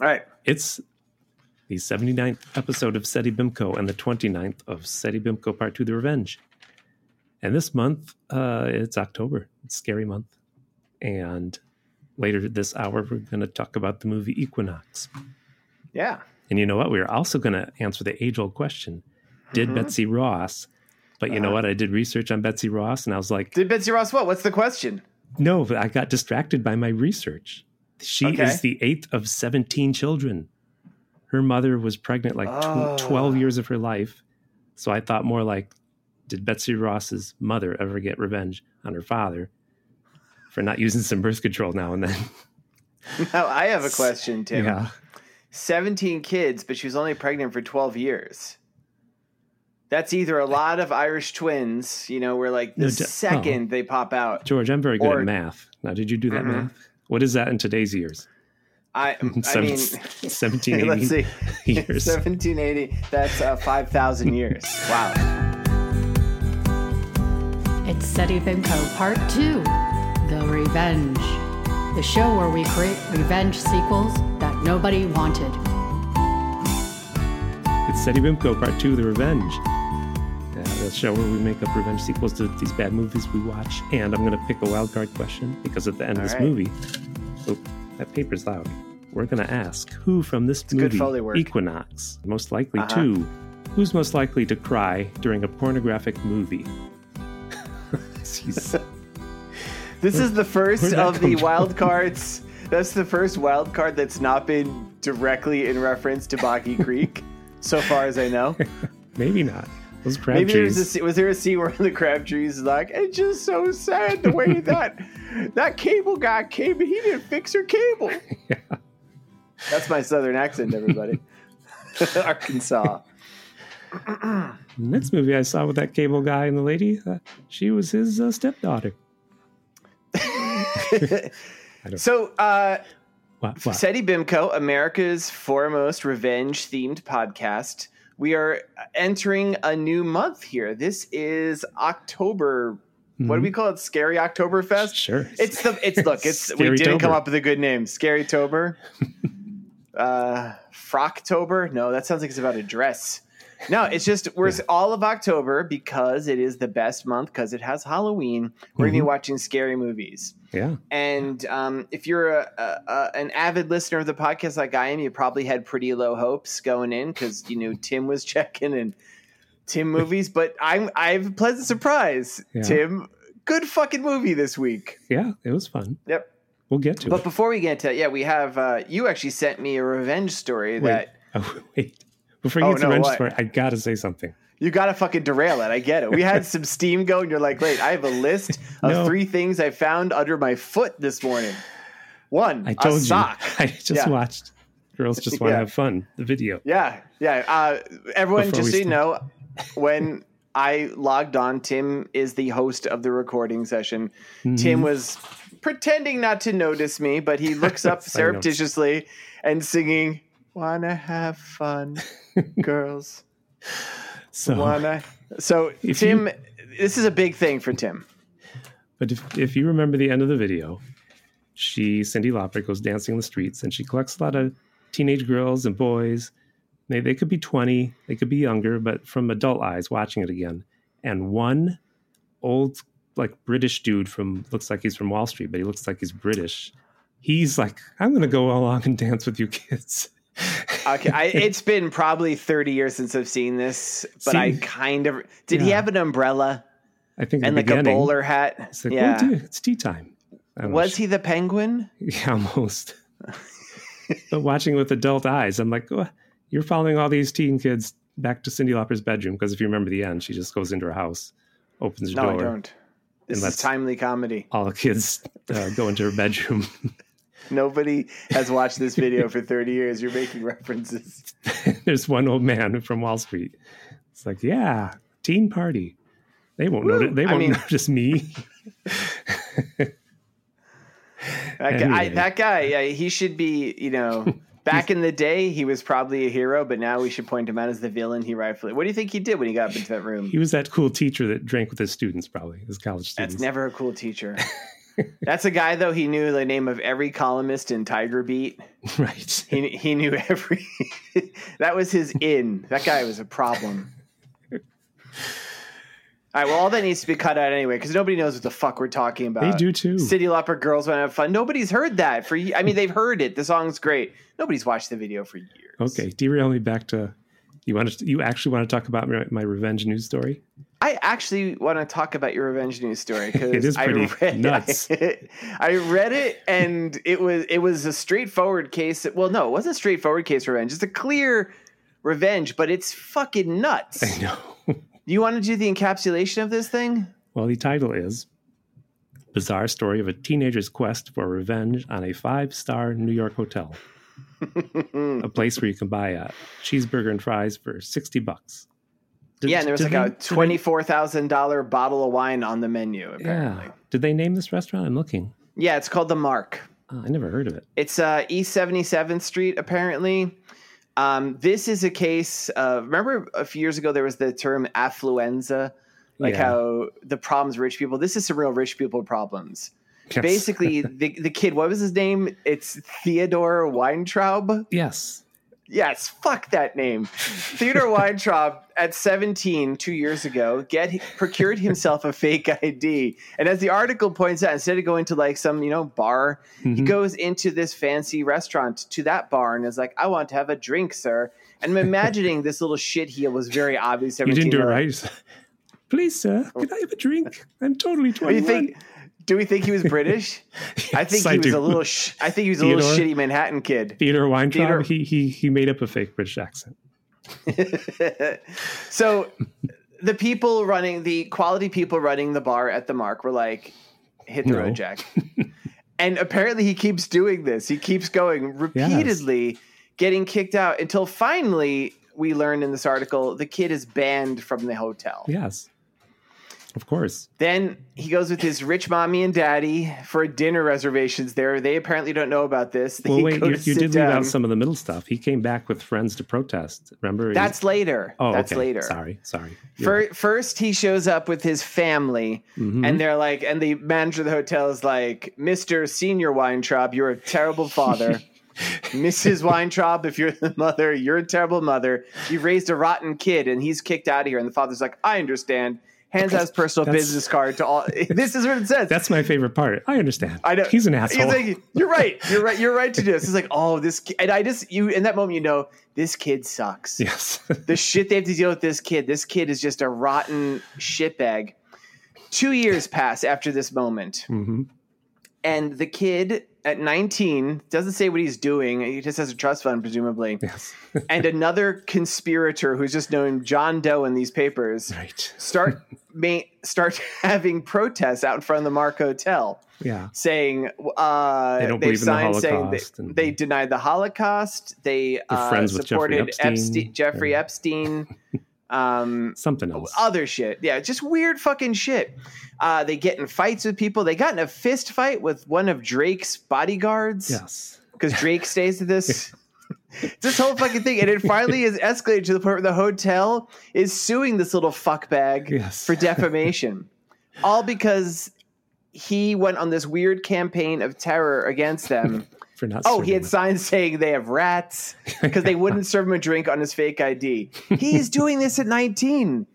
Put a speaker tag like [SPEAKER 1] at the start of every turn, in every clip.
[SPEAKER 1] All right.
[SPEAKER 2] It's the 79th episode of SETI BIMCO and the 29th of SETI BIMCO Part 2 The Revenge. And this month, uh, it's October. It's a scary month. And later this hour, we're going to talk about the movie Equinox.
[SPEAKER 1] Yeah.
[SPEAKER 2] And you know what? We are also going to answer the age old question Did
[SPEAKER 1] Mhm.
[SPEAKER 2] Betsy Ross? But you know
[SPEAKER 1] Uh-huh.
[SPEAKER 2] what? I did research on Betsy Ross and I was like,
[SPEAKER 1] Did Betsy Ross what? What's the question?
[SPEAKER 2] no, but I got distracted by my research. She
[SPEAKER 1] Okay.
[SPEAKER 2] is the eighth of 17 children. Her mother was pregnant like tw-
[SPEAKER 1] Ah.
[SPEAKER 2] 12 years of her life. So I thought more like, did Betsy Ross's mother ever get revenge on her father for not using some birth control now and then?
[SPEAKER 1] Now I have a question, Tim.
[SPEAKER 2] Yeah.
[SPEAKER 1] 17 kids, but she was only pregnant for 12 years. That's either a lot of Irish twins, you know, where like the
[SPEAKER 2] No, d- oh.
[SPEAKER 1] second they pop out,
[SPEAKER 2] George, I'm very good
[SPEAKER 1] Or-
[SPEAKER 2] at math. Now, did you do that
[SPEAKER 1] Mhm.
[SPEAKER 2] math? What is that in today's years?
[SPEAKER 1] I, I
[SPEAKER 2] Seven-
[SPEAKER 1] mean,
[SPEAKER 2] 1780
[SPEAKER 1] let's see,
[SPEAKER 2] years.
[SPEAKER 1] 1780, that's uh, 5,000 years. Wow.
[SPEAKER 3] It's SETI Vimco Part 2 The Revenge, the show where we create revenge sequels that nobody wanted.
[SPEAKER 2] It's SETI Bimco Part 2 The Revenge. Uh, the show where we make up revenge sequels to these bad movies we watch. And I'm going to pick a wild card question because at the end
[SPEAKER 1] All
[SPEAKER 2] of this
[SPEAKER 1] right.
[SPEAKER 2] movie, oh, that paper's loud. We're going to ask who from this
[SPEAKER 1] good
[SPEAKER 2] movie,
[SPEAKER 1] Foley work.
[SPEAKER 2] Equinox, most likely
[SPEAKER 1] Uh-huh.
[SPEAKER 2] to, who's most likely to cry during a pornographic movie? Jeez.
[SPEAKER 1] This is the first
[SPEAKER 2] where'd that
[SPEAKER 1] of
[SPEAKER 2] come
[SPEAKER 1] the
[SPEAKER 2] from?
[SPEAKER 1] wild cards. That's the first wild card that's not been directly in reference to Boggy Creek, so far as I know.
[SPEAKER 2] Maybe not. Those crab
[SPEAKER 1] Maybe there was, a,
[SPEAKER 2] trees.
[SPEAKER 1] sce- was there a scene where the crab trees is like, it's just so sad the way that that cable guy came and he didn't fix her cable. That's my southern accent, everybody. Arkansas.
[SPEAKER 2] Next movie I saw with that cable guy and the lady, uh, she was his uh, stepdaughter. don't-
[SPEAKER 1] so, uh,
[SPEAKER 2] Wow, wow.
[SPEAKER 1] SETI Bimco, America's foremost revenge themed podcast. We are entering a new month here. This is October. What do
[SPEAKER 2] Mm-hmm.
[SPEAKER 1] we call it? Scary Oktoberfest?
[SPEAKER 2] Sure.
[SPEAKER 1] It's the it's look, it's we didn't
[SPEAKER 2] Scary-tober.
[SPEAKER 1] come up with a good name. Scary Tober. uh Frocktober? No, that sounds like it's about a dress. No, it's just we're
[SPEAKER 2] Yeah.
[SPEAKER 1] all of October because it is the best month because it has Halloween. We're gonna be
[SPEAKER 2] Mhm.
[SPEAKER 1] watching scary movies.
[SPEAKER 2] yeah.
[SPEAKER 1] And um, if you're a, a, a, an avid listener of the podcast like I am, you probably had pretty low hopes going in because you knew Tim was checking and Tim movies. But I'm I've a pleasant surprise,
[SPEAKER 2] Yeah.
[SPEAKER 1] Tim. Good fucking movie this week.
[SPEAKER 2] Yeah, it was fun.
[SPEAKER 1] Yep.
[SPEAKER 2] We'll get to
[SPEAKER 1] But
[SPEAKER 2] it.
[SPEAKER 1] before we get to yeah, we have uh, you actually sent me a revenge story
[SPEAKER 2] Wait,
[SPEAKER 1] that
[SPEAKER 2] oh, wait. Before you
[SPEAKER 1] Oh,
[SPEAKER 2] get to
[SPEAKER 1] no,
[SPEAKER 2] Wrench
[SPEAKER 1] what?
[SPEAKER 2] Story, I gotta say something.
[SPEAKER 1] you got to fucking derail it. I get it. We had some steam going. You're like, wait, I have a list of
[SPEAKER 2] No.
[SPEAKER 1] three things I found under my foot this morning. One,
[SPEAKER 2] I told
[SPEAKER 1] a
[SPEAKER 2] you.
[SPEAKER 1] sock.
[SPEAKER 2] I just
[SPEAKER 1] Yeah.
[SPEAKER 2] watched Girls Just Want to
[SPEAKER 1] Yeah.
[SPEAKER 2] Have Fun, the video.
[SPEAKER 1] Yeah, yeah. Uh, everyone,
[SPEAKER 2] Before
[SPEAKER 1] just
[SPEAKER 2] we
[SPEAKER 1] so you know, when I logged on, Tim is the host of the recording session.
[SPEAKER 2] Mm-hmm.
[SPEAKER 1] Tim was pretending not to notice me, but he looks up
[SPEAKER 2] I noticed.
[SPEAKER 1] surreptitiously and singing, "Wanna have fun, girls."
[SPEAKER 2] So,
[SPEAKER 1] Wanna. So
[SPEAKER 2] If
[SPEAKER 1] Tim, this is a big thing for Tim.
[SPEAKER 2] but if, if you remember the end of the video, she, Cindy Lauper, goes dancing in the streets and she collects a lot of teenage girls and boys. They, they could be 20, they could be younger, but from adult eyes watching it again. And one old, like British dude from, looks like he's from Wall Street, but he looks like he's British. He's like, I'm going to go along and dance with you kids.
[SPEAKER 1] Okay, I, it's been probably thirty years since I've seen this, but I
[SPEAKER 2] See?
[SPEAKER 1] kind of did. He
[SPEAKER 2] Yeah.
[SPEAKER 1] have an umbrella
[SPEAKER 2] I think
[SPEAKER 1] and
[SPEAKER 2] in the
[SPEAKER 1] like a
[SPEAKER 2] beginning,
[SPEAKER 1] bowler hat.
[SPEAKER 2] It's like,
[SPEAKER 1] yeah,
[SPEAKER 2] oh, dude, it's tea time. I don't know,
[SPEAKER 1] was he the penguin?
[SPEAKER 2] Yeah, almost. but watching with adult eyes, I'm like, oh, you're following all these teen kids back to Cindy Lauper's bedroom because if you remember the end, she just goes into her house, opens her
[SPEAKER 1] No, I
[SPEAKER 2] door,
[SPEAKER 1] don't. This is
[SPEAKER 2] let's-
[SPEAKER 1] timely comedy.
[SPEAKER 2] all the kids uh, go into her bedroom.
[SPEAKER 1] Nobody has watched this video for 30 years. You're making references.
[SPEAKER 2] There's one old man from Wall Street. It's like, yeah, teen party. They won't
[SPEAKER 1] Woo!
[SPEAKER 2] notice. They
[SPEAKER 1] I
[SPEAKER 2] won't
[SPEAKER 1] mean-
[SPEAKER 2] notice me.
[SPEAKER 1] That guy, I,
[SPEAKER 2] Anyway.
[SPEAKER 1] that guy I, he should be, you know, back in the day, he was probably a hero, but now we should point him out as the villain he rightfully. What do you think he did when he got up into that room?
[SPEAKER 2] He was that cool teacher that drank with his students, probably his college students.
[SPEAKER 1] That's never a cool teacher. That's a guy though. He knew the name of every columnist in Tiger Beat.
[SPEAKER 2] right.
[SPEAKER 1] He he knew every. that was his in. That guy was a problem. All right. Well, all that needs to be cut out anyway, because nobody knows what the fuck we're talking about.
[SPEAKER 2] They do too.
[SPEAKER 1] City Leopard Girls Want to Have Fun. Nobody's heard that for. ye- I mean, they've heard it. The song's great. Nobody's watched the video for years.
[SPEAKER 2] Okay, derail me back to you want to you actually want to talk about my, my revenge news story?
[SPEAKER 1] I actually want to talk about your revenge news story
[SPEAKER 2] It
[SPEAKER 1] because
[SPEAKER 2] is
[SPEAKER 1] I
[SPEAKER 2] pretty
[SPEAKER 1] read
[SPEAKER 2] nuts.
[SPEAKER 1] I read it and it was it was a straightforward case. Well, no, it wasn't a straightforward case revenge. It's a clear revenge, but it's fucking nuts.
[SPEAKER 2] I know.
[SPEAKER 1] Do you want to do the encapsulation of this thing?
[SPEAKER 2] well, the title is Bizarre Story of a Teenager's Quest for Revenge on a Five Star New York Hotel, a place where you can buy a cheeseburger and fries for 60 bucks. Did-
[SPEAKER 1] yeah, and there was like
[SPEAKER 2] did
[SPEAKER 1] a
[SPEAKER 2] they- did they-
[SPEAKER 1] twenty four thousand dollar bottle of wine on the menu. Apparently,
[SPEAKER 2] Yeah. Did they name this restaurant? I'm looking.
[SPEAKER 1] yeah, it's called the Mark.
[SPEAKER 2] Oh, I never heard of it.
[SPEAKER 1] It's uh, East Seventy Seventh Street, apparently. Um, this is a case of remember a few years ago there was the term affluenza, like
[SPEAKER 2] Yeah.
[SPEAKER 1] how the problems of rich people. This is some real rich people problems.
[SPEAKER 2] Yes.
[SPEAKER 1] Basically, the the kid, what was his name? It's Theodore Weintraub.
[SPEAKER 2] Yes.
[SPEAKER 1] Yes, fuck that name. Theodore Weintraub at 17, two years ago, get procured himself a fake ID. And as the article points out, instead of going to like some, you know, bar, he
[SPEAKER 2] Mhm.
[SPEAKER 1] goes into this fancy restaurant to that bar and is like, I want to have a drink, sir. And I'm imagining this little shit heel was very obvious.
[SPEAKER 2] You
[SPEAKER 1] 17
[SPEAKER 2] didn't do it
[SPEAKER 1] year old.
[SPEAKER 2] right. Please, sir, could I have a drink? I'm totally
[SPEAKER 1] What do
[SPEAKER 2] 21.
[SPEAKER 1] Oh, you think? Do we think he was British? I think
[SPEAKER 2] Yes, I
[SPEAKER 1] he was
[SPEAKER 2] do.
[SPEAKER 1] a little. Sh- I think he was a little
[SPEAKER 2] Theodore?
[SPEAKER 1] shitty Manhattan kid.
[SPEAKER 2] Theodore Weintraub,
[SPEAKER 1] Theodore-
[SPEAKER 2] he he he made up a fake British accent.
[SPEAKER 1] so the people running the quality people running the bar at the mark were like hit the
[SPEAKER 2] No.
[SPEAKER 1] road jack and apparently he keeps doing this he keeps going repeatedly getting kicked out until finally we learned in this article the kid is banned from the hotel
[SPEAKER 2] Yes, of course.
[SPEAKER 1] then he goes with his rich mommy and daddy for dinner reservations there they apparently don't know about this they
[SPEAKER 2] Well, wait,
[SPEAKER 1] go
[SPEAKER 2] you,
[SPEAKER 1] to
[SPEAKER 2] you
[SPEAKER 1] sit
[SPEAKER 2] did leave
[SPEAKER 1] down.
[SPEAKER 2] out some of the middle stuff. He came back with friends to protest. Remember? He-
[SPEAKER 1] that's later
[SPEAKER 2] oh,
[SPEAKER 1] that's
[SPEAKER 2] okay.
[SPEAKER 1] later
[SPEAKER 2] Sorry, sorry. You're
[SPEAKER 1] Fir-
[SPEAKER 2] right.
[SPEAKER 1] First, he shows up with his family,
[SPEAKER 2] Mhm.
[SPEAKER 1] and they're like, and the manager of the hotel is like, Mr. Senior Weintraub, you're a terrible father. Mrs. Weintraub, if you're the mother, you're a terrible mother. You raised a rotten kid, and he's kicked out of here. And the father's like, I understand. Hands out his personal
[SPEAKER 2] That's-
[SPEAKER 1] business card to all. this is what it says.
[SPEAKER 2] that's my favorite part. I understand.
[SPEAKER 1] I know
[SPEAKER 2] He's an asshole.
[SPEAKER 1] He's like, you're right. You're right. You're right to do this. He's like, oh, this. Ki-. And I just you in that moment, you know, this kid sucks
[SPEAKER 2] yes.
[SPEAKER 1] the shit they have to deal with this kid. This kid is just a rotten shitbag. Two years pass after this moment,
[SPEAKER 2] hmm
[SPEAKER 1] and the kid at 19 doesn't say what he's doing. He just has a trust fund, presumably.
[SPEAKER 2] Yes.
[SPEAKER 1] and another conspirator who's just known John Doe in these papers
[SPEAKER 2] right.
[SPEAKER 1] start ma- start having protests out in front of the Mark Hotel
[SPEAKER 2] Yeah.
[SPEAKER 1] saying uh,
[SPEAKER 2] They
[SPEAKER 1] they've
[SPEAKER 2] don't believe in the
[SPEAKER 1] signed
[SPEAKER 2] Holocaust
[SPEAKER 1] saying
[SPEAKER 2] and-
[SPEAKER 1] they, they denied the Holocaust. They uh,
[SPEAKER 2] friends with Jeffrey
[SPEAKER 1] supported
[SPEAKER 2] Epstein.
[SPEAKER 1] Epstein- Jeffrey
[SPEAKER 2] Yeah.
[SPEAKER 1] Epstein. Um,
[SPEAKER 2] Something else.
[SPEAKER 1] other shit. Yeah, just weird fucking shit. Uh, they get in fights with people. They got in a fist fight with one of Drake's bodyguards
[SPEAKER 2] yes.
[SPEAKER 1] because Drake stays at this. this whole fucking thing, and it finally is escalated to the point where the hotel is suing this little fuckbag
[SPEAKER 2] Yes.
[SPEAKER 1] for defamation, all because he went on this weird campaign of terror against them.
[SPEAKER 2] For not.
[SPEAKER 1] Oh, he
[SPEAKER 2] serving
[SPEAKER 1] had
[SPEAKER 2] it.
[SPEAKER 1] signs saying they have rats because they wouldn't serve him a drink on his fake ID. He's doing this at 19.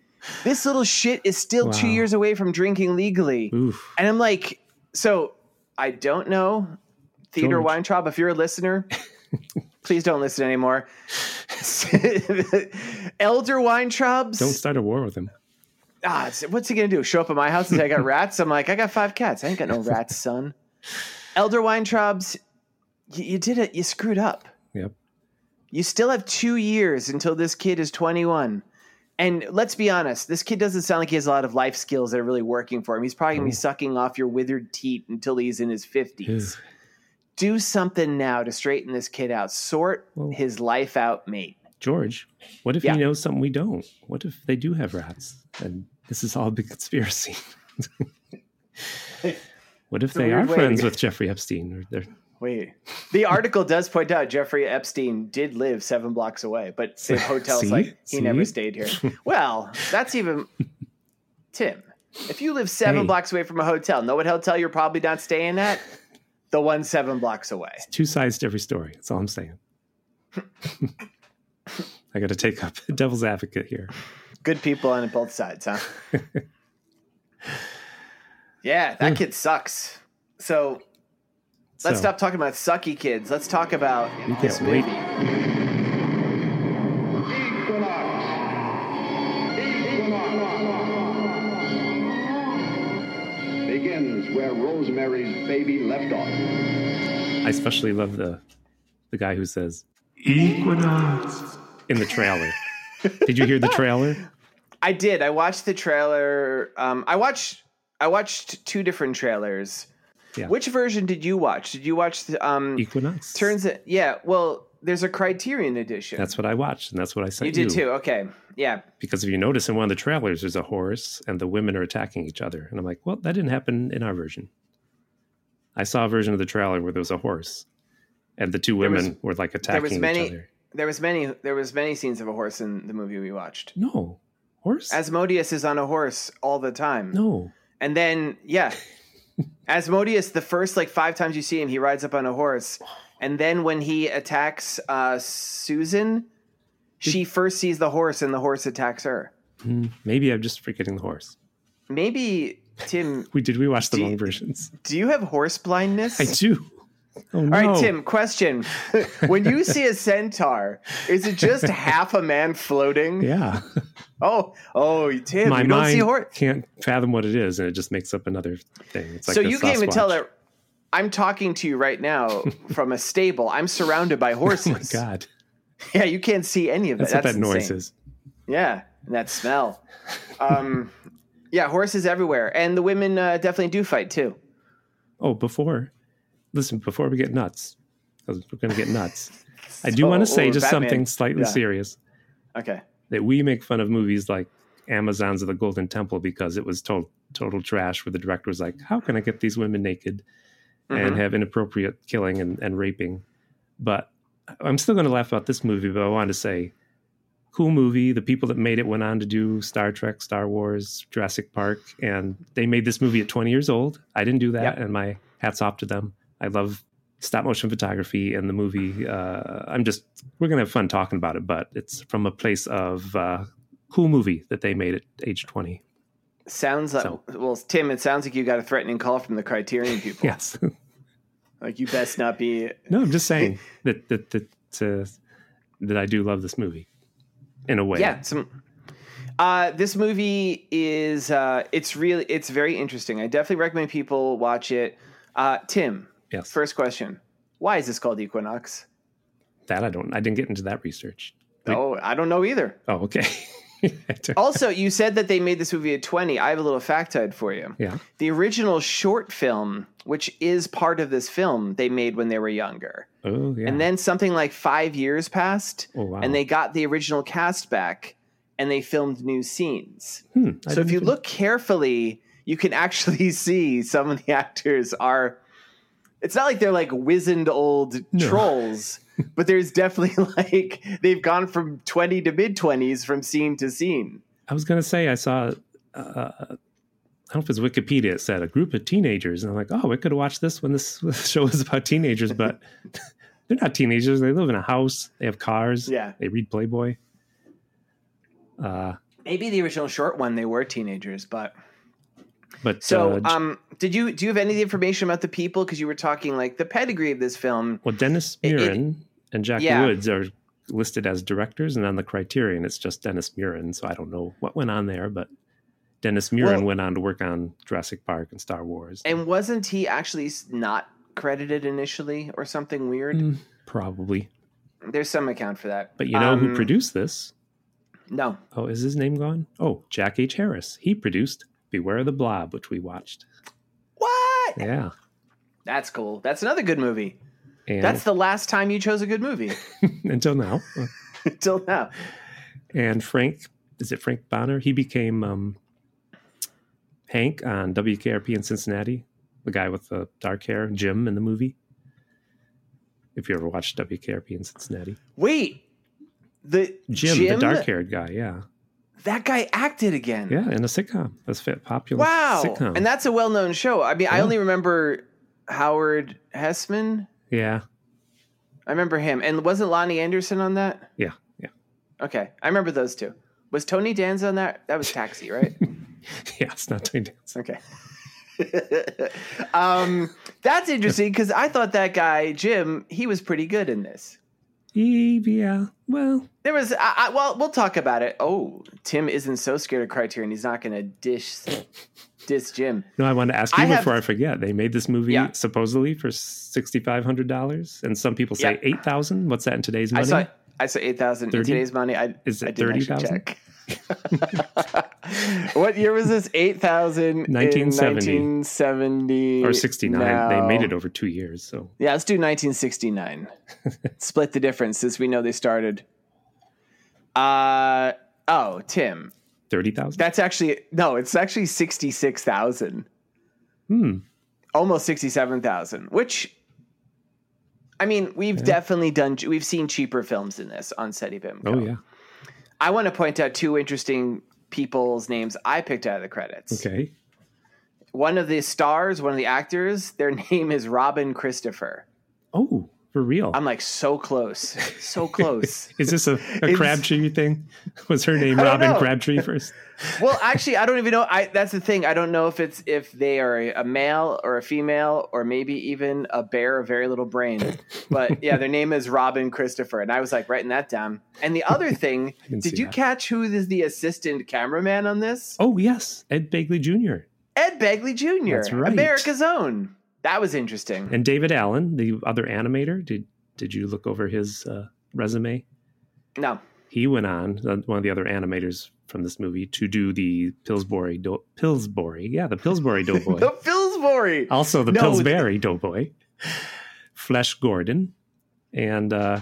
[SPEAKER 1] This little shit is still two
[SPEAKER 2] Wow.
[SPEAKER 1] years away from drinking legally.
[SPEAKER 2] Oof.
[SPEAKER 1] And I'm like, so I don't know, Theodore Weintraub, if you're a listener, please don't listen anymore. Elder Weintraub's.
[SPEAKER 2] Don't start a war with him.
[SPEAKER 1] ah, it's- what's he going to do? Show up at my house and say, I got rats? I'm like, I got five cats. I ain't got no rats, son. Elder Weintraub's, you, you did it. You screwed up.
[SPEAKER 2] Yep.
[SPEAKER 1] You still have two years until this kid is 21. And let's be honest, this kid doesn't sound like he has a lot of life skills that are really working for him. He's probably going to be sucking off your withered teat until he's in his 50s.
[SPEAKER 2] Ugh.
[SPEAKER 1] Do something now to straighten this kid out. Sort
[SPEAKER 2] Well-
[SPEAKER 1] his life out, mate.
[SPEAKER 2] George, what if
[SPEAKER 1] Yeah.
[SPEAKER 2] he knows something we don't? What if they do have rats? And this is all a big conspiracy. what if
[SPEAKER 1] a
[SPEAKER 2] they
[SPEAKER 1] weird
[SPEAKER 2] are
[SPEAKER 1] way to
[SPEAKER 2] friends
[SPEAKER 1] go.
[SPEAKER 2] with Jeffrey Epstein? Or they're,
[SPEAKER 1] Wait. The article does point out Jeffrey Epstein did live seven blocks away, but the hotel's
[SPEAKER 2] See?
[SPEAKER 1] like, he
[SPEAKER 2] See?
[SPEAKER 1] never stayed here. Well, that's even Tim. If you live seven
[SPEAKER 2] Hey.
[SPEAKER 1] blocks away from a hotel, know what hotel you're probably not staying at? The one seven blocks away.
[SPEAKER 2] It's two sides to every story. That's all I'm saying. I got to take up devil's advocate here.
[SPEAKER 1] Good people on both sides, huh? yeah, that kid sucks. So let's
[SPEAKER 2] Hmm. So-
[SPEAKER 1] stop talking about sucky kids. Let's talk about
[SPEAKER 2] You can't
[SPEAKER 1] this
[SPEAKER 2] wait.
[SPEAKER 1] movie.
[SPEAKER 4] Begins where Rosemary's baby left off.
[SPEAKER 2] I especially love the the guy who says Equinox in the trailer. Did you hear the trailer?
[SPEAKER 1] I did. I watched the trailer. Um, I watched. I watched two different trailers.
[SPEAKER 2] Yeah.
[SPEAKER 1] Which version did you watch? Did you watch the um?
[SPEAKER 2] Equinox.
[SPEAKER 1] Turns it. Yeah. Well, there's a Criterion edition.
[SPEAKER 2] That's what I watched, and that's what I said.
[SPEAKER 1] you did too. Okay. Yeah.
[SPEAKER 2] Because if you notice in one of the trailers, there's a horse, and the women are attacking each other, and I'm like, well, that didn't happen in our version. I saw a version of the trailer where there was a horse, and the two
[SPEAKER 1] There
[SPEAKER 2] women
[SPEAKER 1] was-
[SPEAKER 2] were like
[SPEAKER 1] there was
[SPEAKER 2] attacking
[SPEAKER 1] many-
[SPEAKER 2] each other.
[SPEAKER 1] There was many. There was many scenes of a horse in the movie we watched.
[SPEAKER 2] No horse.
[SPEAKER 1] Asmodeus is on a horse all the time.
[SPEAKER 2] no,
[SPEAKER 1] And then yeah, Asmodeus. The first like five times you see him, he rides up on a horse. And then when he attacks uh, Susan, she first sees the horse, and the horse attacks her.
[SPEAKER 2] Hmm, maybe I'm just forgetting the horse.
[SPEAKER 1] Maybe Tim,
[SPEAKER 2] We did we watch the
[SPEAKER 1] Do
[SPEAKER 2] wrong
[SPEAKER 1] you-
[SPEAKER 2] versions?
[SPEAKER 1] do you have horse blindness?
[SPEAKER 2] I do. Oh no.
[SPEAKER 1] All right, Tim, question. when you see a centaur, is it just half a man floating?
[SPEAKER 2] Yeah.
[SPEAKER 1] Oh, oh, Tim,
[SPEAKER 2] my
[SPEAKER 1] you don't
[SPEAKER 2] mind
[SPEAKER 1] see horse.
[SPEAKER 2] can't fathom what it is, and it just makes up another thing. It's like
[SPEAKER 1] so
[SPEAKER 2] a
[SPEAKER 1] you can't even tell
[SPEAKER 2] Sasquatch.
[SPEAKER 1] that I'm talking to you right now from a stable. I'm surrounded by
[SPEAKER 2] Oh my
[SPEAKER 1] horses.
[SPEAKER 2] god,
[SPEAKER 1] Yeah, you can't see any of
[SPEAKER 2] that's,
[SPEAKER 1] it.
[SPEAKER 2] what that
[SPEAKER 1] insane.
[SPEAKER 2] noise is.
[SPEAKER 1] Yeah, and that smell. Um, yeah, horses everywhere, and the women uh, definitely do fight too.
[SPEAKER 2] Oh, before, listen, before we get nuts, because we're going to get nuts. I do want to
[SPEAKER 1] So-
[SPEAKER 2] say
[SPEAKER 1] oh,
[SPEAKER 2] just
[SPEAKER 1] Batman.
[SPEAKER 2] something slightly
[SPEAKER 1] Yeah.
[SPEAKER 2] serious
[SPEAKER 1] Okay.
[SPEAKER 2] that we make fun of movies like Amazon's of the Golden Temple because it was total total trash. Where the director was like, "How can I get these women naked and
[SPEAKER 1] Mhm.
[SPEAKER 2] have inappropriate killing and, and raping?" But I'm still going to laugh about this movie. But I wanted to say, cool movie. The people that made it went on to do Star Trek, Star Wars, Jurassic Park, and they made this movie at 20 years old. I didn't do that,
[SPEAKER 1] Yep.
[SPEAKER 2] and my hats off to them. I love stop motion photography and the movie. Uh, I'm just we're going to have fun talking about it, but it's from a place of uh, cool movie that they made at age 20.
[SPEAKER 1] Sounds like
[SPEAKER 2] So-
[SPEAKER 1] well, Tim. It sounds like you got a threatening call from the Criterion people.
[SPEAKER 2] Yes.
[SPEAKER 1] Like you best not be.
[SPEAKER 2] no, I'm just saying that that that uh, that I do love this movie in a way.
[SPEAKER 1] Yeah. Some. Uh, this movie is uh, it's really it's very interesting. I definitely recommend people watch it. Uh, Tim,
[SPEAKER 2] Yes.
[SPEAKER 1] first question: Why is this called Equinox?
[SPEAKER 2] That I don't. I didn't get into that research. Wait.
[SPEAKER 1] Oh, I don't know either.
[SPEAKER 2] Oh, okay.
[SPEAKER 1] Also, you said that they made this movie at twenty. I have a little factoid for you.
[SPEAKER 2] yeah.
[SPEAKER 1] The original short film, which is part of this film, they made when they were younger.
[SPEAKER 2] Oh, yeah.
[SPEAKER 1] And then something like five years passed,
[SPEAKER 2] Oh, wow.
[SPEAKER 1] and they got the original cast back and they filmed new scenes. so
[SPEAKER 2] Hmm, I
[SPEAKER 1] if
[SPEAKER 2] didn't
[SPEAKER 1] you
[SPEAKER 2] even-
[SPEAKER 1] look carefully, you can actually see some of the actors are. It's not like they're like wizened old
[SPEAKER 2] No.
[SPEAKER 1] trolls, but there's definitely like they've gone from 20 to mid 20s from scene to scene.
[SPEAKER 2] I was gonna say I saw. Uh, I don't know if it's Wikipedia. It said a group of teenagers, and I'm like, oh, we could watch this when this show is about teenagers, but they're not teenagers. They live in a house. They have cars.
[SPEAKER 1] Yeah.
[SPEAKER 2] They read Playboy. Uh,
[SPEAKER 1] Maybe the original short one, they were teenagers, but
[SPEAKER 2] but
[SPEAKER 1] So,
[SPEAKER 2] uh,
[SPEAKER 1] um, did you do you have any information about the people? Because you were talking like the pedigree of this film.
[SPEAKER 2] well, Dennis
[SPEAKER 1] it- it-
[SPEAKER 2] Murin and Jack
[SPEAKER 1] Yeah.
[SPEAKER 2] Woods are listed as directors, and on the Criterion, it's just Dennis Murin. So I don't know what went on there, but Dennis Murin
[SPEAKER 1] Well-
[SPEAKER 2] went on to work on Jurassic Park and Star Wars.
[SPEAKER 1] And wasn't he actually s- not credited initially or something weird?
[SPEAKER 2] Mm, probably.
[SPEAKER 1] There's some account for that.
[SPEAKER 2] But you know who
[SPEAKER 1] Um,
[SPEAKER 2] produced this?
[SPEAKER 1] No.
[SPEAKER 2] Oh, is his name gone? Oh, Jack H. Harris. He produced Beware of the Blob, which we watched.
[SPEAKER 1] What?
[SPEAKER 2] Yeah.
[SPEAKER 1] That's cool. That's another good movie.
[SPEAKER 2] And
[SPEAKER 1] That's the last time you chose a good movie
[SPEAKER 2] until now.
[SPEAKER 1] until now.
[SPEAKER 2] And Frank, is it Frank Bonner? He became um, Hank on WKRP in Cincinnati, the guy with the dark hair, Jim in the movie. If you ever watched WKRP in Cincinnati,
[SPEAKER 1] Wait, the
[SPEAKER 2] Jim, the dark haired guy, yeah.
[SPEAKER 1] That guy acted again.
[SPEAKER 2] Yeah, in a sitcom. That's a popular
[SPEAKER 1] Wow.
[SPEAKER 2] sitcom.
[SPEAKER 1] And that's a well known show. I mean, I
[SPEAKER 2] Yeah.
[SPEAKER 1] only remember Howard Hessman.
[SPEAKER 2] yeah,
[SPEAKER 1] I remember him. And wasn't Lonnie Anderson on that?
[SPEAKER 2] yeah, yeah,
[SPEAKER 1] Okay. I remember those two. Was Tony Danza on that? That was Taxi, right?
[SPEAKER 2] yeah. It's not Tony Danza.
[SPEAKER 1] Okay. um, that's interesting because I thought that guy Jim he was pretty good in this.
[SPEAKER 2] Yeah, E well,
[SPEAKER 1] There was I, I, well, we'll talk about it. Oh, Tim isn't so scared of Criterion; he's not going to dish diss Jim.
[SPEAKER 2] No, I want to ask
[SPEAKER 1] I
[SPEAKER 2] you
[SPEAKER 1] have-
[SPEAKER 2] before I forget. They made this movie
[SPEAKER 1] Yeah.
[SPEAKER 2] supposedly for sixty five hundred dollars, and some people say
[SPEAKER 1] Yeah.
[SPEAKER 2] eight thousand. What's that in today's
[SPEAKER 1] I
[SPEAKER 2] money?
[SPEAKER 1] saw I saw eight thousand in
[SPEAKER 2] 30?
[SPEAKER 1] today's money. I,
[SPEAKER 2] Is it
[SPEAKER 1] I didn't actually
[SPEAKER 2] 30,000?
[SPEAKER 1] check. what year was this? Eight thousand.
[SPEAKER 2] 1970.
[SPEAKER 1] Nineteen seventy
[SPEAKER 2] or sixty nine. They made it over two years, so
[SPEAKER 1] Yeah, let's do 1969. Split the difference since we know they started. Uh oh, Tim.
[SPEAKER 2] thirty thousand.
[SPEAKER 1] That's actually no, it's actually 66,000.
[SPEAKER 2] Hmm.
[SPEAKER 1] Almost 67,000, which I mean, we've definitely done we've seen cheaper films than this on SETI Bimco.
[SPEAKER 2] Oh yeah.
[SPEAKER 1] I want to point out two interesting people's names I picked out of the credits.
[SPEAKER 2] Okay.
[SPEAKER 1] One of the stars, one of the actors, their name is Robin Christopher.
[SPEAKER 2] Oh, for real.
[SPEAKER 1] I'm like so close. So close.
[SPEAKER 2] Is this a, a
[SPEAKER 1] It's-
[SPEAKER 2] Crabtree thing? Was her name
[SPEAKER 1] I don't
[SPEAKER 2] Robin
[SPEAKER 1] know.
[SPEAKER 2] Crabtree first?
[SPEAKER 1] Well, actually, I don't even know. I that's the thing. I don't know if it's if they are a male or a female or maybe even a bear, a very little brain. But yeah, their name is Robin Christopher, and I was like writing that down. And the other thing,
[SPEAKER 2] can
[SPEAKER 1] did
[SPEAKER 2] see
[SPEAKER 1] you
[SPEAKER 2] that.
[SPEAKER 1] catch who is the assistant cameraman on this?
[SPEAKER 2] Oh yes, Ed Begley Jr.
[SPEAKER 1] Ed Begley Jr.
[SPEAKER 2] That's right.
[SPEAKER 1] America's own. That was interesting.
[SPEAKER 2] and David Allen, the other animator. Did did you look over his uh, resume?
[SPEAKER 1] No,
[SPEAKER 2] he went on uh, one of the other animators from this movie to do the Pillsbury Do- Pillsbury, yeah, the Pillsbury Doughboy.
[SPEAKER 1] the Pillsbury.
[SPEAKER 2] also the
[SPEAKER 1] No,
[SPEAKER 2] Pillsbury Doughboy, Flesh Gordon, and uh,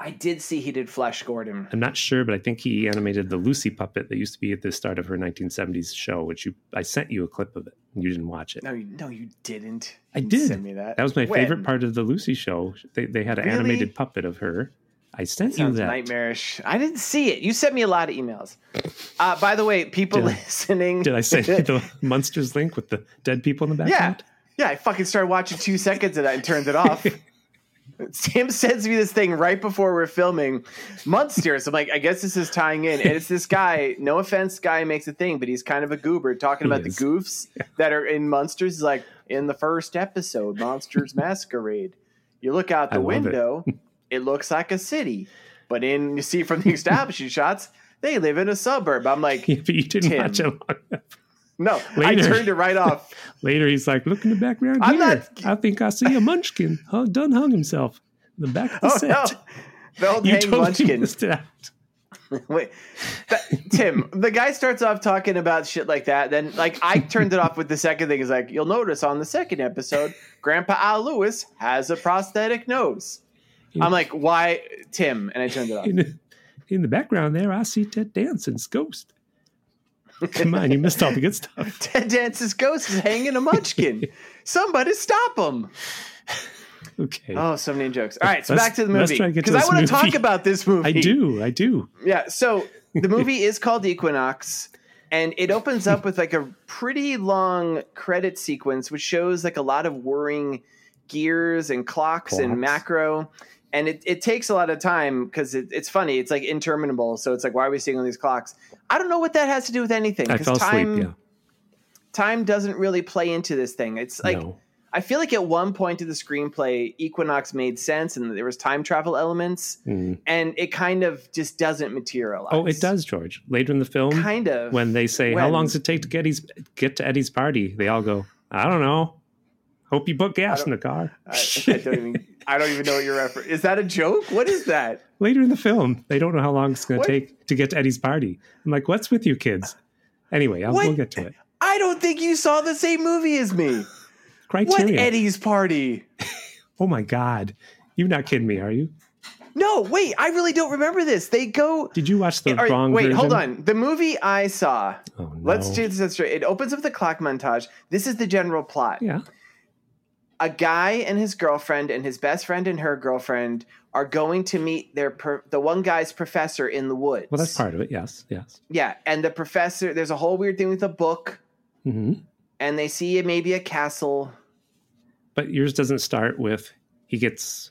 [SPEAKER 1] I did see he did Flash Gordon.
[SPEAKER 2] I'm not sure, but I think he animated the Lucy puppet that used to be at the start of her 1970s show, which you I sent you a clip of it. and You didn't watch it.
[SPEAKER 1] No, you, no, you didn't.
[SPEAKER 2] I
[SPEAKER 1] You
[SPEAKER 2] did.
[SPEAKER 1] send me that.
[SPEAKER 2] That was my favorite
[SPEAKER 1] When?
[SPEAKER 2] part of the Lucy show. They, they had an
[SPEAKER 1] Really?
[SPEAKER 2] animated puppet of her. I sent you
[SPEAKER 1] Sounds
[SPEAKER 2] that.
[SPEAKER 1] nightmarish. I didn't see it. You sent me a lot of emails. Uh, by the way, people
[SPEAKER 2] Did I-
[SPEAKER 1] listening,
[SPEAKER 2] Did I send you the Munsters link with the dead people in the
[SPEAKER 1] yeah,
[SPEAKER 2] background?
[SPEAKER 1] yeah. I fucking started watching two seconds of that and turned it off. Tim sends me this thing right before we're filming Munsters. I'm like, I guess this is tying in, and it's this guy. No offense, guy makes a thing, but he's kind of a goober talking
[SPEAKER 2] He
[SPEAKER 1] about
[SPEAKER 2] is.
[SPEAKER 1] the goofs that are in Munsters. He's like in the first episode, Monsters Masquerade. You look out
[SPEAKER 2] I
[SPEAKER 1] the
[SPEAKER 2] love it.
[SPEAKER 1] window, it. looks like a city, but in you see from the establishing shots, they live in a suburb. I'm like,
[SPEAKER 2] Yeah, but you didn't
[SPEAKER 1] Tim.
[SPEAKER 2] watch it long enough.
[SPEAKER 1] no, I
[SPEAKER 2] Later.
[SPEAKER 1] turned it right off.
[SPEAKER 2] Later, he's like, "Look in the background
[SPEAKER 1] I'm
[SPEAKER 2] here.
[SPEAKER 1] not-
[SPEAKER 2] I think I see a munchkin. Huh, done hung himself in the back of the
[SPEAKER 1] Oh
[SPEAKER 2] set.
[SPEAKER 1] no, the old
[SPEAKER 2] You
[SPEAKER 1] hang
[SPEAKER 2] totally
[SPEAKER 1] munchkin.
[SPEAKER 2] missed it out.
[SPEAKER 1] Wait, Th- Tim, the guy starts off talking about shit like that. Then, like, I turned it off with the second thing. Is like, you'll notice on the second episode, Grandpa Al Lewis has a prosthetic nose. I'm like, why, Tim? And I turned it off.
[SPEAKER 2] In the, in the background there, I see Ted Danson's ghost. Come on, you missed all the good stuff.
[SPEAKER 1] Ted Dance's ghost is hanging a munchkin. Somebody stop him.
[SPEAKER 2] Okay,
[SPEAKER 1] Oh, so many jokes. All right, so
[SPEAKER 2] Let's-
[SPEAKER 1] back to the
[SPEAKER 2] let's
[SPEAKER 1] movie.
[SPEAKER 2] try to get to
[SPEAKER 1] Because I
[SPEAKER 2] this
[SPEAKER 1] want to talk
[SPEAKER 2] movie.
[SPEAKER 1] about this movie.
[SPEAKER 2] I do, I do.
[SPEAKER 1] Yeah, so the movie is called Equinox, and it opens up with like a pretty long credit sequence, which shows like a lot of whirring gears and clocks, and
[SPEAKER 2] Clocks.
[SPEAKER 1] macro. And it, it takes a lot of time because it, it's funny. It's like interminable. So it's like, why are we seeing all these clocks? I don't know what that has to do with anything.
[SPEAKER 2] I
[SPEAKER 1] 'cause
[SPEAKER 2] fell
[SPEAKER 1] time,
[SPEAKER 2] asleep.
[SPEAKER 1] time doesn't really play into this thing. It's
[SPEAKER 2] Yeah,
[SPEAKER 1] like,
[SPEAKER 2] no,
[SPEAKER 1] I feel like at one point in the screenplay, Equinox made sense and there was time travel elements.
[SPEAKER 2] Mm.
[SPEAKER 1] And it kind of just doesn't materialize.
[SPEAKER 2] oh, it does, George. Later in the film,
[SPEAKER 1] Kind of.
[SPEAKER 2] when they say, "How
[SPEAKER 1] When?
[SPEAKER 2] long does it take to get Eddie's get to Eddie's party?" They all go, "I don't know." Hope you put gas in the car.
[SPEAKER 1] I, I don't even. I don't even know what your reference is. That a joke? What is that?
[SPEAKER 2] later in the film. They don't know how long it's going
[SPEAKER 1] What?
[SPEAKER 2] to take to get to Eddie's party. I'm like, what's with you kids? Anyway, I'll,
[SPEAKER 1] What?
[SPEAKER 2] we'll get to it.
[SPEAKER 1] I don't think you saw the same movie as me. What
[SPEAKER 2] Criteria.
[SPEAKER 1] Eddie's party?
[SPEAKER 2] Oh my God. You're not kidding me, are you?
[SPEAKER 1] No, wait. I really don't remember this. They go.
[SPEAKER 2] Did you watch the
[SPEAKER 1] All right,
[SPEAKER 2] wrong
[SPEAKER 1] wait,
[SPEAKER 2] version?
[SPEAKER 1] hold on. The movie I saw.
[SPEAKER 2] Oh, no.
[SPEAKER 1] Let's do this straight. It opens up with a clock montage. This is the general plot.
[SPEAKER 2] Yeah.
[SPEAKER 1] a guy and his girlfriend and his best friend and her girlfriend are going to meet their per, the one guy's professor in the woods.
[SPEAKER 2] Well, that's part of it. Yes, yes.
[SPEAKER 1] Yeah, and the professor there's a whole weird thing with a book,
[SPEAKER 2] hmm
[SPEAKER 1] and they see maybe a castle.
[SPEAKER 2] But yours doesn't start with he gets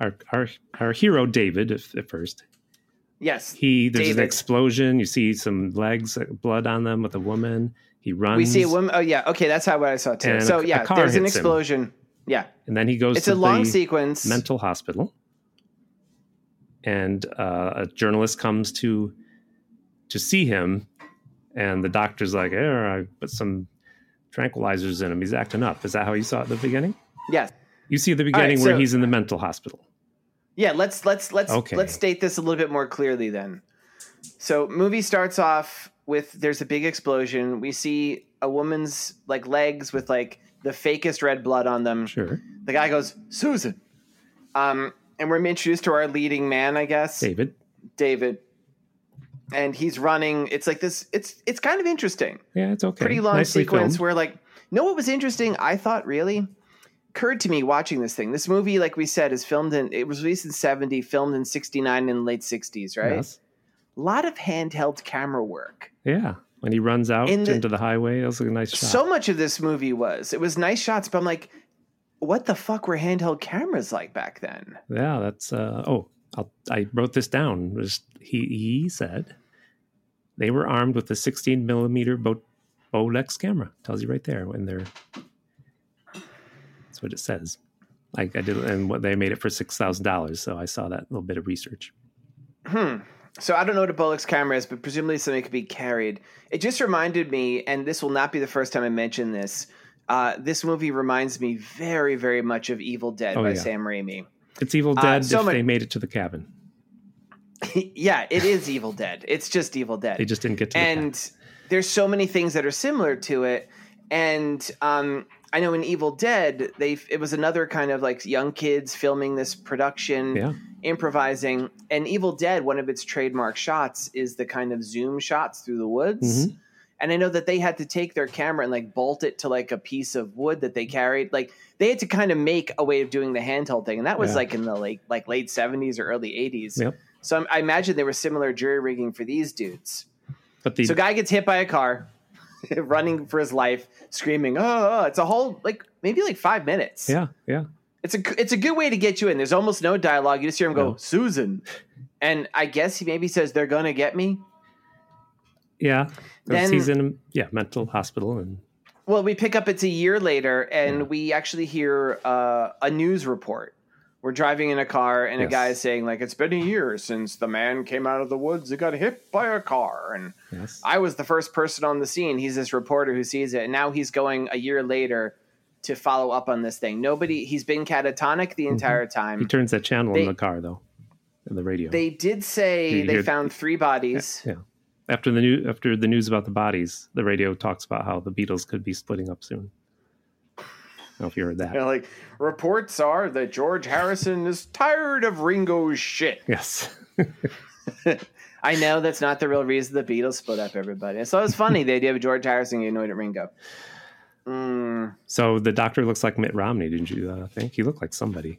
[SPEAKER 2] our our our hero David if, at first.
[SPEAKER 1] Yes,
[SPEAKER 2] He there's an
[SPEAKER 1] David.
[SPEAKER 2] explosion. You see some legs, uh, blood on them with a woman. He runs.
[SPEAKER 1] we see a woman. Oh yeah, okay, that's how what I saw too.
[SPEAKER 2] And a-
[SPEAKER 1] so
[SPEAKER 2] a
[SPEAKER 1] yeah,
[SPEAKER 2] car
[SPEAKER 1] there's an
[SPEAKER 2] hits him.
[SPEAKER 1] explosion. Yeah,
[SPEAKER 2] and then he goes.
[SPEAKER 1] it's
[SPEAKER 2] to
[SPEAKER 1] a long
[SPEAKER 2] the
[SPEAKER 1] sequence.
[SPEAKER 2] mental hospital, and uh, a journalist comes to to see him, and the doctor's like, "Eh, I put some tranquilizers in him. He's acting up." Is that how you saw it at the beginning?
[SPEAKER 1] Yes.
[SPEAKER 2] You see at the
[SPEAKER 1] right,
[SPEAKER 2] beginning where
[SPEAKER 1] so-
[SPEAKER 2] he's in the mental hospital.
[SPEAKER 1] Yeah, let's let's let's
[SPEAKER 2] Okay.
[SPEAKER 1] let's state this a little bit more clearly then. So, movie starts off with there's a big explosion. We see a woman's like legs with like the fakest red blood on them.
[SPEAKER 2] Sure,
[SPEAKER 1] The guy goes, "Susan." Um and we're introduced to our leading man, I guess,
[SPEAKER 2] David.
[SPEAKER 1] David. And he's running. It's like this it's it's kind of interesting
[SPEAKER 2] Yeah, it's okay.
[SPEAKER 1] pretty long
[SPEAKER 2] Nicely
[SPEAKER 1] sequence
[SPEAKER 2] filmed.
[SPEAKER 1] where like no what was interesting i thought really occurred to me watching this thing this movie like we said is filmed in it was released in 70 filmed in 69 and late 60s right
[SPEAKER 2] Yes.
[SPEAKER 1] a lot of handheld camera work
[SPEAKER 2] Yeah, when he runs out
[SPEAKER 1] In the-
[SPEAKER 2] into the highway, that was a nice shot.
[SPEAKER 1] so much of this movie was it was nice shots but i'm like what the fuck were handheld cameras like back then
[SPEAKER 2] Yeah, that's. Uh, oh, I'll, I wrote this down. Was he? He said they were armed with a 16 millimeter Bo- Bolex camera. Tells you right there when they're. That's what it says. I, I did, and what they made it for six thousand dollars. So I saw that little bit of research.
[SPEAKER 1] Hmm. So I don't know what a Bullock's camera is, but presumably something could be carried. It just reminded me, and this will not be the first time I mention this. Uh, this movie reminds me very, very much of Evil Dead
[SPEAKER 2] Oh,
[SPEAKER 1] by
[SPEAKER 2] yeah.
[SPEAKER 1] Sam Raimi.
[SPEAKER 2] It's Evil
[SPEAKER 1] Uh,
[SPEAKER 2] Dead
[SPEAKER 1] so
[SPEAKER 2] if
[SPEAKER 1] much-
[SPEAKER 2] they made it to the cabin.
[SPEAKER 1] yeah, it is Evil Dead. It's just Evil Dead.
[SPEAKER 2] They just didn't get to. the cabin.
[SPEAKER 1] and there's so many things that are similar to it and um i know in evil dead they it was another kind of like young kids filming this production
[SPEAKER 2] Yeah.
[SPEAKER 1] improvising and evil dead one of its trademark shots is the kind of zoom shots through the woods
[SPEAKER 2] Mm-hmm.
[SPEAKER 1] and i know that they had to take their camera and like bolt it to like a piece of wood that they carried like they had to kind of make a way of doing the handheld thing and that was
[SPEAKER 2] Yeah.
[SPEAKER 1] like in the late like late 70s or early 80s
[SPEAKER 2] Yep.
[SPEAKER 1] so I'm, i imagine there was similar jury rigging for these dudes
[SPEAKER 2] But the
[SPEAKER 1] so guy gets hit by a car, running for his life, screaming, "Oh!" It's a whole like maybe like five minutes.
[SPEAKER 2] yeah yeah
[SPEAKER 1] it's a it's a good way to get you in. There's almost no dialogue. You just hear him go,
[SPEAKER 2] No.
[SPEAKER 1] "Susan," and I guess he maybe says, "They're gonna get me."
[SPEAKER 2] yeah.
[SPEAKER 1] Then-
[SPEAKER 2] he's in a yeah mental hospital and
[SPEAKER 1] Well, we pick up it's a year later, and
[SPEAKER 2] Yeah.
[SPEAKER 1] we actually hear uh, a news report. We're driving in a car, and a
[SPEAKER 2] Yes.
[SPEAKER 1] guy is saying like, "It's been a year since the man came out of the woods. He got hit by a car," and
[SPEAKER 2] yes.
[SPEAKER 1] I was the first person on the scene. He's this reporter who sees it, and now he's going a year later to follow up on this thing. Nobody, he's been catatonic the entire
[SPEAKER 2] Mm-hmm. He
[SPEAKER 1] time.
[SPEAKER 2] turns that channel
[SPEAKER 1] They-
[SPEAKER 2] in the car though, in the radio.
[SPEAKER 1] They did say
[SPEAKER 2] You
[SPEAKER 1] they
[SPEAKER 2] hear-
[SPEAKER 1] found three bodies.
[SPEAKER 2] Yeah. After the new after the news about the bodies, the radio talks about how the Beatles could be splitting up soon. I don't know if you heard that.
[SPEAKER 1] They're like, reports are that George Harrison is tired of Ringo's shit.
[SPEAKER 2] Yes.
[SPEAKER 1] I know that's not the real reason the Beatles split up everybody. So it was funny the idea of George Harrison getting annoyed at Ringo. Mm.
[SPEAKER 2] So the doctor looks like Mitt Romney, didn't you uh, think? He looked like somebody.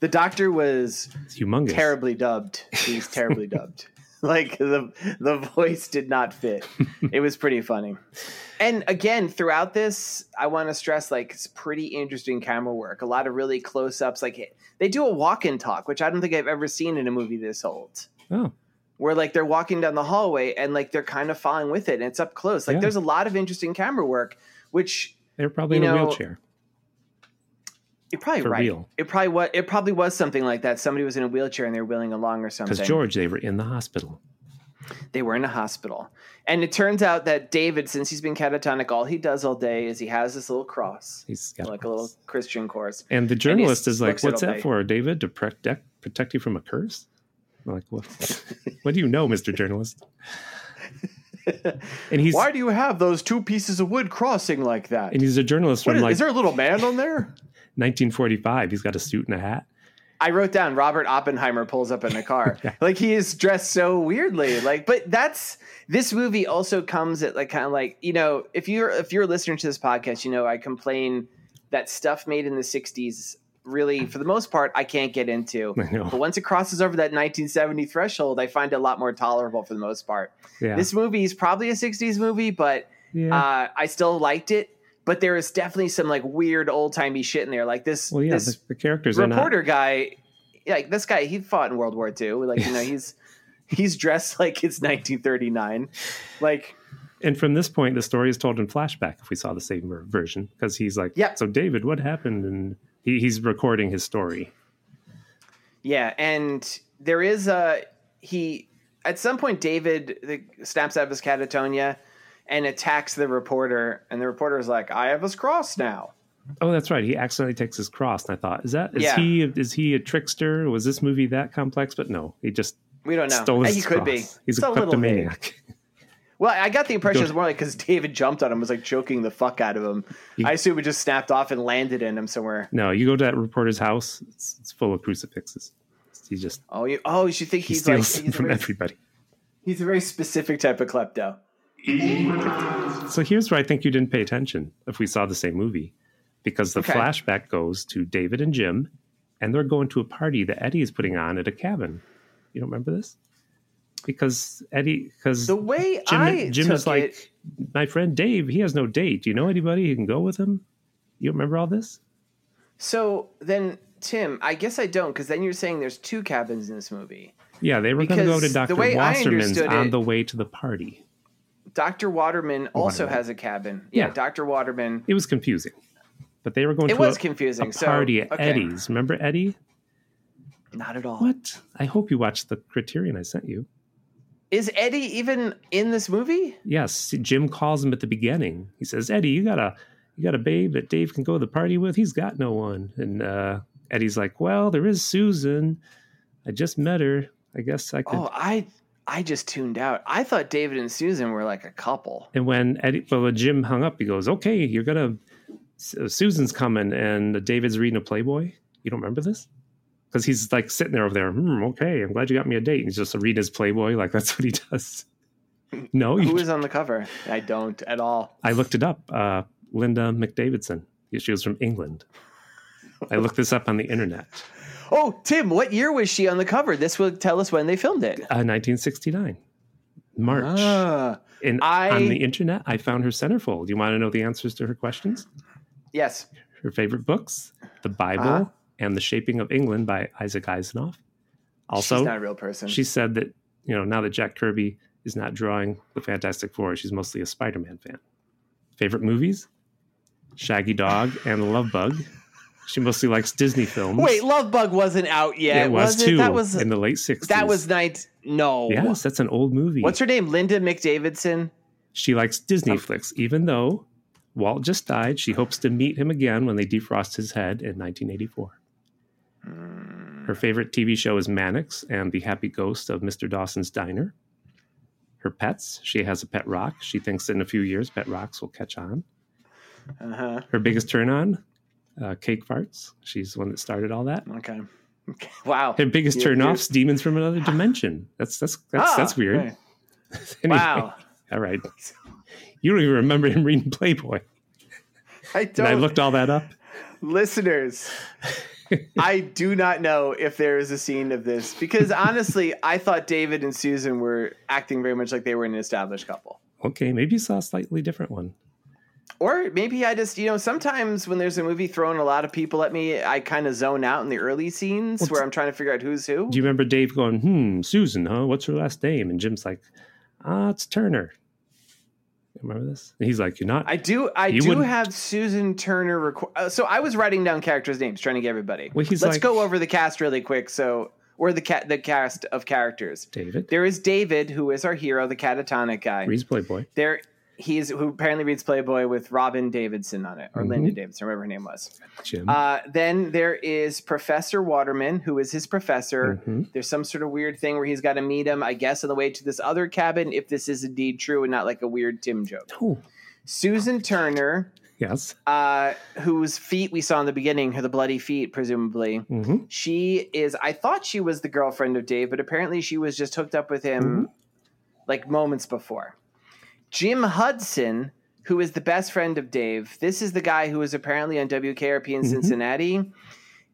[SPEAKER 1] The doctor was
[SPEAKER 2] It's humongous.
[SPEAKER 1] terribly dubbed. He's terribly dubbed. Like the the voice did not fit. It was pretty funny. And again, throughout this, I want to stress like it's pretty interesting camera work. A lot of really close ups. Like they do a walk and talk, which I don't think I've ever seen in a movie this old.
[SPEAKER 2] Oh,
[SPEAKER 1] Where like they're walking down the hallway and like they're kind of following with it, and it's up close. Like
[SPEAKER 2] Yeah.
[SPEAKER 1] there's a lot of interesting camera work, which
[SPEAKER 2] they're probably
[SPEAKER 1] You
[SPEAKER 2] in a
[SPEAKER 1] know,
[SPEAKER 2] wheelchair.
[SPEAKER 1] you're probably
[SPEAKER 2] For
[SPEAKER 1] right.
[SPEAKER 2] real.
[SPEAKER 1] It probably was. It probably was something like that. Somebody was in a wheelchair and they were wheeling along or something.
[SPEAKER 2] Because George, they were in the hospital.
[SPEAKER 1] they were in a hospital. And it turns out that David, since he's been catatonic, all he does all day is he has this little cross,
[SPEAKER 2] He's got
[SPEAKER 1] like a little Christian cross.
[SPEAKER 2] And the journalist is like,
[SPEAKER 1] looks at
[SPEAKER 2] "What's
[SPEAKER 1] all
[SPEAKER 2] that
[SPEAKER 1] day."
[SPEAKER 2] for, David? To protect protect you from a curse?" I'm like, what? what do you know, Mister Journalist? And he's
[SPEAKER 1] do you have those two pieces of wood crossing like that?
[SPEAKER 2] and he's a journalist from like
[SPEAKER 1] a little man on there?
[SPEAKER 2] 1945. He's got a suit and a hat.
[SPEAKER 1] I wrote down Robert Oppenheimer pulls up in a car. Like he is dressed so weirdly. Like, but that's this movie also comes at like kind of like you know if you're if you're a listener to this podcast, you know I complain that stuff made in the 60s really for the most part i can't get into
[SPEAKER 2] I know.
[SPEAKER 1] but once it crosses over that 1970 threshold i find it a lot more tolerable for the most part
[SPEAKER 2] Yeah.
[SPEAKER 1] this movie is probably a 60s movie but
[SPEAKER 2] yeah.
[SPEAKER 1] uh, i still liked it but there is definitely some like weird old-timey shit in there like this
[SPEAKER 2] well, yeah,
[SPEAKER 1] this
[SPEAKER 2] the, the characters are not.
[SPEAKER 1] reporter guy like this guy he fought in world war ii like you know he's he's dressed like it's 1939 like
[SPEAKER 2] And from this point, the story is told in flashback if we saw the same ver- version, because he's like,
[SPEAKER 1] Yep.
[SPEAKER 2] so David, what happened? And he, he's recording his story.
[SPEAKER 1] yeah and there is a he at some point david the, snaps out of his catatonia and attacks the reporter and the reporter is like i have his cross now
[SPEAKER 2] Oh, that's right. He accidentally takes his cross, and I thought, is that is
[SPEAKER 1] Yeah.
[SPEAKER 2] he is he a trickster? Was this movie that complex? But no, he just
[SPEAKER 1] we don't know
[SPEAKER 2] stole his
[SPEAKER 1] he could be
[SPEAKER 2] cross. He's
[SPEAKER 1] It's
[SPEAKER 2] a kleptomaniac.
[SPEAKER 1] Well, I got the impression it
[SPEAKER 2] Don't-
[SPEAKER 1] was more like because David jumped on him, was like choking the fuck out of him.
[SPEAKER 2] You-
[SPEAKER 1] I assume it just snapped off and landed in him somewhere.
[SPEAKER 2] No, you go to that reporter's house; it's, it's full of crucifixes. He just
[SPEAKER 1] Oh, you, oh, you should think
[SPEAKER 2] he
[SPEAKER 1] he's like
[SPEAKER 2] steals
[SPEAKER 1] he's a,
[SPEAKER 2] from
[SPEAKER 1] very,
[SPEAKER 2] everybody.
[SPEAKER 1] he's a very specific type of klepto.
[SPEAKER 2] So here's where I think you didn't pay attention if we saw the same movie, because the
[SPEAKER 1] Okay.
[SPEAKER 2] flashback goes to David and Jim, and they're going to a party that Eddie is putting on at a cabin. You don't remember this? Because Eddie, because
[SPEAKER 1] The way
[SPEAKER 2] Jim,
[SPEAKER 1] I
[SPEAKER 2] Jim
[SPEAKER 1] took
[SPEAKER 2] is like,
[SPEAKER 1] it,
[SPEAKER 2] my friend Dave, he has no date. Do you know anybody who can go with him? You remember all this?
[SPEAKER 1] so then Tim, I guess I don't because then you're saying there's two cabins in this movie.
[SPEAKER 2] Yeah, they were going to go to
[SPEAKER 1] Because the
[SPEAKER 2] Dr.
[SPEAKER 1] way I
[SPEAKER 2] Wasserman's
[SPEAKER 1] understood
[SPEAKER 2] on
[SPEAKER 1] it-
[SPEAKER 2] the way to the party.
[SPEAKER 1] Doctor Waterman also
[SPEAKER 2] Waterman.
[SPEAKER 1] has a cabin. Yeah,
[SPEAKER 2] Yeah.
[SPEAKER 1] Doctor Waterman.
[SPEAKER 2] It was confusing. But they were going
[SPEAKER 1] It
[SPEAKER 2] to
[SPEAKER 1] was
[SPEAKER 2] a,
[SPEAKER 1] confusing.
[SPEAKER 2] a
[SPEAKER 1] so
[SPEAKER 2] party at
[SPEAKER 1] okay.
[SPEAKER 2] Eddie's. Remember Eddie?
[SPEAKER 1] Not at all.
[SPEAKER 2] What? I hope you watched the criterion I sent you.
[SPEAKER 1] Is Eddie even in this movie?
[SPEAKER 2] Yes, Jim calls him at the beginning. He says, "Eddie, you got a you got a babe that Dave can go to the party with. He's got no one." And uh, Eddie's like, "Well, there is Susan. I just met her. I guess I could."
[SPEAKER 1] Oh, I I just tuned out. I thought David and Susan were like a couple.
[SPEAKER 2] And when Eddie, well, when Jim hung up, he goes, "Okay, you're gonna Su- Susan's coming, and David's reading a Playboy. You don't remember this?" Because he's like sitting there over there. Hmm, okay, I'm glad you got me a date. And he's just reading his Playboy, like that's what he does. No,
[SPEAKER 1] Who
[SPEAKER 2] you,
[SPEAKER 1] was on the cover? I don't at all.
[SPEAKER 2] I looked it up. Uh, Linda McDavidson. She was from England. I looked this up on the internet.
[SPEAKER 1] Oh, Tim, what year was she on the cover? This will tell us when they filmed it.
[SPEAKER 2] Uh, 1969, March.
[SPEAKER 1] Ah.
[SPEAKER 2] and
[SPEAKER 1] I-
[SPEAKER 2] on the internet, I found her centerfold. You want to know the answers to her questions?
[SPEAKER 1] yes.
[SPEAKER 2] Her favorite books, The Bible
[SPEAKER 1] Uh-huh.
[SPEAKER 2] and The Shaping of England by Isaac Eisenhoff.
[SPEAKER 1] she's
[SPEAKER 2] Also,
[SPEAKER 1] not a real person.
[SPEAKER 2] she said that you know now that Jack Kirby is not drawing the Fantastic Four, she's mostly a Spider-Man fan. Favorite movies: Shaggy Dog and The Love Bug. She mostly likes Disney films.
[SPEAKER 1] Wait, Love Bug wasn't out yet.
[SPEAKER 2] it was, too
[SPEAKER 1] That was
[SPEAKER 2] in the late sixties.
[SPEAKER 1] that was night. No.
[SPEAKER 2] yes, that's an old movie.
[SPEAKER 1] What's her name? Linda McDavidson.
[SPEAKER 2] She likes Disney flicks, even though Walt just died. She hopes to meet him again when they defrost his head in 1984.
[SPEAKER 1] Hmm.
[SPEAKER 2] Her favorite TV show is Mannix and the Happy Ghost of Mr. Dawson's Diner. Her pets, she has a pet rock. She thinks in a few years, pet rocks will catch on.
[SPEAKER 1] Uh-huh.
[SPEAKER 2] Her biggest turn on, uh, cake farts. She's the one that started all that.
[SPEAKER 1] Okay. okay. Wow.
[SPEAKER 2] Her biggest
[SPEAKER 1] You're-
[SPEAKER 2] turn offs, demons from another dimension. That's that's that's,
[SPEAKER 1] Ah,
[SPEAKER 2] that's weird.
[SPEAKER 1] okay.
[SPEAKER 2] Anyway,
[SPEAKER 1] Wow.
[SPEAKER 2] All right. You don't even remember him reading Playboy.
[SPEAKER 1] I
[SPEAKER 2] And
[SPEAKER 1] don't
[SPEAKER 2] I looked all that up.
[SPEAKER 1] listeners i do not know if there is a scene of this because honestly i thought david and susan were acting very much like they were an established couple
[SPEAKER 2] Okay, maybe you saw a slightly different one.
[SPEAKER 1] or maybe i just you know sometimes when there's a movie throwing a lot of people at me i kind of zone out in the early scenes
[SPEAKER 2] Well,
[SPEAKER 1] where i'm trying to figure out who's who
[SPEAKER 2] Do you remember Dave going, hmm, Susan, huh? What's her last name? And Jim's like, ah, it's Turner. Remember this? And he's like, you're not.
[SPEAKER 1] i do i
[SPEAKER 2] You
[SPEAKER 1] do
[SPEAKER 2] wouldn't-
[SPEAKER 1] have susan turner record uh, so i was writing down characters names trying to get everybody
[SPEAKER 2] Well, he's
[SPEAKER 1] let's
[SPEAKER 2] like-
[SPEAKER 1] go over the cast really quick so or the cat the cast of characters
[SPEAKER 2] David.
[SPEAKER 1] there is david who is our hero the catatonic guy
[SPEAKER 2] Reads Playboy.
[SPEAKER 1] there he is who apparently reads Playboy with Robin Davidson on it, or
[SPEAKER 2] Mhm.
[SPEAKER 1] Linda Davidson, whatever her name was.
[SPEAKER 2] Jim.
[SPEAKER 1] Uh, then there is Professor Waterman, who is his professor.
[SPEAKER 2] Mhm.
[SPEAKER 1] There's some sort of weird thing where he's got to meet him, I guess, on the way to this other cabin, if this is indeed true and not like a weird Tim joke.
[SPEAKER 2] Oh,
[SPEAKER 1] Susan Turner,
[SPEAKER 2] yes.
[SPEAKER 1] uh, whose feet we saw in the beginning, her the bloody feet, presumably.
[SPEAKER 2] hmm
[SPEAKER 1] She is, I thought she was the girlfriend of Dave, but apparently she was
[SPEAKER 2] Mm-hmm.
[SPEAKER 1] just hooked up with him like moments before. Jim Hudson, who is the best friend of Dave. This is the guy who was apparently on WKRP in Cincinnati,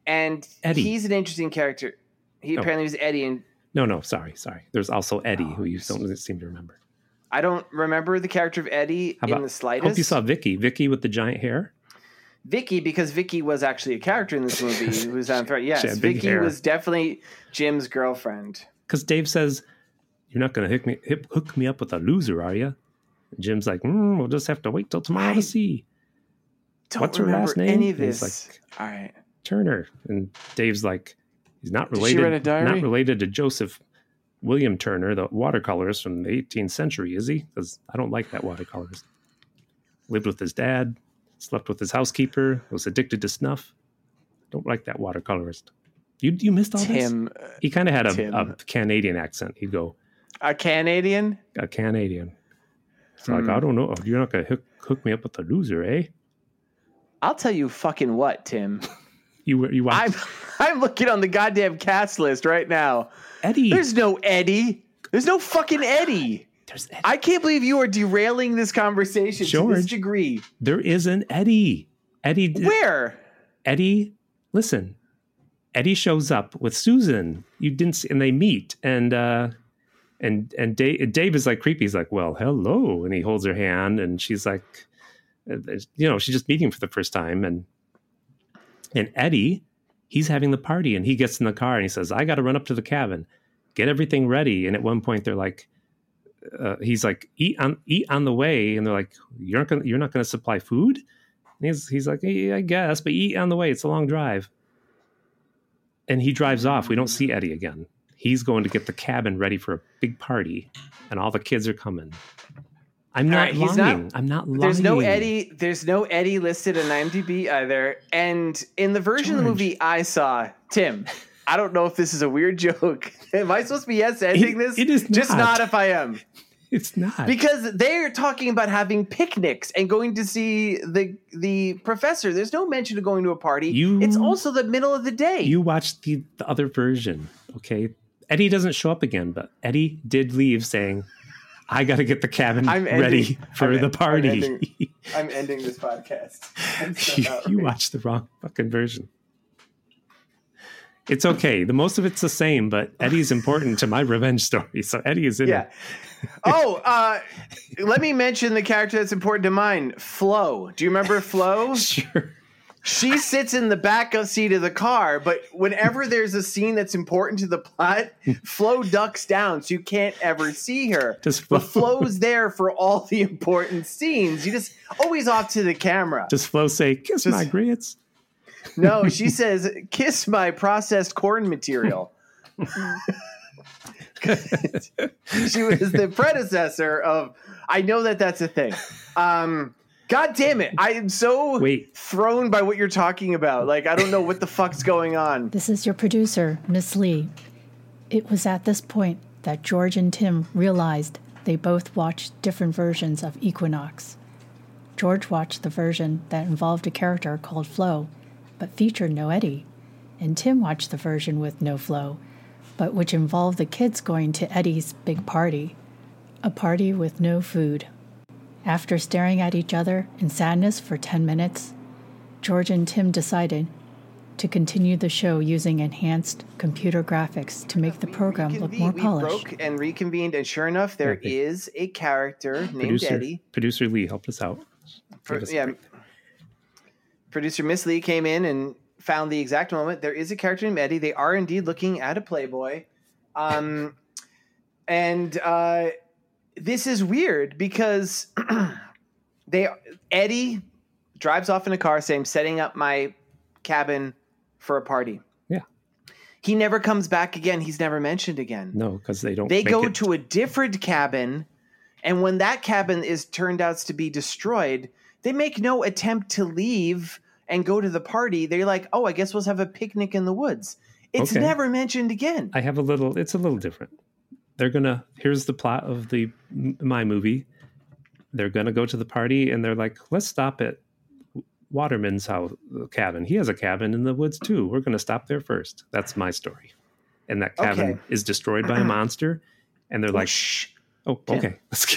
[SPEAKER 1] and
[SPEAKER 2] Mm-hmm. Eddie.
[SPEAKER 1] he's an interesting character. He
[SPEAKER 2] Oh.
[SPEAKER 1] apparently was Eddie, and
[SPEAKER 2] No, no, sorry, sorry. There's also Eddie, who you don't seem to remember.
[SPEAKER 1] I don't remember the character of Eddie
[SPEAKER 2] How
[SPEAKER 1] in
[SPEAKER 2] about-
[SPEAKER 1] the slightest.
[SPEAKER 2] Hope you saw Vicky. Vicky with the giant hair.
[SPEAKER 1] Vicky because Vicky was actually a character in this movie who was on threat. Yes,
[SPEAKER 2] had big
[SPEAKER 1] Vicky
[SPEAKER 2] hair.
[SPEAKER 1] was definitely Jim's girlfriend.
[SPEAKER 2] Because Dave says, "You're not going to hook me hip, hook me up with a loser, are you?" And Jim's like, mm, "We'll just have to wait till tomorrow to see
[SPEAKER 1] Don't
[SPEAKER 2] What's her
[SPEAKER 1] remember
[SPEAKER 2] last name?
[SPEAKER 1] any of
[SPEAKER 2] He's
[SPEAKER 1] this. All right.
[SPEAKER 2] Turner." And Dave's like, "He's not
[SPEAKER 1] Did she
[SPEAKER 2] related.
[SPEAKER 1] write a diary?
[SPEAKER 2] Not related to Joseph William Turner, the watercolorist from the 18th century, is he? Because I don't like that watercolorist. Lived with his dad, slept with his housekeeper, was addicted to snuff. Don't like that watercolorist. You you missed all this."
[SPEAKER 1] Tim, uh,
[SPEAKER 2] He kind of had
[SPEAKER 1] Tim.
[SPEAKER 2] a, a Canadian accent. He'd go,
[SPEAKER 1] a Canadian?
[SPEAKER 2] a Canadian. It's
[SPEAKER 1] Hmm.
[SPEAKER 2] like, I don't know. Oh, You're not going to hook, hook me up with a loser, eh?
[SPEAKER 1] I'll tell you fucking what, Tim.
[SPEAKER 2] You were, you watched
[SPEAKER 1] I'm I'm looking on the goddamn cast list right now.
[SPEAKER 2] Eddie.
[SPEAKER 1] There's no Eddie. There's no fucking Eddie.
[SPEAKER 2] There's Eddie.
[SPEAKER 1] I can't believe you are derailing this conversation to this
[SPEAKER 2] George.
[SPEAKER 1] degree.
[SPEAKER 2] there is an Eddie. Eddie. d-
[SPEAKER 1] Where?
[SPEAKER 2] Eddie, listen. Eddie shows up with Susan. You didn't see, and they meet. And, uh, and, and Dave, Dave is like creepy. He's like, well, hello. And he holds her hand and she's like, uh, you know, she's just meeting him for the first time. And, and Eddie, he's having the party and he gets in the car and he says, I got to run up to the cabin, get everything ready. And at one point they're like, uh, he's like, eat on, eat on the way. And they're like, you're not going to, you're not going to supply food. And he's, he's like, "Yeah, I guess, but eat on the way. It's a long drive. And he drives off. We don't see Eddie again. He's going to get the cabin ready for a big party and all the kids are coming. I'm
[SPEAKER 1] All
[SPEAKER 2] not
[SPEAKER 1] right, he's
[SPEAKER 2] lying.
[SPEAKER 1] not-
[SPEAKER 2] I'm not lying.
[SPEAKER 1] There's no Eddie. There's no Eddie listed on IMDb either. And in the version of the
[SPEAKER 2] George.
[SPEAKER 1] movie I saw, Tim, I don't know if this is a weird joke. Am I supposed to be yes ending this?
[SPEAKER 2] it is
[SPEAKER 1] just
[SPEAKER 2] not.
[SPEAKER 1] not if I am,
[SPEAKER 2] It's not.
[SPEAKER 1] because they're talking about having picnics and going to see the the professor. There's no mention of going to a party.
[SPEAKER 2] You-
[SPEAKER 1] it's also the middle of the day.
[SPEAKER 2] You watched the, the other version, okay? Eddie doesn't show up again, but Eddie did leave saying, I got to get the cabin
[SPEAKER 1] I'm ending-
[SPEAKER 2] ready for
[SPEAKER 1] I'm en-
[SPEAKER 2] the
[SPEAKER 1] I'm ending-
[SPEAKER 2] party.
[SPEAKER 1] I'm ending this podcast. I'm so
[SPEAKER 2] you,
[SPEAKER 1] outraged.
[SPEAKER 2] you watched the wrong fucking version. It's okay. The most of it's the same, but Eddie's important to my revenge story. So Eddie is in
[SPEAKER 1] Yeah.
[SPEAKER 2] it.
[SPEAKER 1] Oh, uh, let me mention the character that's important to mine, Flo. Do you remember Flo?
[SPEAKER 2] Sure.
[SPEAKER 1] she sits in the back of seat of the car, but whenever there's a scene that's important to the plot, Flo ducks down, so you can't ever see her.
[SPEAKER 2] Does
[SPEAKER 1] but
[SPEAKER 2] Flo-
[SPEAKER 1] Flo's there for all the important scenes. You just always off to the camera.
[SPEAKER 2] Does Flo say, kiss
[SPEAKER 1] Just-
[SPEAKER 2] my grits?
[SPEAKER 1] No, she says, "Kiss my processed corn material." she was the predecessor of. I know that that's a thing. Um, God damn it! I am so
[SPEAKER 2] Wait.
[SPEAKER 1] thrown by what you're talking about. Like I don't know what the fuck's going on.
[SPEAKER 5] This is your producer, Miss Lee. It was at this point that George and Tim realized they both watched different versions of Equinox. George watched the version that involved a character called Flo, but featured no Eddie, and Tim watched the version with no Flo, but which involved the kids going to Eddie's big party, a party with no food. After staring at each other in sadness for 10 minutes, George and Tim decided to continue the show using enhanced computer graphics to make the program look more
[SPEAKER 1] Reconvene- we
[SPEAKER 5] polished.
[SPEAKER 1] broke and reconvened, and sure enough, there
[SPEAKER 2] Yeah, they-
[SPEAKER 1] is a character named
[SPEAKER 2] Producer,
[SPEAKER 1] Eddie.
[SPEAKER 2] producer Lee helped us out.
[SPEAKER 1] Pro-
[SPEAKER 2] Give us a
[SPEAKER 1] yeah,
[SPEAKER 2] break.
[SPEAKER 1] producer Miss Lee came in and found the exact moment. There is a character named Eddie. They are indeed looking at a Playboy, um, and uh, this is weird because they Eddie drives off in a car, saying, "Setting up my cabin for a party."
[SPEAKER 2] Yeah.
[SPEAKER 1] he never comes back again. He's never mentioned again.
[SPEAKER 2] No, because they don't.
[SPEAKER 1] They
[SPEAKER 2] make
[SPEAKER 1] go
[SPEAKER 2] it-
[SPEAKER 1] to a different cabin, and when that cabin is turned out to be destroyed, they make no attempt to leave and go to the party. They're like, "Oh, I guess we'll have a picnic in the woods." It's
[SPEAKER 2] Okay.
[SPEAKER 1] never mentioned again.
[SPEAKER 2] I have a little. It's a little different. They're gonna. Here's the plot of the m- my movie. They're gonna go to the party, and they're like, "Let's stop at Waterman's house cabin. He has a cabin in the woods too. We're gonna stop there first. That's my story. And that cabin
[SPEAKER 1] Okay.
[SPEAKER 2] is destroyed by a monster. And they're like,
[SPEAKER 1] Shh.
[SPEAKER 2] "Oh,
[SPEAKER 1] Tim.
[SPEAKER 2] okay." Let's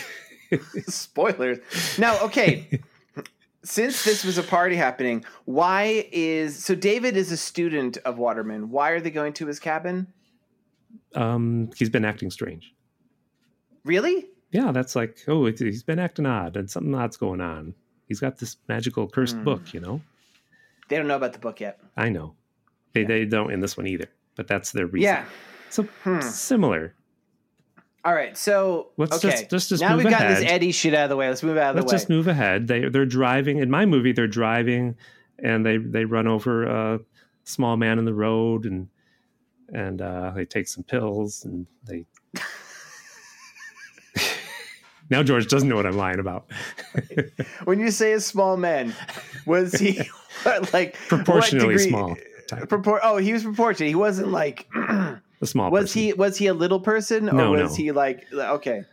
[SPEAKER 2] get-
[SPEAKER 1] Spoilers. Now, okay. Since this was a party happening, why is so David is a student of Waterman. Why are they going to his cabin?
[SPEAKER 2] Um, he's been acting strange.
[SPEAKER 1] Really?
[SPEAKER 2] Yeah, that's like, oh, it's, he's been acting odd, and something odd's going on. He's got this magical cursed book, you know.
[SPEAKER 1] They don't know about the book yet.
[SPEAKER 2] I know. They they don't in this one either, but that's their reason.
[SPEAKER 1] Yeah. hmm.
[SPEAKER 2] So similar.
[SPEAKER 1] All right. So
[SPEAKER 2] Let's
[SPEAKER 1] okay.
[SPEAKER 2] just- let's just
[SPEAKER 1] now
[SPEAKER 2] move
[SPEAKER 1] we've gotten this
[SPEAKER 2] ahead.
[SPEAKER 1] Eddie shit out of the way. Let's move out of
[SPEAKER 2] Let's
[SPEAKER 1] the way.
[SPEAKER 2] just move ahead. They they're driving in my movie. They're driving, and they they run over a small man in the road, and and uh, they take some pills, and they. now George doesn't know what I'm lying about.
[SPEAKER 1] when you say a small man, was he like what
[SPEAKER 2] Proportionally
[SPEAKER 1] degree-
[SPEAKER 2] small. type.
[SPEAKER 1] Propor- oh, he was proportionate. He wasn't like
[SPEAKER 2] a small.
[SPEAKER 1] was
[SPEAKER 2] person.
[SPEAKER 1] he was he a little person or
[SPEAKER 2] No,
[SPEAKER 1] was
[SPEAKER 2] no.
[SPEAKER 1] he like okay?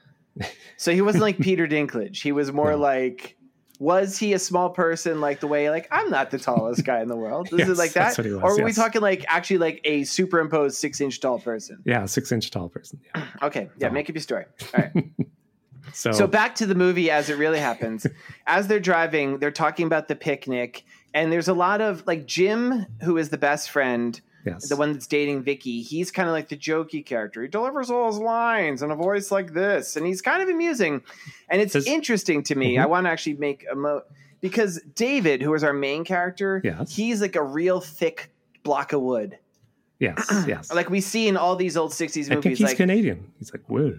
[SPEAKER 1] So he wasn't like Peter Dinklage. He was more
[SPEAKER 2] No.
[SPEAKER 1] like was he a small person like the way like I'm not the tallest guy in the world. Is it
[SPEAKER 2] Yes,
[SPEAKER 1] like that?
[SPEAKER 2] that's what he was,
[SPEAKER 1] or were we
[SPEAKER 2] yes.
[SPEAKER 1] talking like actually like a superimposed six inch tall person?
[SPEAKER 2] Yeah, six inch tall person. Yeah.
[SPEAKER 1] Okay, yeah,
[SPEAKER 2] No.
[SPEAKER 1] make up your story. All right.
[SPEAKER 2] So,
[SPEAKER 1] So back to the movie as it really happens. as they're driving, they're talking about the picnic, and there's a lot of like Jim, who is the best friend,
[SPEAKER 2] yes.
[SPEAKER 1] the one that's dating Vicky. He's kind of like the jokey character. He delivers all his lines in a voice like this, and he's kind of amusing, and it's
[SPEAKER 2] Does-
[SPEAKER 1] interesting to me.
[SPEAKER 2] Mhm.
[SPEAKER 1] I want to actually make a mo because David, who is our main character,
[SPEAKER 2] Yes.
[SPEAKER 1] he's like a real thick block of wood,
[SPEAKER 2] yes, yes.
[SPEAKER 1] like we see in all these old '60s
[SPEAKER 2] I think
[SPEAKER 1] movies.
[SPEAKER 2] he's
[SPEAKER 1] like
[SPEAKER 2] Canadian. He's like, whoa.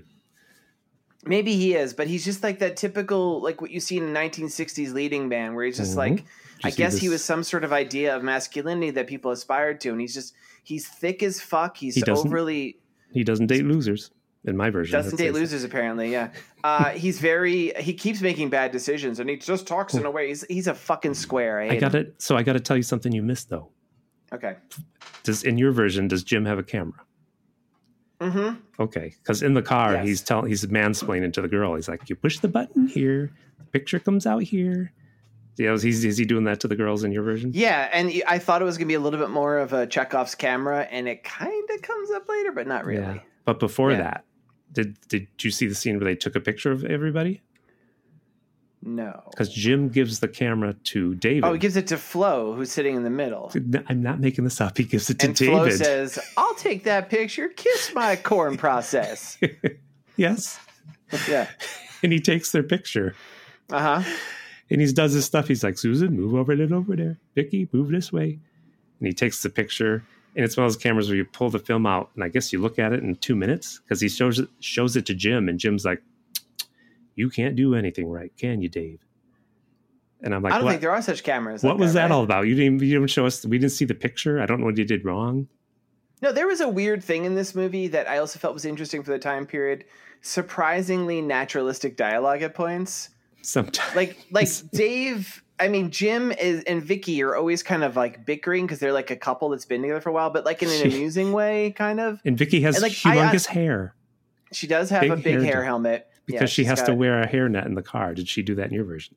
[SPEAKER 1] Maybe he is, but he's just like that typical, like what you see in a 1960s leading man, where he's just
[SPEAKER 2] Mhm.
[SPEAKER 1] like, I
[SPEAKER 2] see
[SPEAKER 1] guess he
[SPEAKER 2] this-
[SPEAKER 1] was some sort of idea of masculinity that people aspired to, and he's just he's thick as fuck. He's
[SPEAKER 2] He doesn't-
[SPEAKER 1] overly
[SPEAKER 2] He doesn't date losers in my version.
[SPEAKER 1] doesn't
[SPEAKER 2] that's
[SPEAKER 1] date
[SPEAKER 2] what he said.
[SPEAKER 1] losers apparently. Yeah, uh, he's very he keeps making bad decisions, and he just talks in a way. He's he's a fucking square. I,
[SPEAKER 2] I got it. So I got to tell you something you missed though.
[SPEAKER 1] Okay.
[SPEAKER 2] Does in your version does Jim have a camera?
[SPEAKER 1] Mm-hmm.
[SPEAKER 2] Okay, because in the car
[SPEAKER 1] Yes.
[SPEAKER 2] he's telling he's mansplaining to the girl. He's like, you push the button here, the picture comes out here. Yeah, is he, is he doing that to the girls in your version?
[SPEAKER 1] Yeah, and he- I thought it was gonna be a little bit more of a Chekhov's camera, and it kind of comes up later, but not really.
[SPEAKER 2] But before
[SPEAKER 1] Yeah.
[SPEAKER 2] that, did did you see the scene where they took a picture of everybody?
[SPEAKER 1] No.
[SPEAKER 2] Because Jim gives the camera to David.
[SPEAKER 1] Oh, he gives it to Flo, who's sitting in the middle.
[SPEAKER 2] I'm not making this up. He gives it to
[SPEAKER 1] and Flo
[SPEAKER 2] David.
[SPEAKER 1] says, "I'll take that picture. Kiss my corn process."
[SPEAKER 2] yes.
[SPEAKER 1] yeah.
[SPEAKER 2] And he takes their picture Uh-huh.
[SPEAKER 1] Uh huh.
[SPEAKER 2] and he does his stuff. He's like, Susan, move over and over there. Vicky, move this way. And he takes the picture. And it's one of those cameras where you pull the film out and I guess you look at it in two minutes because he shows it, shows it to Jim. And Jim's like, You can't do anything right, can you, Dave? And I'm like,
[SPEAKER 1] I don't
[SPEAKER 2] What,
[SPEAKER 1] think there are such cameras.
[SPEAKER 2] what
[SPEAKER 1] like
[SPEAKER 2] was that
[SPEAKER 1] right?
[SPEAKER 2] all about? You didn't, you didn't show us, we didn't see the picture. I don't know what you did wrong.
[SPEAKER 1] No, there was a weird thing in this movie that I also felt was interesting for the time period. Surprisingly naturalistic dialogue at points.
[SPEAKER 2] Sometimes.
[SPEAKER 1] Like, like Dave. I mean, Jim is and Vicky are always kind of like bickering because they're like a couple that's been together for a while, but like in an amusing way, kind of.
[SPEAKER 2] and Vicky has
[SPEAKER 1] and, like, I- I-
[SPEAKER 2] humongous hair
[SPEAKER 1] She does have
[SPEAKER 2] Big
[SPEAKER 1] a big
[SPEAKER 2] hairdo.
[SPEAKER 1] hair helmet Yeah,
[SPEAKER 2] because she
[SPEAKER 1] she's
[SPEAKER 2] has to
[SPEAKER 1] got-
[SPEAKER 2] wear a hairnet in the car. Did she do that in your version?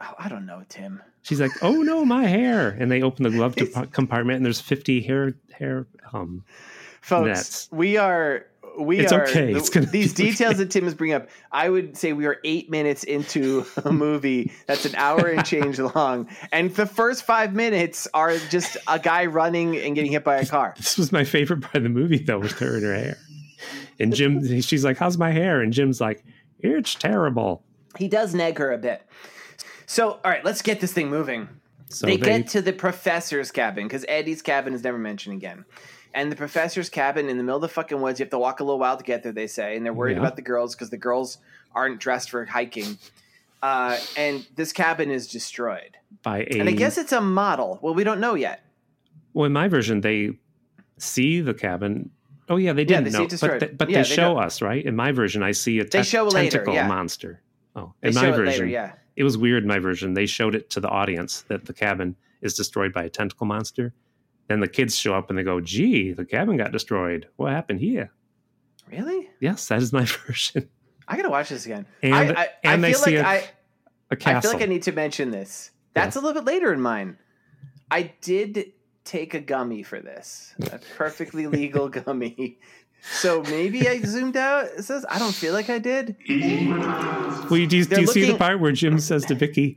[SPEAKER 1] Oh, I don't know, Tim.
[SPEAKER 2] She's like, "Oh no, my hair!" And they open the glove dep- compartment, and there's fifty hair hair. Um,
[SPEAKER 1] folks
[SPEAKER 2] Nets.
[SPEAKER 1] we are we
[SPEAKER 2] It's
[SPEAKER 1] are
[SPEAKER 2] okay.
[SPEAKER 1] the-
[SPEAKER 2] It's gonna
[SPEAKER 1] these
[SPEAKER 2] be
[SPEAKER 1] details that tim is bringing up i would say we are eight minutes into a movie that's an hour and change long and the first five minutes are just a guy running and getting hit by a car
[SPEAKER 2] this was my favorite part of the movie, though, was her and her hair. And Jim, she's like, "How's my hair?" And Jim's like, "It's terrible."
[SPEAKER 1] he does nag her a bit so all right let's get this thing moving
[SPEAKER 2] So
[SPEAKER 1] they, get to the professor's cabin because Eddie's cabin is never mentioned again. And the professor's cabin in the middle of the fucking woods, you have to walk a little while to get there, they say. And they're worried
[SPEAKER 2] Yeah.
[SPEAKER 1] about the girls because the girls aren't dressed for hiking. Uh, and this cabin is destroyed.
[SPEAKER 2] by a.
[SPEAKER 1] And I guess it's a model. Well, we don't know yet.
[SPEAKER 2] well, in my version, they see the cabin. Oh yeah, they
[SPEAKER 1] Yeah,
[SPEAKER 2] didn't
[SPEAKER 1] they see it
[SPEAKER 2] know,
[SPEAKER 1] destroyed.
[SPEAKER 2] but they, but
[SPEAKER 1] Yeah,
[SPEAKER 2] they
[SPEAKER 1] they
[SPEAKER 2] show
[SPEAKER 1] don't-
[SPEAKER 2] us right. In my version, I see a te-
[SPEAKER 1] They show later,
[SPEAKER 2] tentacle
[SPEAKER 1] yeah.
[SPEAKER 2] monster. Oh,
[SPEAKER 1] They
[SPEAKER 2] in
[SPEAKER 1] show
[SPEAKER 2] my
[SPEAKER 1] it
[SPEAKER 2] version,
[SPEAKER 1] later, yeah.
[SPEAKER 2] it was weird in my version. They showed it to the audience that the cabin is destroyed by a tentacle monster. Then the kids show up and they go, gee, the cabin got destroyed. What happened here?
[SPEAKER 1] Really?
[SPEAKER 2] Yes, that is my version.
[SPEAKER 1] I gotta watch this again.
[SPEAKER 2] And-
[SPEAKER 1] I, I,
[SPEAKER 2] and
[SPEAKER 1] I
[SPEAKER 2] they
[SPEAKER 1] feel like
[SPEAKER 2] see a
[SPEAKER 1] I,
[SPEAKER 2] A
[SPEAKER 1] I feel
[SPEAKER 2] castle.
[SPEAKER 1] like I need to mention this. That's a little bit later in mine. I did take a gummy for this, a perfectly legal gummy So maybe I zoomed out. It says I don't feel like I did.
[SPEAKER 2] Well, you, do, do
[SPEAKER 1] They're
[SPEAKER 2] you see the
[SPEAKER 1] looking-
[SPEAKER 2] part where Jim says to Vicky,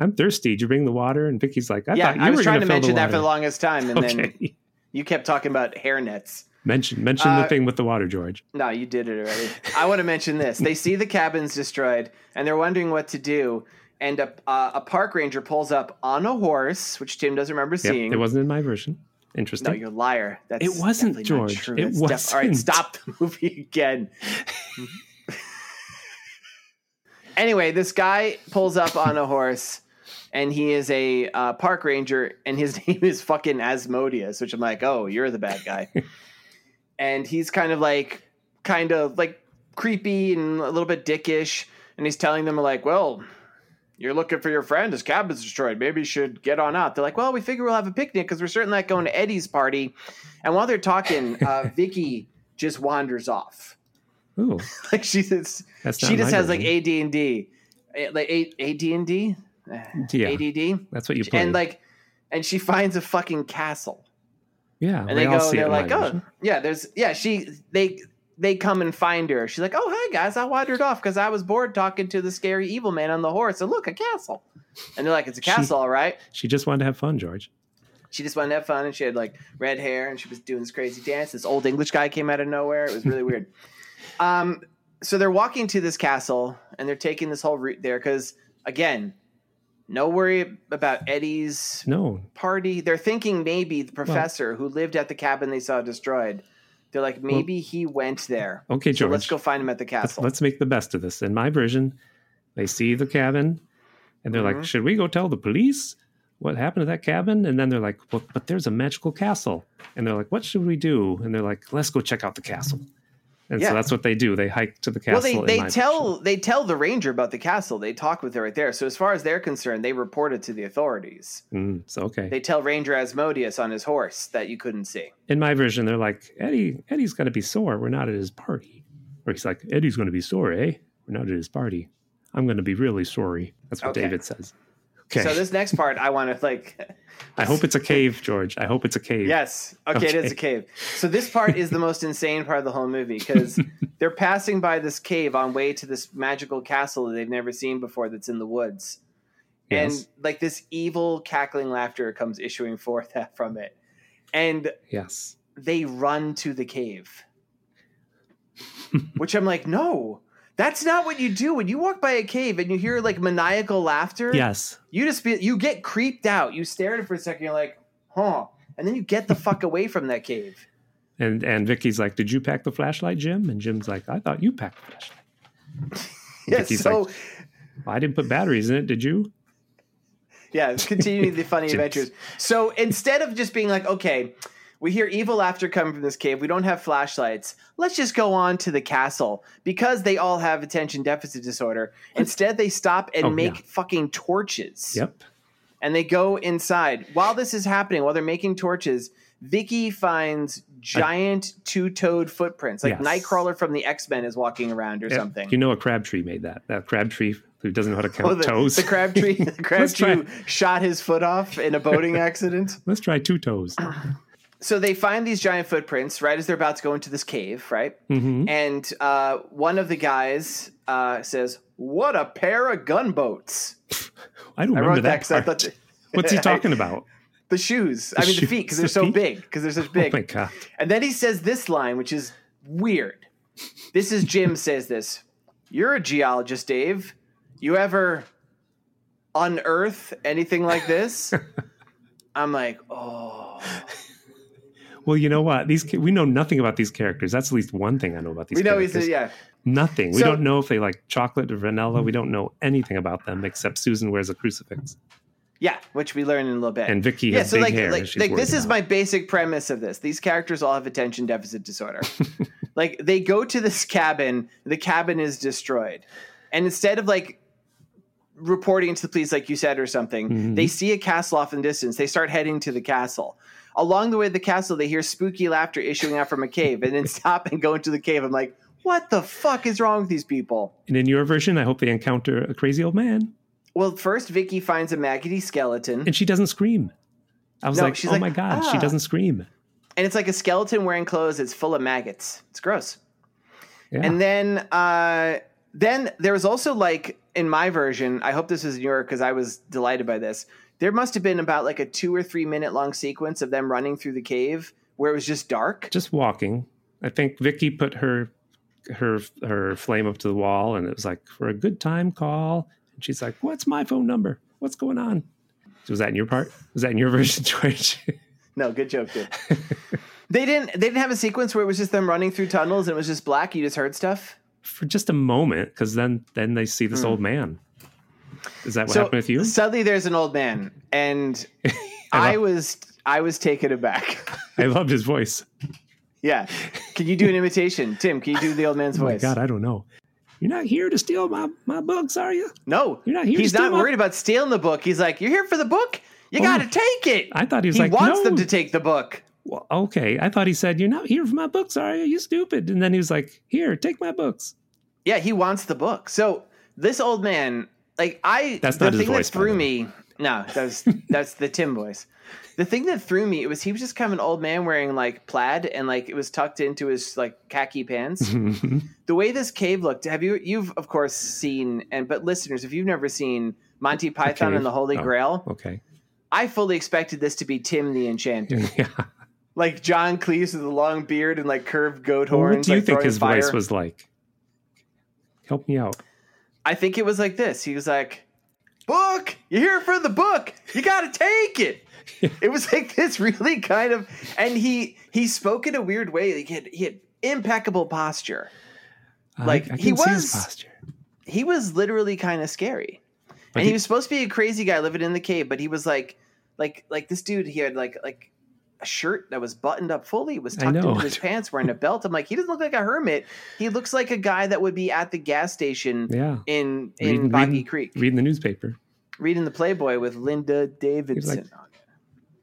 [SPEAKER 2] "I'm thirsty. Did you bring the water?" And Vicky's like, "I
[SPEAKER 1] yeah,
[SPEAKER 2] thought you
[SPEAKER 1] I
[SPEAKER 2] were
[SPEAKER 1] was trying
[SPEAKER 2] gonna
[SPEAKER 1] to
[SPEAKER 2] fill
[SPEAKER 1] mention
[SPEAKER 2] the
[SPEAKER 1] that for the
[SPEAKER 2] water."
[SPEAKER 1] longest time, and then
[SPEAKER 2] Okay,
[SPEAKER 1] you kept talking about hair nets.
[SPEAKER 2] mention mention the
[SPEAKER 1] Uh,
[SPEAKER 2] thing with the water, George.
[SPEAKER 1] No, you did it already. I want to mention this. They see the cabins destroyed, and they're wondering what to do. And a, uh, a park ranger pulls up on a horse, which Tim doesn't remember
[SPEAKER 2] Yep,
[SPEAKER 1] seeing.
[SPEAKER 2] it wasn't in my version.
[SPEAKER 1] No,
[SPEAKER 2] Interesting.
[SPEAKER 1] you're a liar. That's
[SPEAKER 2] It wasn't,
[SPEAKER 1] definitely not
[SPEAKER 2] George.
[SPEAKER 1] true.
[SPEAKER 2] It
[SPEAKER 1] That's all right,
[SPEAKER 2] wasn't.
[SPEAKER 1] stop the movie again. anyway, this guy pulls up on a horse, and he is a uh, park ranger, and his name is fucking Asmodeus, which I'm like, oh, you're the bad guy. and he's kind of like, kind of like creepy and a little bit dickish, and he's telling them like, well, you're looking for your friend. His cabin's destroyed. Maybe you should get on out. They're like, well, we figure we'll have a picnic because we're certainly not going to Eddie's party. And while they're talking, uh, Vicky just wanders off.
[SPEAKER 2] Ooh,
[SPEAKER 1] Like she just,
[SPEAKER 2] that's not
[SPEAKER 1] she just
[SPEAKER 2] my
[SPEAKER 1] has like
[SPEAKER 2] version.
[SPEAKER 1] AD and D, Eh, like A- AD&D,
[SPEAKER 2] Yeah,
[SPEAKER 1] ADD,
[SPEAKER 2] that's what you played.
[SPEAKER 1] and like, and she finds a fucking castle.
[SPEAKER 2] yeah,
[SPEAKER 1] And
[SPEAKER 2] we
[SPEAKER 1] they
[SPEAKER 2] all
[SPEAKER 1] go,
[SPEAKER 2] see it
[SPEAKER 1] they're
[SPEAKER 2] in my
[SPEAKER 1] like, oh,
[SPEAKER 2] version.
[SPEAKER 1] yeah, there's, yeah, she, they, they come and find her. She's like, oh, hi guys, I wandered off because I was bored talking to the scary evil man on the horse. And look, a castle. And they're like, it's a
[SPEAKER 2] She-
[SPEAKER 1] castle, all right.
[SPEAKER 2] she just wanted to have fun, George.
[SPEAKER 1] she just wanted to have fun and she had like red hair and she was doing this crazy dance this old english guy came out of nowhere it was really weird um, so they're walking to this castle and they're taking this whole route there because again no worry about eddie's
[SPEAKER 2] No,
[SPEAKER 1] party they're thinking maybe the professor who lived at the cabin they saw destroyed they're like maybe he went there
[SPEAKER 2] okay,
[SPEAKER 1] so
[SPEAKER 2] Oh, George.
[SPEAKER 1] let's go find him at the
[SPEAKER 2] let's,
[SPEAKER 1] castle
[SPEAKER 2] let's make the best of this. In my version, they see the cabin and they're
[SPEAKER 1] Mhm.
[SPEAKER 2] like, should we go tell the police what happened to that cabin? And then they're like, well, but there's a magical castle. And they're like, what should we do? And they're like, let's go check out the castle. And
[SPEAKER 1] Yeah.
[SPEAKER 2] so that's what they do. They hike to the
[SPEAKER 1] well
[SPEAKER 2] castle.
[SPEAKER 1] they,
[SPEAKER 2] in
[SPEAKER 1] they
[SPEAKER 2] my
[SPEAKER 1] tell
[SPEAKER 2] version.
[SPEAKER 1] they tell the ranger about the castle they talk with her right there so as far as they're concerned they report it to the authorities
[SPEAKER 2] Mm, so, okay.
[SPEAKER 1] They tell Ranger Asmodeus on his horse that you couldn't see.
[SPEAKER 2] in my version, they're like, Eddie, Eddie's going to be sore. We're not at his party. Or he's like, Eddie's going to be sore, eh? We're not at his party. I'm going to be really sorry. That's what
[SPEAKER 1] Okay.
[SPEAKER 2] David says. Okay.
[SPEAKER 1] So this next part, I want to like.
[SPEAKER 2] I hope it's a cave, George. I hope it's a cave.
[SPEAKER 1] Yes. Okay, it is a cave. So this part is the most insane part of the whole movie because they're passing by this cave on way to this magical castle that they've never seen before that's in the woods.
[SPEAKER 2] Yes.
[SPEAKER 1] And like this evil cackling laughter comes issuing forth from it. And
[SPEAKER 2] Yes.
[SPEAKER 1] they run to the cave. Which I'm like, no, that's not what you do. When you walk by a cave and you hear like maniacal laughter,
[SPEAKER 2] Yes.
[SPEAKER 1] you just feel you get creeped out. You stare at it for a second, you're like, huh. And then you get the fuck away from that cave.
[SPEAKER 2] And and Vicky's like, "Did you pack the flashlight, Jim?" And Jim's like, "I thought you packed the flashlight.
[SPEAKER 1] Yeah,
[SPEAKER 2] Vicky's
[SPEAKER 1] so
[SPEAKER 2] like- Well, I didn't put batteries in it. Did you?"
[SPEAKER 1] yeah, it's continuing the funny
[SPEAKER 2] Jeez.
[SPEAKER 1] adventures. So instead of just being like, okay, we hear evil laughter coming from this cave. We don't have flashlights. Let's just go on to the castle because they all have attention deficit disorder. Instead, they stop and
[SPEAKER 2] Oh,
[SPEAKER 1] make
[SPEAKER 2] yeah.
[SPEAKER 1] fucking torches.
[SPEAKER 2] Yep.
[SPEAKER 1] And they go inside. While this is happening, while they're making torches, Vicky finds giant two-toed footprints, like
[SPEAKER 2] Yes.
[SPEAKER 1] Nightcrawler from the X-Men is walking around or
[SPEAKER 2] Yeah.
[SPEAKER 1] something.
[SPEAKER 2] You know, a crabtree made that. That crabtree who doesn't know how to count
[SPEAKER 1] Oh, the,
[SPEAKER 2] toes.
[SPEAKER 1] the Crabtree, the
[SPEAKER 2] try
[SPEAKER 1] Crabtree shot his foot off in a boating accident.
[SPEAKER 2] Let's try two toes. Mm-hmm.
[SPEAKER 1] So they find these giant footprints right as they're about to go into this cave, right?
[SPEAKER 2] Mhm.
[SPEAKER 1] And uh, one of the guys uh, says, "What a pair of gunboats!"
[SPEAKER 2] I don't
[SPEAKER 1] I
[SPEAKER 2] remember
[SPEAKER 1] wrote that
[SPEAKER 2] that.
[SPEAKER 1] because I
[SPEAKER 2] Part.
[SPEAKER 1] thought th-
[SPEAKER 2] What's he
[SPEAKER 1] I-
[SPEAKER 2] talking about? Oh,
[SPEAKER 1] the shoes. I mean, the
[SPEAKER 2] shoes,
[SPEAKER 1] feet because
[SPEAKER 2] the
[SPEAKER 1] they're so
[SPEAKER 2] feet.
[SPEAKER 1] big because they're such
[SPEAKER 2] Oh
[SPEAKER 1] big.
[SPEAKER 2] my god!
[SPEAKER 1] And then he says this line, which is weird. This is Jim says this. You're a geologist, Dave. You ever unearth anything like this? I'm like, oh,
[SPEAKER 2] Well, you know what? These ki- we know nothing about these characters. That's at least one thing I know about these.
[SPEAKER 1] we know
[SPEAKER 2] characters.
[SPEAKER 1] he's a, yeah.
[SPEAKER 2] nothing. We
[SPEAKER 1] So-
[SPEAKER 2] don't know if they like chocolate or vanilla. We don't know anything about them except Susan wears a crucifix
[SPEAKER 1] Yeah, which we learn in a little bit.
[SPEAKER 2] and Vicky
[SPEAKER 1] yeah,
[SPEAKER 2] has
[SPEAKER 1] so
[SPEAKER 2] big
[SPEAKER 1] like,
[SPEAKER 2] hair.
[SPEAKER 1] like,
[SPEAKER 2] she's
[SPEAKER 1] like
[SPEAKER 2] worried
[SPEAKER 1] this is
[SPEAKER 2] about.
[SPEAKER 1] my basic premise of this. These characters all have attention deficit disorder. like they go to this cabin, the cabin is destroyed, and instead of like reporting to the police, like you said, or something,
[SPEAKER 2] Mhm.
[SPEAKER 1] they see a castle off in the distance. They start heading to the castle. Along the way to the castle, they hear spooky laughter issuing out from a cave, and then stop and go into the cave. I'm like, what the fuck is wrong with these people?
[SPEAKER 2] And in your version, I hope they encounter a crazy old man
[SPEAKER 1] Well, first Vicky finds a maggoty skeleton.
[SPEAKER 2] and she doesn't scream. I was
[SPEAKER 1] No,
[SPEAKER 2] like,
[SPEAKER 1] she's
[SPEAKER 2] oh
[SPEAKER 1] like,
[SPEAKER 2] my god,
[SPEAKER 1] "Ah."
[SPEAKER 2] she doesn't scream.
[SPEAKER 1] and it's like a skeleton wearing clothes. It's full of maggots. It's gross.
[SPEAKER 2] Yeah.
[SPEAKER 1] And then uh, then there was also like in my version, I hope this is in your because I was delighted by this. There must have been about like a two or three minute long sequence of them running through the cave where it was just dark.
[SPEAKER 2] just walking. I think Vicky put her her her flame up to the wall, and it was like for a good time call. And she's like, "What's my phone number? What's going on?" So was that in your part? Was that in your version, George?
[SPEAKER 1] No, good joke, dude. they didn't they didn't have a sequence where it was just them running through tunnels and it was just black. You just heard stuff.
[SPEAKER 2] for just a moment, because then then they see this
[SPEAKER 1] Hmm.
[SPEAKER 2] old man. Is that what happened with you?
[SPEAKER 1] Suddenly there's an old man, and I was I was taken aback.
[SPEAKER 2] I loved his voice.
[SPEAKER 1] yeah, can you do an imitation, Tim? Can you do the old man's
[SPEAKER 2] Oh my
[SPEAKER 1] voice?
[SPEAKER 2] God, I don't know. You're not here to steal my my books, are you?
[SPEAKER 1] No,
[SPEAKER 2] You're not here
[SPEAKER 1] he's
[SPEAKER 2] to steal
[SPEAKER 1] not
[SPEAKER 2] my- Oh
[SPEAKER 1] worried about stealing the book. He's like, you're here for the book. You got to take it.
[SPEAKER 2] I thought he was
[SPEAKER 1] he
[SPEAKER 2] like,
[SPEAKER 1] wants
[SPEAKER 2] "No."
[SPEAKER 1] them to take the book.
[SPEAKER 2] Well, okay. I thought he said, "You're not here for my books, are you? You stupid." And then he was like, "Here, take my books."
[SPEAKER 1] Yeah, he wants the book. So this old man, like I,
[SPEAKER 2] That's
[SPEAKER 1] the
[SPEAKER 2] not his
[SPEAKER 1] thing
[SPEAKER 2] voice,
[SPEAKER 1] that
[SPEAKER 2] by
[SPEAKER 1] threw
[SPEAKER 2] the
[SPEAKER 1] me. No, that was that's the Tim voice. The thing that threw me it was he was just kind of an old man wearing like plaid and like it was tucked into his like khaki pants. the way this cave looked, have you you've of course seen and but listeners, if you've never seen Monty Python
[SPEAKER 2] cave?
[SPEAKER 1] and the Holy
[SPEAKER 2] Oh.
[SPEAKER 1] Grail,
[SPEAKER 2] Okay.
[SPEAKER 1] I fully expected this to be Tim the Enchanter,
[SPEAKER 2] Yeah.
[SPEAKER 1] like John Cleese with a long beard and like curved goat
[SPEAKER 2] Well,
[SPEAKER 1] horns.
[SPEAKER 2] what do you
[SPEAKER 1] like,
[SPEAKER 2] think
[SPEAKER 1] throwing
[SPEAKER 2] his
[SPEAKER 1] fire.
[SPEAKER 2] voice was like? Help me out.
[SPEAKER 1] I think it was like this. He was like, "Book, you're here for the book. You got to take it." It was like this, really kind of, and he he spoke in a weird way. Like he had, he had impeccable posture.
[SPEAKER 2] I-
[SPEAKER 1] Like, he
[SPEAKER 2] I can see his
[SPEAKER 1] was-
[SPEAKER 2] posture.
[SPEAKER 1] He was literally kind of scary,
[SPEAKER 2] But
[SPEAKER 1] and he,
[SPEAKER 2] he-
[SPEAKER 1] was supposed to be a crazy guy living in the cave, but he was like, like, like this dude. He had like like a shirt that was buttoned up fully, was
[SPEAKER 2] I
[SPEAKER 1] tucked
[SPEAKER 2] know.
[SPEAKER 1] into his pants, wearing a belt. I'm like, he doesn't look like a hermit. He looks like a guy that would be at the gas station
[SPEAKER 2] Yeah.
[SPEAKER 1] in in
[SPEAKER 2] Reading-
[SPEAKER 1] Boggy
[SPEAKER 2] reading-
[SPEAKER 1] Creek.
[SPEAKER 2] Reading the newspaper.
[SPEAKER 1] reading the Playboy with Linda Davidson.
[SPEAKER 2] He's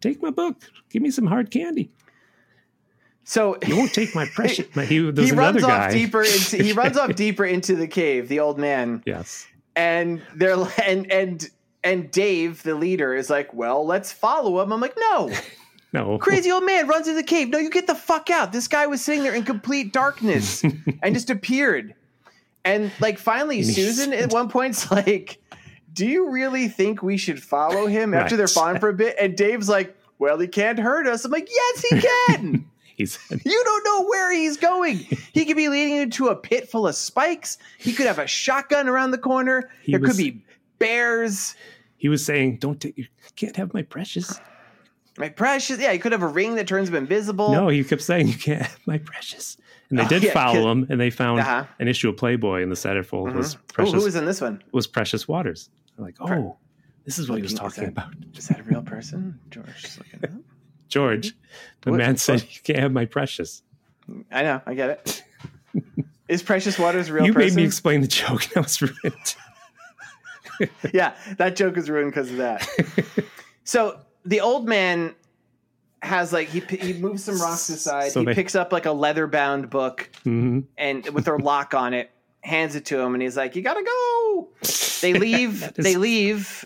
[SPEAKER 2] Take my book. Give me some hard candy.
[SPEAKER 1] so
[SPEAKER 2] You won't take my precious. my, he, there's
[SPEAKER 1] he
[SPEAKER 2] another
[SPEAKER 1] runs
[SPEAKER 2] guy.
[SPEAKER 1] off deeper into he runs off deeper into the cave, the old man,
[SPEAKER 2] Yes.
[SPEAKER 1] and they're and and and Dave, the leader, is like, "Well, let's follow him." I'm like, "No,
[SPEAKER 2] No.
[SPEAKER 1] crazy old man runs into the cave. No, you get the fuck out." This guy was sitting there in complete darkness and just appeared. And like finally,
[SPEAKER 2] he's-
[SPEAKER 1] Susan at one point's like, "Do you really think we should follow him?" After they're
[SPEAKER 2] Right.
[SPEAKER 1] fine for a bit, and Dave's like, "Well, he can't hurt us." I'm like, "Yes, he can."
[SPEAKER 2] He said,
[SPEAKER 1] You don't know where he's going. He could be leading you to a pit full of spikes. He could have a shotgun around the corner.
[SPEAKER 2] He
[SPEAKER 1] there could
[SPEAKER 2] was-
[SPEAKER 1] be bears.
[SPEAKER 2] he was saying, don't take, you can't have my precious.
[SPEAKER 1] My precious. Yeah, he could have a ring that turns him invisible.
[SPEAKER 2] No, he kept saying, you can't have my precious. And they
[SPEAKER 1] Oh,
[SPEAKER 2] did
[SPEAKER 1] yeah, 'cause-
[SPEAKER 2] follow him and they found
[SPEAKER 1] Uh-huh.
[SPEAKER 2] an issue of Playboy in the centerfold was
[SPEAKER 1] Ooh,
[SPEAKER 2] precious,
[SPEAKER 1] who was in this one?
[SPEAKER 2] was precious waters. They're like, oh, this is what he was
[SPEAKER 1] Looking- is
[SPEAKER 2] talking
[SPEAKER 1] that-
[SPEAKER 2] about.
[SPEAKER 1] Is that a real person? George just looking it up.
[SPEAKER 2] George, the
[SPEAKER 1] What-
[SPEAKER 2] man said, you can't have my precious.
[SPEAKER 1] I know, I get it. Is Precious Waters a real
[SPEAKER 2] You made
[SPEAKER 1] person?
[SPEAKER 2] me explain the joke. That was ruined.
[SPEAKER 1] yeah, that joke is ruined because of that. so the old man has like he p- he moves some rocks aside.
[SPEAKER 2] So
[SPEAKER 1] he
[SPEAKER 2] they-
[SPEAKER 1] picks up like a leather bound book
[SPEAKER 2] Mm-hmm.
[SPEAKER 1] and with their lock on it, hands it to him, and he's like, "You gotta go." They leave.
[SPEAKER 2] That is-
[SPEAKER 1] They leave,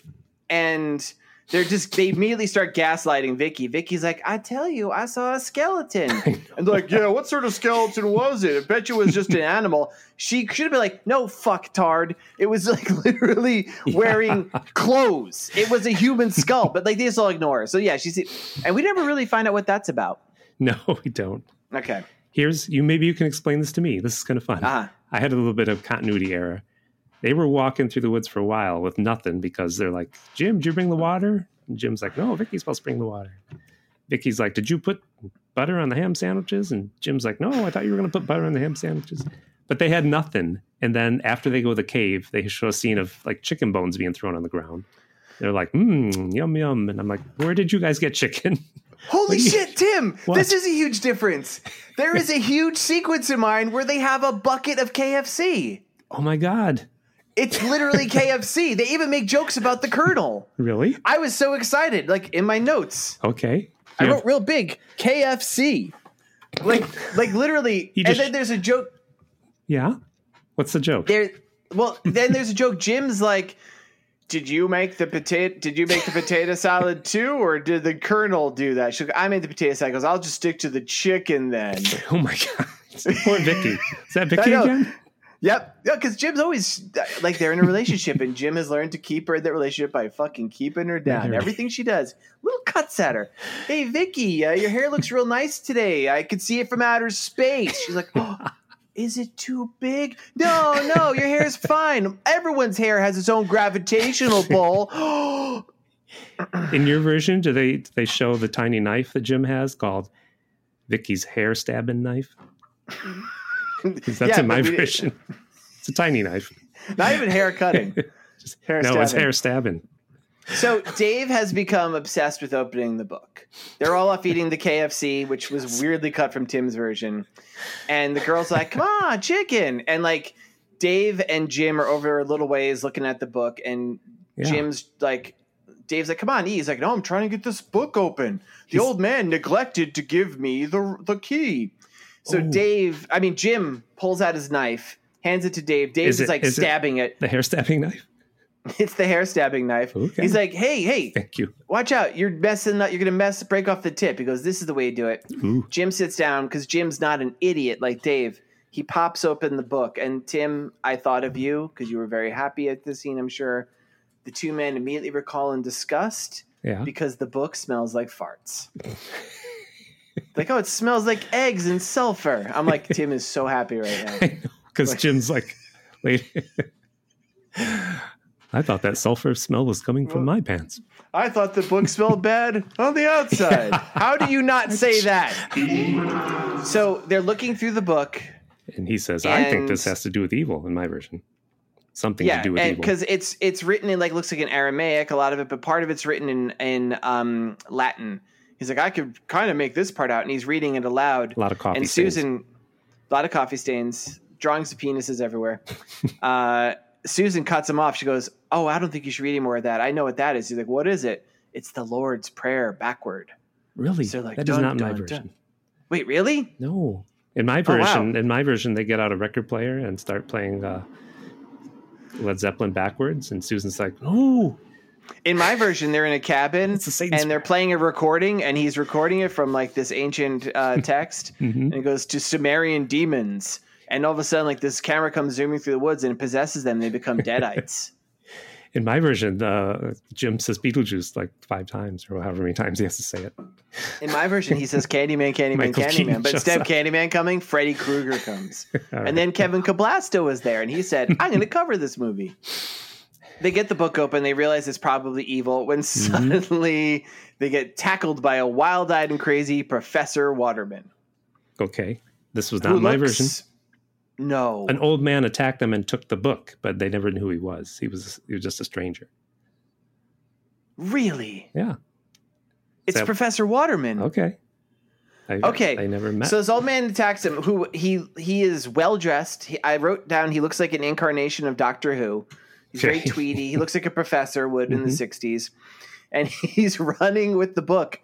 [SPEAKER 1] and they're just they immediately start gaslighting Vicky. Vicky's like, "I tell you, I saw a skeleton," and they're like, "Yeah, what sort of skeleton was it? I bet you it was just an animal." She should have been like, "No, fuck, Tard. It was like literally wearing clothes. It was a human skull." But like they just all ignore her. So yeah, she's and we never really find out what that's about.
[SPEAKER 2] No, we don't.
[SPEAKER 1] Okay,
[SPEAKER 2] here's you maybe you can explain this to me this is kind of fun
[SPEAKER 1] Uh-huh.
[SPEAKER 2] i had a little bit of continuity error they were walking through the woods for a while with nothing because they're like jim did you bring the water and jim's like no vicky's supposed to bring the water vicky's like did you put butter on the ham sandwiches and jim's like no i thought you were going to put butter on the ham sandwiches but they had nothing and then after they go to the cave they show a scene of like chicken bones being thrown on the ground they're like mm, yum yum and i'm like where did you guys get chicken
[SPEAKER 1] Holy shit, Tim!
[SPEAKER 2] What?
[SPEAKER 1] This is a huge difference. There is a huge sequence in mine where they have a bucket of KFC.
[SPEAKER 2] oh my god
[SPEAKER 1] It's literally KFC. They even make jokes about the Colonel.
[SPEAKER 2] really
[SPEAKER 1] I was so excited, like in my notes.
[SPEAKER 2] okay
[SPEAKER 1] I
[SPEAKER 2] You have-
[SPEAKER 1] wrote real big KFC. Like like literally
[SPEAKER 2] You
[SPEAKER 1] and
[SPEAKER 2] just-
[SPEAKER 1] then there's a joke
[SPEAKER 2] Yeah. What's the joke?
[SPEAKER 1] there well then there's a joke Jim's like did you make the potato? Did you make the potato salad too, or did the Colonel do that? She goes, I made the potato salad. She Goes, I'll just stick to the chicken then.
[SPEAKER 2] Oh my god! Poor Vicky. Is that Vicky
[SPEAKER 1] know.
[SPEAKER 2] again?
[SPEAKER 1] Yep. Yeah, because Jim's always like they're in a relationship, and Jim has learned to keep her in that relationship by fucking keeping her down.
[SPEAKER 2] They're-
[SPEAKER 1] Everything she does, little cuts at her. Hey, Vicky, uh, your hair looks real nice today. I could see it from outer space. She's like, oh, is it too big? No, no, your hair's fine. Everyone's hair has its own gravitational pull.
[SPEAKER 2] In your version, do they do they show the tiny knife that Jim has called Vicky's hair stabbing knife? 'Cause that's
[SPEAKER 1] Yeah,
[SPEAKER 2] in my
[SPEAKER 1] but we-
[SPEAKER 2] version. It's a tiny knife.
[SPEAKER 1] Not even hair cutting.
[SPEAKER 2] Just-
[SPEAKER 1] Hair
[SPEAKER 2] no, it's
[SPEAKER 1] stabbing.
[SPEAKER 2] hair stabbing.
[SPEAKER 1] So Dave has become obsessed with opening the book. They're all off eating the KFC, which was weirdly cut from Tim's version. And the girl's like, "Come on, chicken!" And like Dave and Jim are over a little ways looking at the book, and
[SPEAKER 2] Yeah.
[SPEAKER 1] Jim's like, "Dave's like, come on, eat." He's like, "No, I'm trying to get this book open. The
[SPEAKER 2] He's-
[SPEAKER 1] old man neglected to give me the the key." So
[SPEAKER 2] Oh.
[SPEAKER 1] Dave, I mean Jim, pulls out his knife, hands it to Dave. Dave
[SPEAKER 2] Is
[SPEAKER 1] is,
[SPEAKER 2] it-
[SPEAKER 1] like
[SPEAKER 2] is it-
[SPEAKER 1] stabbing it.
[SPEAKER 2] The hair stabbing knife.
[SPEAKER 1] It's the hair stabbing knife.
[SPEAKER 2] Okay.
[SPEAKER 1] He's like, "Hey, hey."
[SPEAKER 2] Thank you.
[SPEAKER 1] watch out you're messing up you're gonna mess break off the tip he goes this is the way you do it
[SPEAKER 2] Ooh.
[SPEAKER 1] jim sits down because jim's not an idiot like dave he pops open the book and tim i thought of you because you were very happy at this scene i'm sure the two men immediately recall in disgust
[SPEAKER 2] Yeah.
[SPEAKER 1] because the book smells like farts like oh it smells like eggs and sulfur i'm like tim is so happy right now
[SPEAKER 2] Because Jim's like, wait. I thought that sulfur smell was coming from my pants.
[SPEAKER 1] i thought the book smelled bad on the outside how do you not say that so they're looking through the book
[SPEAKER 2] And he says, I think this
[SPEAKER 1] And-
[SPEAKER 2] has to do with evil in my version. Something
[SPEAKER 1] yeah,
[SPEAKER 2] to do with
[SPEAKER 1] and
[SPEAKER 2] evil.
[SPEAKER 1] because it's it's written in like looks like an Aramaic, a lot of it, but part of it's written in in um, Latin. He's like, I could kind of make this part out, and he's reading it aloud.
[SPEAKER 2] A lot of coffee.
[SPEAKER 1] and
[SPEAKER 2] stains.
[SPEAKER 1] Susan, a lot of coffee stains, drawings of penises everywhere. uh, Susan cuts him off. She goes, "Oh, I don't think you should read any more of that. I know what that is." He's like, "What is it?" It's the Lord's Prayer backward.
[SPEAKER 2] Really?
[SPEAKER 1] So, like,
[SPEAKER 2] that is
[SPEAKER 1] dun,
[SPEAKER 2] not my
[SPEAKER 1] dun, dun.
[SPEAKER 2] version.
[SPEAKER 1] Wait, really?
[SPEAKER 2] No. In my
[SPEAKER 1] Oh, wow.
[SPEAKER 2] version, in my version, they get out a record player and start playing uh, Led Zeppelin backwards, and Susan's like, "No,
[SPEAKER 1] In my version, they're in a cabin
[SPEAKER 2] It's the Satan's
[SPEAKER 1] and they're playing a recording, and he's recording it from like this ancient
[SPEAKER 2] Hmm.
[SPEAKER 1] uh, text,
[SPEAKER 2] Mm-hmm.
[SPEAKER 1] and it goes to Sumerian demons. And all of a sudden, like this camera comes zooming through the woods and it possesses them. They become deadites.
[SPEAKER 2] In my version, uh, Jim says Beetlejuice like five times or however many times he has to say it.
[SPEAKER 1] In my version, he says Candyman, Candyman,
[SPEAKER 2] Michael Keaton
[SPEAKER 1] Candyman. But instead of
[SPEAKER 2] shows
[SPEAKER 1] Candyman coming, Freddy Krueger comes.
[SPEAKER 2] All
[SPEAKER 1] And then Kevin Cablasto was there, and he said, "I'm going to cover this movie." They get the book open. They realize it's probably evil. When
[SPEAKER 2] Mm-hmm.
[SPEAKER 1] suddenly they get tackled by a wild-eyed and crazy Professor Waterman.
[SPEAKER 2] Okay, this was not my version.
[SPEAKER 1] No.
[SPEAKER 2] An old man attacked them and took the book, but they never knew who he was. He was he was just a stranger.
[SPEAKER 1] really?
[SPEAKER 2] Yeah.
[SPEAKER 1] It's
[SPEAKER 2] So-
[SPEAKER 1] Professor Waterman.
[SPEAKER 2] Okay. I,
[SPEAKER 1] Hmm. Okay.
[SPEAKER 2] I never met.
[SPEAKER 1] So this old man attacks him. Who he he is well dressed. He, I wrote down he looks like an incarnation of Doctor Who. He's very
[SPEAKER 2] Okay.
[SPEAKER 1] tweedy. He looks like a professor would in the
[SPEAKER 2] Mm-hmm.
[SPEAKER 1] '60s, and he's running with the book.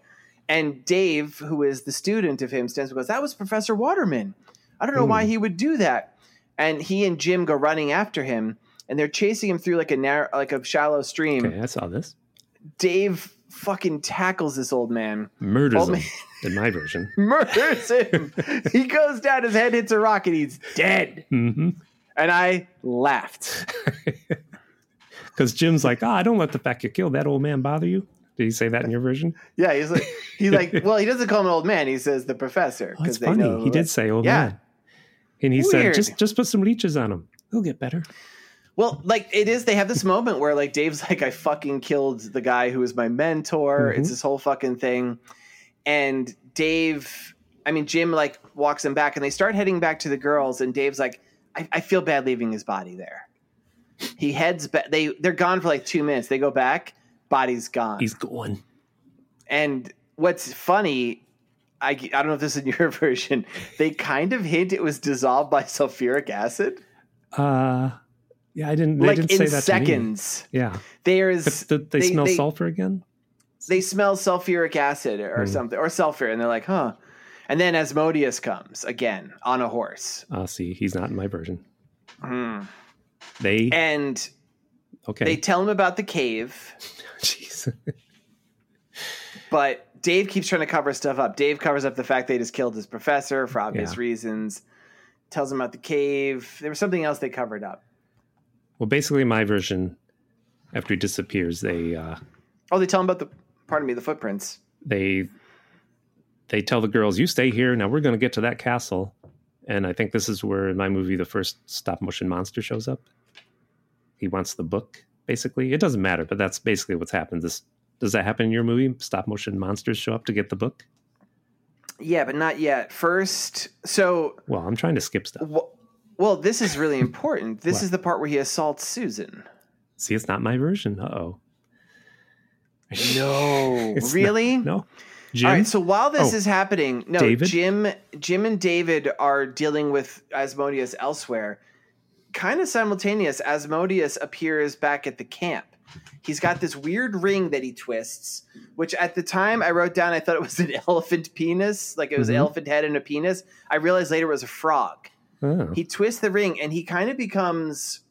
[SPEAKER 1] And Dave, who is the student of him, stands up and goes, "That was Professor Waterman. I don't know
[SPEAKER 2] Hmm.
[SPEAKER 1] why he would do that." And he and Jim go running after him, and they're chasing him through like a narrow, like a shallow stream.
[SPEAKER 2] okay, I saw this.
[SPEAKER 1] Dave fucking tackles this old man,
[SPEAKER 2] Murders
[SPEAKER 1] Old
[SPEAKER 2] him
[SPEAKER 1] man-
[SPEAKER 2] in my version.
[SPEAKER 1] murders him. he goes down, his head hits a rock, and he's dead.
[SPEAKER 2] hmm
[SPEAKER 1] And I laughed.
[SPEAKER 2] Because Jim's like, ah, don't let the fact you killed that old man bother you. Did he say that in your version?
[SPEAKER 1] Yeah, he's like, he's like, well, he doesn't call him an old man. He says the professor.
[SPEAKER 2] Oh, that's
[SPEAKER 1] 'cause they
[SPEAKER 2] funny.
[SPEAKER 1] know
[SPEAKER 2] he
[SPEAKER 1] who-
[SPEAKER 2] did say old
[SPEAKER 1] Yeah.
[SPEAKER 2] man. And he
[SPEAKER 1] Weird.
[SPEAKER 2] said, just just put some leeches on him. He'll get better.
[SPEAKER 1] Well, like it is. They have this moment where like Dave's like, I fucking killed the guy who was my mentor. It's
[SPEAKER 2] Mm-hmm.
[SPEAKER 1] this whole fucking thing, and Dave. I mean, Jim like walks him back, and they start heading back to the girls. And Dave's like, I, I feel bad leaving his body there. He heads back. They they're gone for like two minutes. They go back, body's gone.
[SPEAKER 2] He's going.
[SPEAKER 1] And what's funny, I, I don't know if this is in your version, they kind of hint it was dissolved by sulfuric acid.
[SPEAKER 2] Uh, yeah, I didn't. They
[SPEAKER 1] like
[SPEAKER 2] didn't
[SPEAKER 1] in
[SPEAKER 2] say that To me.
[SPEAKER 1] seconds.
[SPEAKER 2] Yeah,
[SPEAKER 1] There
[SPEAKER 2] but
[SPEAKER 1] is.
[SPEAKER 2] th- they, smell
[SPEAKER 1] they,
[SPEAKER 2] sulfur again.
[SPEAKER 1] They smell sulfuric acid
[SPEAKER 2] Hmm.
[SPEAKER 1] or something, or sulfur, and they're like, huh. And then Asmodeus comes again on a horse.
[SPEAKER 2] Ah, see, he's not in my version. They
[SPEAKER 1] And
[SPEAKER 2] Okay.
[SPEAKER 1] Hmm. They tell him about the cave,
[SPEAKER 2] Jeez.
[SPEAKER 1] but Dave keeps trying to cover stuff up. Dave covers up the fact they just killed his professor for obvious
[SPEAKER 2] Yeah.
[SPEAKER 1] reasons. Tells him about the cave. There was something else they covered up.
[SPEAKER 2] Well, basically, my version. After he disappears, they uh,
[SPEAKER 1] Oh, they tell him about the pardon me, the footprints.
[SPEAKER 2] they they tell the girls, "You stay here. Now we're going to get to that castle." And I think this is where in my movie the first stop motion monster shows up. He wants the book. Basically, it doesn't matter, but that's basically what's happened. This does that happen in your movie? Stop motion monsters show up to get the book.
[SPEAKER 1] Yeah, but not yet. First, so
[SPEAKER 2] Well, I'm trying to skip stuff.
[SPEAKER 1] wh- well, this is really important. This
[SPEAKER 2] What?
[SPEAKER 1] is the part where he assaults Susan.
[SPEAKER 2] See, it's not my version. Uh oh.
[SPEAKER 1] No,
[SPEAKER 2] It's not-
[SPEAKER 1] really?
[SPEAKER 2] No. Jim.
[SPEAKER 1] All right. So while this
[SPEAKER 2] Oh.
[SPEAKER 1] is happening, no,
[SPEAKER 2] David?
[SPEAKER 1] Jim, Jim and David are dealing with Asmodeus elsewhere. Kind of simultaneous, Asmodeus appears back at the camp. He's got this weird ring that he twists, which at the time I wrote down, I thought it was an elephant penis, like it was
[SPEAKER 2] Mhm.
[SPEAKER 1] an elephant head and a penis. I realized later it was a frog.
[SPEAKER 2] Oh.
[SPEAKER 1] He twists the ring and he kind of becomes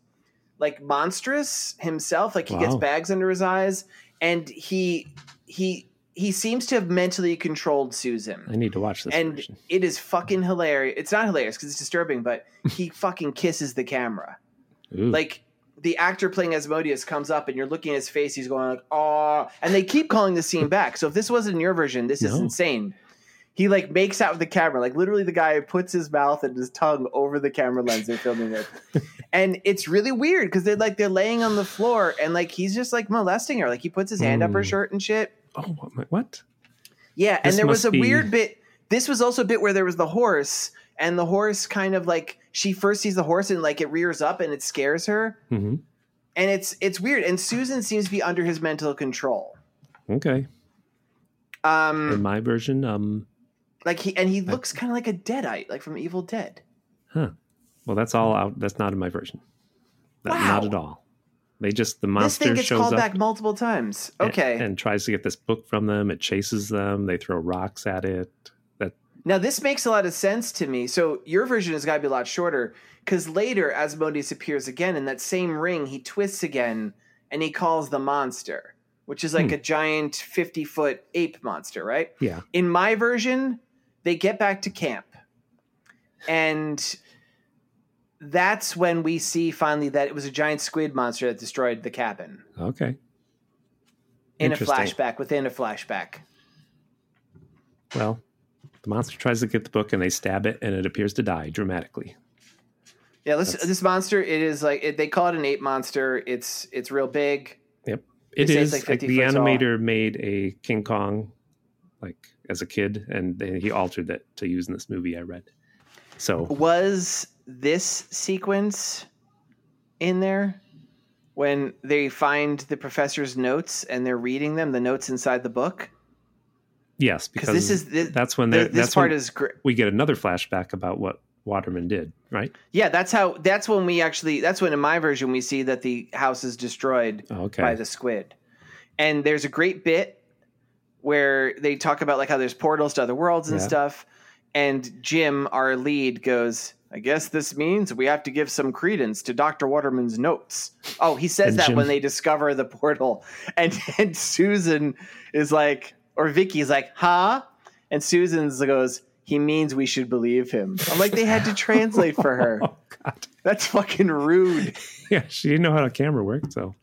[SPEAKER 1] like monstrous himself like he gets
[SPEAKER 2] Wow.
[SPEAKER 1] bags under his eyes and he he he seems to have mentally controlled susan
[SPEAKER 2] I need to watch this
[SPEAKER 1] and
[SPEAKER 2] version.
[SPEAKER 1] it is fucking hilarious it's not hilarious because it's disturbing but he fucking kisses the camera
[SPEAKER 2] Ooh.
[SPEAKER 1] like the actor playing asmodeus comes up and you're looking at his face he's going like oh and they keep calling the scene back so if this wasn't your version this is
[SPEAKER 2] No.
[SPEAKER 1] insane he like makes out with the camera like literally the guy puts his mouth and his tongue over the camera lens they're filming with and it's really weird because they're like they're laying on the floor and like he's just like molesting her like he puts his hand up her
[SPEAKER 2] Mm.
[SPEAKER 1] shirt and shit
[SPEAKER 2] oh, what? my- what?
[SPEAKER 1] yeah, and
[SPEAKER 2] This
[SPEAKER 1] there was
[SPEAKER 2] must
[SPEAKER 1] a
[SPEAKER 2] be-
[SPEAKER 1] weird bit. This was also a bit where there was the horse, and the horse kind of like she first sees the horse and like it rears up and it scares her,
[SPEAKER 2] hmm
[SPEAKER 1] and it's it's weird. And Susan seems to be under his mental control.
[SPEAKER 2] Okay. In
[SPEAKER 1] Um,
[SPEAKER 2] my version, um,
[SPEAKER 1] like he and he looks kind of like a deadite, like from Evil Dead.
[SPEAKER 2] well, that's all out. That's not in my version. That-
[SPEAKER 1] Wow.
[SPEAKER 2] Not at all. They just the
[SPEAKER 1] This thing
[SPEAKER 2] monster
[SPEAKER 1] gets
[SPEAKER 2] shows
[SPEAKER 1] called
[SPEAKER 2] up
[SPEAKER 1] back multiple times.
[SPEAKER 2] a-
[SPEAKER 1] Okay,
[SPEAKER 2] and, tries to get this book from them. It chases them. They throw rocks at it. That
[SPEAKER 1] Now this makes a lot of sense to me. So your version has got to be a lot shorter because later Asmodeus appears again in that same ring. He twists again and he calls the monster, which is like
[SPEAKER 2] Hmm.
[SPEAKER 1] a giant fifty foot ape monster, right?
[SPEAKER 2] yeah.
[SPEAKER 1] In my version, they get back to camp, and that's when we see finally that it was a giant squid monster that destroyed the cabin
[SPEAKER 2] Okay.
[SPEAKER 1] in a
[SPEAKER 2] Interesting.
[SPEAKER 1] flashback within a flashback.
[SPEAKER 2] Well, the monster tries to get the book, and they stab it, and it appears to die dramatically.
[SPEAKER 1] Yeah, this
[SPEAKER 2] That's-
[SPEAKER 1] this monster. It is like it, they call it an ape monster. It's it's real big.
[SPEAKER 2] It
[SPEAKER 1] They say it's
[SPEAKER 2] is
[SPEAKER 1] like
[SPEAKER 2] like,
[SPEAKER 1] 50
[SPEAKER 2] the
[SPEAKER 1] foot tall.
[SPEAKER 2] animator made a King Kong, like as a kid, and then he altered it to use in this movie I read. So
[SPEAKER 1] Was this sequence in there when they find the professor's notes and they're reading them? The notes inside the book.
[SPEAKER 2] yes, because
[SPEAKER 1] Because this is this,
[SPEAKER 2] that's when
[SPEAKER 1] this,
[SPEAKER 2] they're-
[SPEAKER 1] this
[SPEAKER 2] that's when
[SPEAKER 1] part is great.
[SPEAKER 2] we get another flashback about what Waterman did, right?
[SPEAKER 1] Yeah, that's how. That's when we actually. That's when in my version we see that the house is destroyed.
[SPEAKER 2] Oh, okay.
[SPEAKER 1] by the squid. And there's a great bit where they talk about like how there's portals to other worlds and
[SPEAKER 2] Yeah.
[SPEAKER 1] stuff. And Jim, our lead, goes, I guess this means we have to give some credence to Dr. Waterman's notes. Oh, he says
[SPEAKER 2] And
[SPEAKER 1] that
[SPEAKER 2] Jim-
[SPEAKER 1] when they discover the portal. And and Susan is like, or Vicky's like, huh? And Susan's goes, he means we should believe him. I'm like, they had to translate for her.
[SPEAKER 2] Oh God!
[SPEAKER 1] That's fucking rude.
[SPEAKER 2] Yeah, she didn't know how a camera worked. So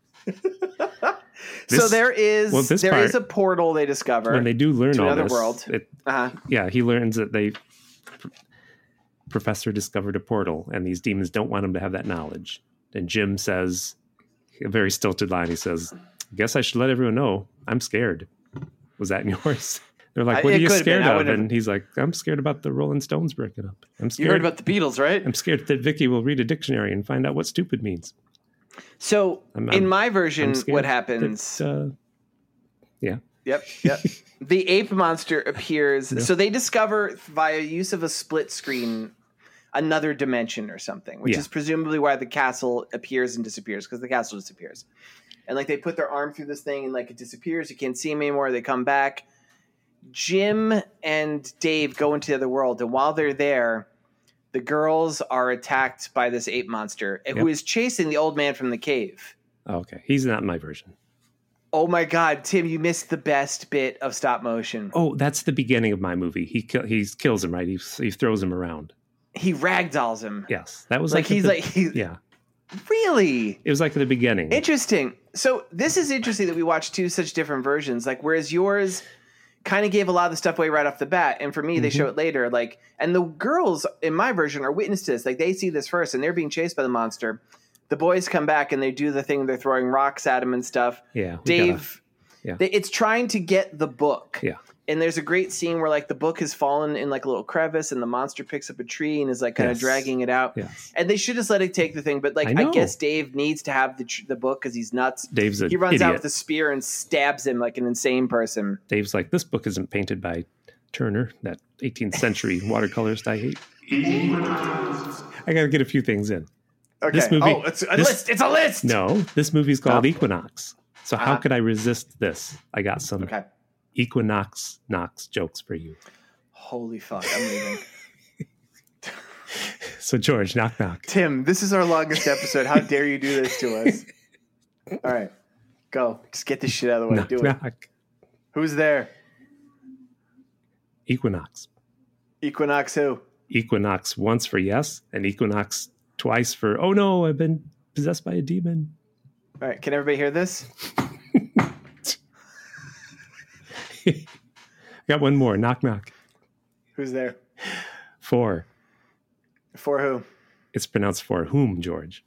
[SPEAKER 1] so
[SPEAKER 2] This-
[SPEAKER 1] there is there
[SPEAKER 2] well,
[SPEAKER 1] is
[SPEAKER 2] this part-
[SPEAKER 1] a portal they discover.
[SPEAKER 2] when they do learn
[SPEAKER 1] To
[SPEAKER 2] all
[SPEAKER 1] another
[SPEAKER 2] this,
[SPEAKER 1] world.
[SPEAKER 2] it-
[SPEAKER 1] uh-huh.
[SPEAKER 2] yeah, he learns that they professor discovered a portal, and these demons don't want him to have that knowledge. And Jim says a very stilted line. He says, "Guess I should let everyone know I'm scared." Was that in yours? They're
[SPEAKER 1] I-
[SPEAKER 2] like, "What
[SPEAKER 1] it
[SPEAKER 2] are you
[SPEAKER 1] could have been.
[SPEAKER 2] scared
[SPEAKER 1] I
[SPEAKER 2] of?"
[SPEAKER 1] would've-
[SPEAKER 2] And he's like, "I'm scared about the Rolling Stones breaking up. I'm scared.
[SPEAKER 1] You heard about the Beatles, right?
[SPEAKER 2] I'm scared that Vicky will read a dictionary and find out what stupid means."
[SPEAKER 1] So
[SPEAKER 2] I'm-
[SPEAKER 1] in
[SPEAKER 2] I'm-
[SPEAKER 1] my
[SPEAKER 2] I'm
[SPEAKER 1] version,
[SPEAKER 2] scared
[SPEAKER 1] what
[SPEAKER 2] that,
[SPEAKER 1] happens?
[SPEAKER 2] uh, yeah.
[SPEAKER 1] Yep, yep. the ape monster appears.
[SPEAKER 2] Yeah.
[SPEAKER 1] So they discover via use of a split screen another dimension or something, which
[SPEAKER 2] Yeah.
[SPEAKER 1] is presumably why the castle appears and disappears because the castle disappears. And like they put their arm through this thing and like it disappears. You can't see him anymore. They come back. Jim and Dave go into the other world, and while they're there, the girls are attacked by this ape monster eh, who
[SPEAKER 2] Yep.
[SPEAKER 1] is chasing the old man from the cave.
[SPEAKER 2] Oh, Okay, he's not my version.
[SPEAKER 1] Oh my God, Tim, you missed the best bit of stop motion.
[SPEAKER 2] Oh, that's the beginning of my movie. He kill, he kills him, right? He he throws him around.
[SPEAKER 1] He ragdolls him.
[SPEAKER 2] Yes, that was
[SPEAKER 1] Like
[SPEAKER 2] like, at
[SPEAKER 1] he's
[SPEAKER 2] the-
[SPEAKER 1] like he's
[SPEAKER 2] yeah.
[SPEAKER 1] really
[SPEAKER 2] It was like at the beginning.
[SPEAKER 1] interesting. So this is interesting that we watched two such different versions. Like whereas yours kind of gave a lot of the stuff away right off the bat, and for me they show
[SPEAKER 2] Mm-hmm.
[SPEAKER 1] it later. Like and the girls in my version are witness to this. Like they see this first, and they're being chased by the monster. The boys come back and they do the thing. They're throwing rocks at him and stuff.
[SPEAKER 2] yeah, we gotta-
[SPEAKER 1] Dave.
[SPEAKER 2] yeah.
[SPEAKER 1] they- It's trying to get the book.
[SPEAKER 2] Yeah.
[SPEAKER 1] And there's a great scene where like the book has fallen in like a little crevice and the monster picks up a tree and is like kind of
[SPEAKER 2] Yes.
[SPEAKER 1] dragging it out.
[SPEAKER 2] yes,
[SPEAKER 1] And they should just let it take the thing, but like
[SPEAKER 2] I
[SPEAKER 1] I,
[SPEAKER 2] know.
[SPEAKER 1] guess Dave needs to have the tr- the book because he's nuts.
[SPEAKER 2] Dave's a
[SPEAKER 1] He runs
[SPEAKER 2] idiot.
[SPEAKER 1] out with a spear and stabs him like an insane person.
[SPEAKER 2] Dave's like this book isn't painted by Turner, that 18th century watercolorist I hate. I got to get a few things in.
[SPEAKER 1] Okay.
[SPEAKER 2] This movie-
[SPEAKER 1] oh, it's a
[SPEAKER 2] this-
[SPEAKER 1] list. It's a list.
[SPEAKER 2] No, this movie's called
[SPEAKER 1] Oh.
[SPEAKER 2] Equinox. So how
[SPEAKER 1] Ah.
[SPEAKER 2] could I resist this? I got some
[SPEAKER 1] Okay.
[SPEAKER 2] Equinox Knox jokes for you.
[SPEAKER 1] Holy fuck! I'm leaving.
[SPEAKER 2] So George, knock knock.
[SPEAKER 1] Tim, this is our longest episode. How dare you do this to us? All right, go. Just get this shit out of the way.
[SPEAKER 2] knock
[SPEAKER 1] do it.
[SPEAKER 2] knock.
[SPEAKER 1] Who's there?
[SPEAKER 2] Equinox.
[SPEAKER 1] Equinox. Who?
[SPEAKER 2] Equinox once for yes, and Equinox twice for oh no, I've been possessed by a demon.
[SPEAKER 1] All right, can everybody hear this?
[SPEAKER 2] I got one more. Knock knock.
[SPEAKER 1] Who's there?
[SPEAKER 2] Four.
[SPEAKER 1] For who?
[SPEAKER 2] It's pronounced for whom, George?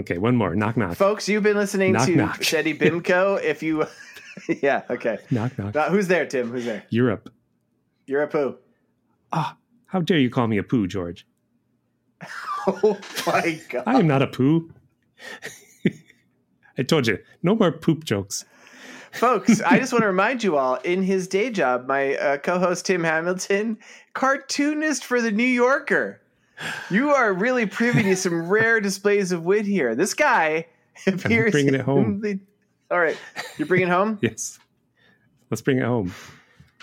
[SPEAKER 2] Okay, one more. Knock knock.
[SPEAKER 1] Folks, you've been listening
[SPEAKER 2] Knock,
[SPEAKER 1] to
[SPEAKER 2] knock.
[SPEAKER 1] Shetty Bimco. If you, yeah, okay.
[SPEAKER 2] knock knock.
[SPEAKER 1] Uh, who's there, Tim? Who's there?
[SPEAKER 2] Europe.
[SPEAKER 1] You're a poo.
[SPEAKER 2] Ah, how dare you call me a poo, George?
[SPEAKER 1] Oh my god!
[SPEAKER 2] I am not a poo. I told you, no more poop jokes.
[SPEAKER 1] Folks, I just want to remind you all in his day job, my uh, co host Tim Hamilton, cartoonist for The New Yorker. You are really privy to some rare displays of wit here. This guy appears.
[SPEAKER 2] bringing it home.
[SPEAKER 1] in the- all right. You're bringing it home?
[SPEAKER 2] Yes. Let's bring it home.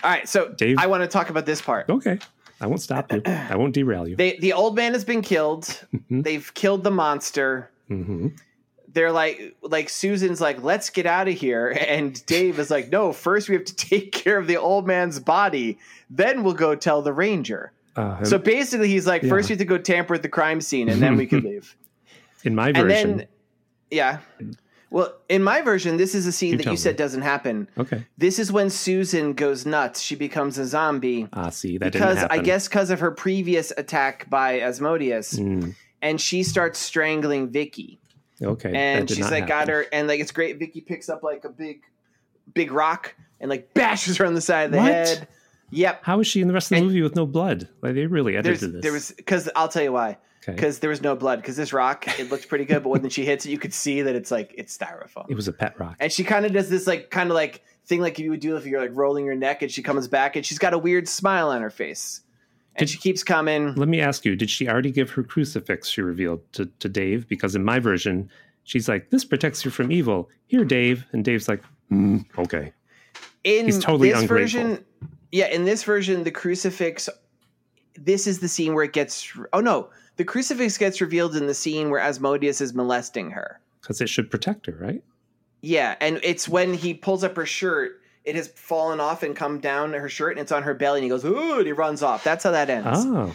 [SPEAKER 1] All right. So
[SPEAKER 2] Dave-
[SPEAKER 1] I want to talk about this part.
[SPEAKER 2] Okay. I won't stop you. I won't derail you.
[SPEAKER 1] They, the old man has been killed,
[SPEAKER 2] Mhm.
[SPEAKER 1] they've killed the monster.
[SPEAKER 2] hmm
[SPEAKER 1] They're like, like Susan's like, let's get out of here, and Dave is like, no, first we have to take care of the old man's body, then we'll go tell the ranger.
[SPEAKER 2] Uh,
[SPEAKER 1] So basically, he's like,
[SPEAKER 2] Yeah.
[SPEAKER 1] first you have to go tamper with the crime scene, and then we could leave.
[SPEAKER 2] in my
[SPEAKER 1] and
[SPEAKER 2] version.
[SPEAKER 1] then, yeah. Well, in my version, this is a scene
[SPEAKER 2] You
[SPEAKER 1] that
[SPEAKER 2] tell
[SPEAKER 1] you
[SPEAKER 2] me.
[SPEAKER 1] said doesn't happen.
[SPEAKER 2] okay.
[SPEAKER 1] This is when Susan goes nuts. She becomes a zombie
[SPEAKER 2] Ah, see, that didn't
[SPEAKER 1] because
[SPEAKER 2] happen.
[SPEAKER 1] I guess because of her previous attack by Asmodeus,
[SPEAKER 2] Mm,
[SPEAKER 1] and she starts strangling Vicky.
[SPEAKER 2] okay. that
[SPEAKER 1] And
[SPEAKER 2] did
[SPEAKER 1] she's
[SPEAKER 2] not
[SPEAKER 1] like, got
[SPEAKER 2] happen.
[SPEAKER 1] her, and like it's great. Vicky picks up like a big, big rock and like bashes her on the side of the
[SPEAKER 2] What?
[SPEAKER 1] head. Yep.
[SPEAKER 2] How is she in the rest of the
[SPEAKER 1] And-
[SPEAKER 2] movie with no blood? Like they really
[SPEAKER 1] There's,
[SPEAKER 2] edited this.
[SPEAKER 1] there was because I'll tell you why.
[SPEAKER 2] okay.
[SPEAKER 1] because there was no blood. Because this rock, it looked pretty good, but when she hits it, you could see that it's like it's styrofoam.
[SPEAKER 2] It was a pet rock.
[SPEAKER 1] and she kind of does this like kind of like thing like you would do if you're like rolling your neck, and she comes back, and she's got a weird smile on her face, and she keeps coming.
[SPEAKER 2] Let me ask you, did she already give her crucifix she revealed to, to Dave? Because in my version, she's like, This protects you from evil. Here, Dave. And Dave's like, "Mm, Okay.
[SPEAKER 1] In
[SPEAKER 2] He's totally
[SPEAKER 1] this
[SPEAKER 2] ungrateful.
[SPEAKER 1] version, yeah, in this version, the crucifix. This is the scene where it gets. Oh no, the crucifix gets revealed in the scene where Asmodeus is molesting her.
[SPEAKER 2] Because it should protect her, right?
[SPEAKER 1] Yeah, and it's when he pulls up her shirt, it has fallen off and come down her shirt, and it's on her belly, and he goes, "Ooh!" and he runs off. That's how that ends.
[SPEAKER 2] Oh,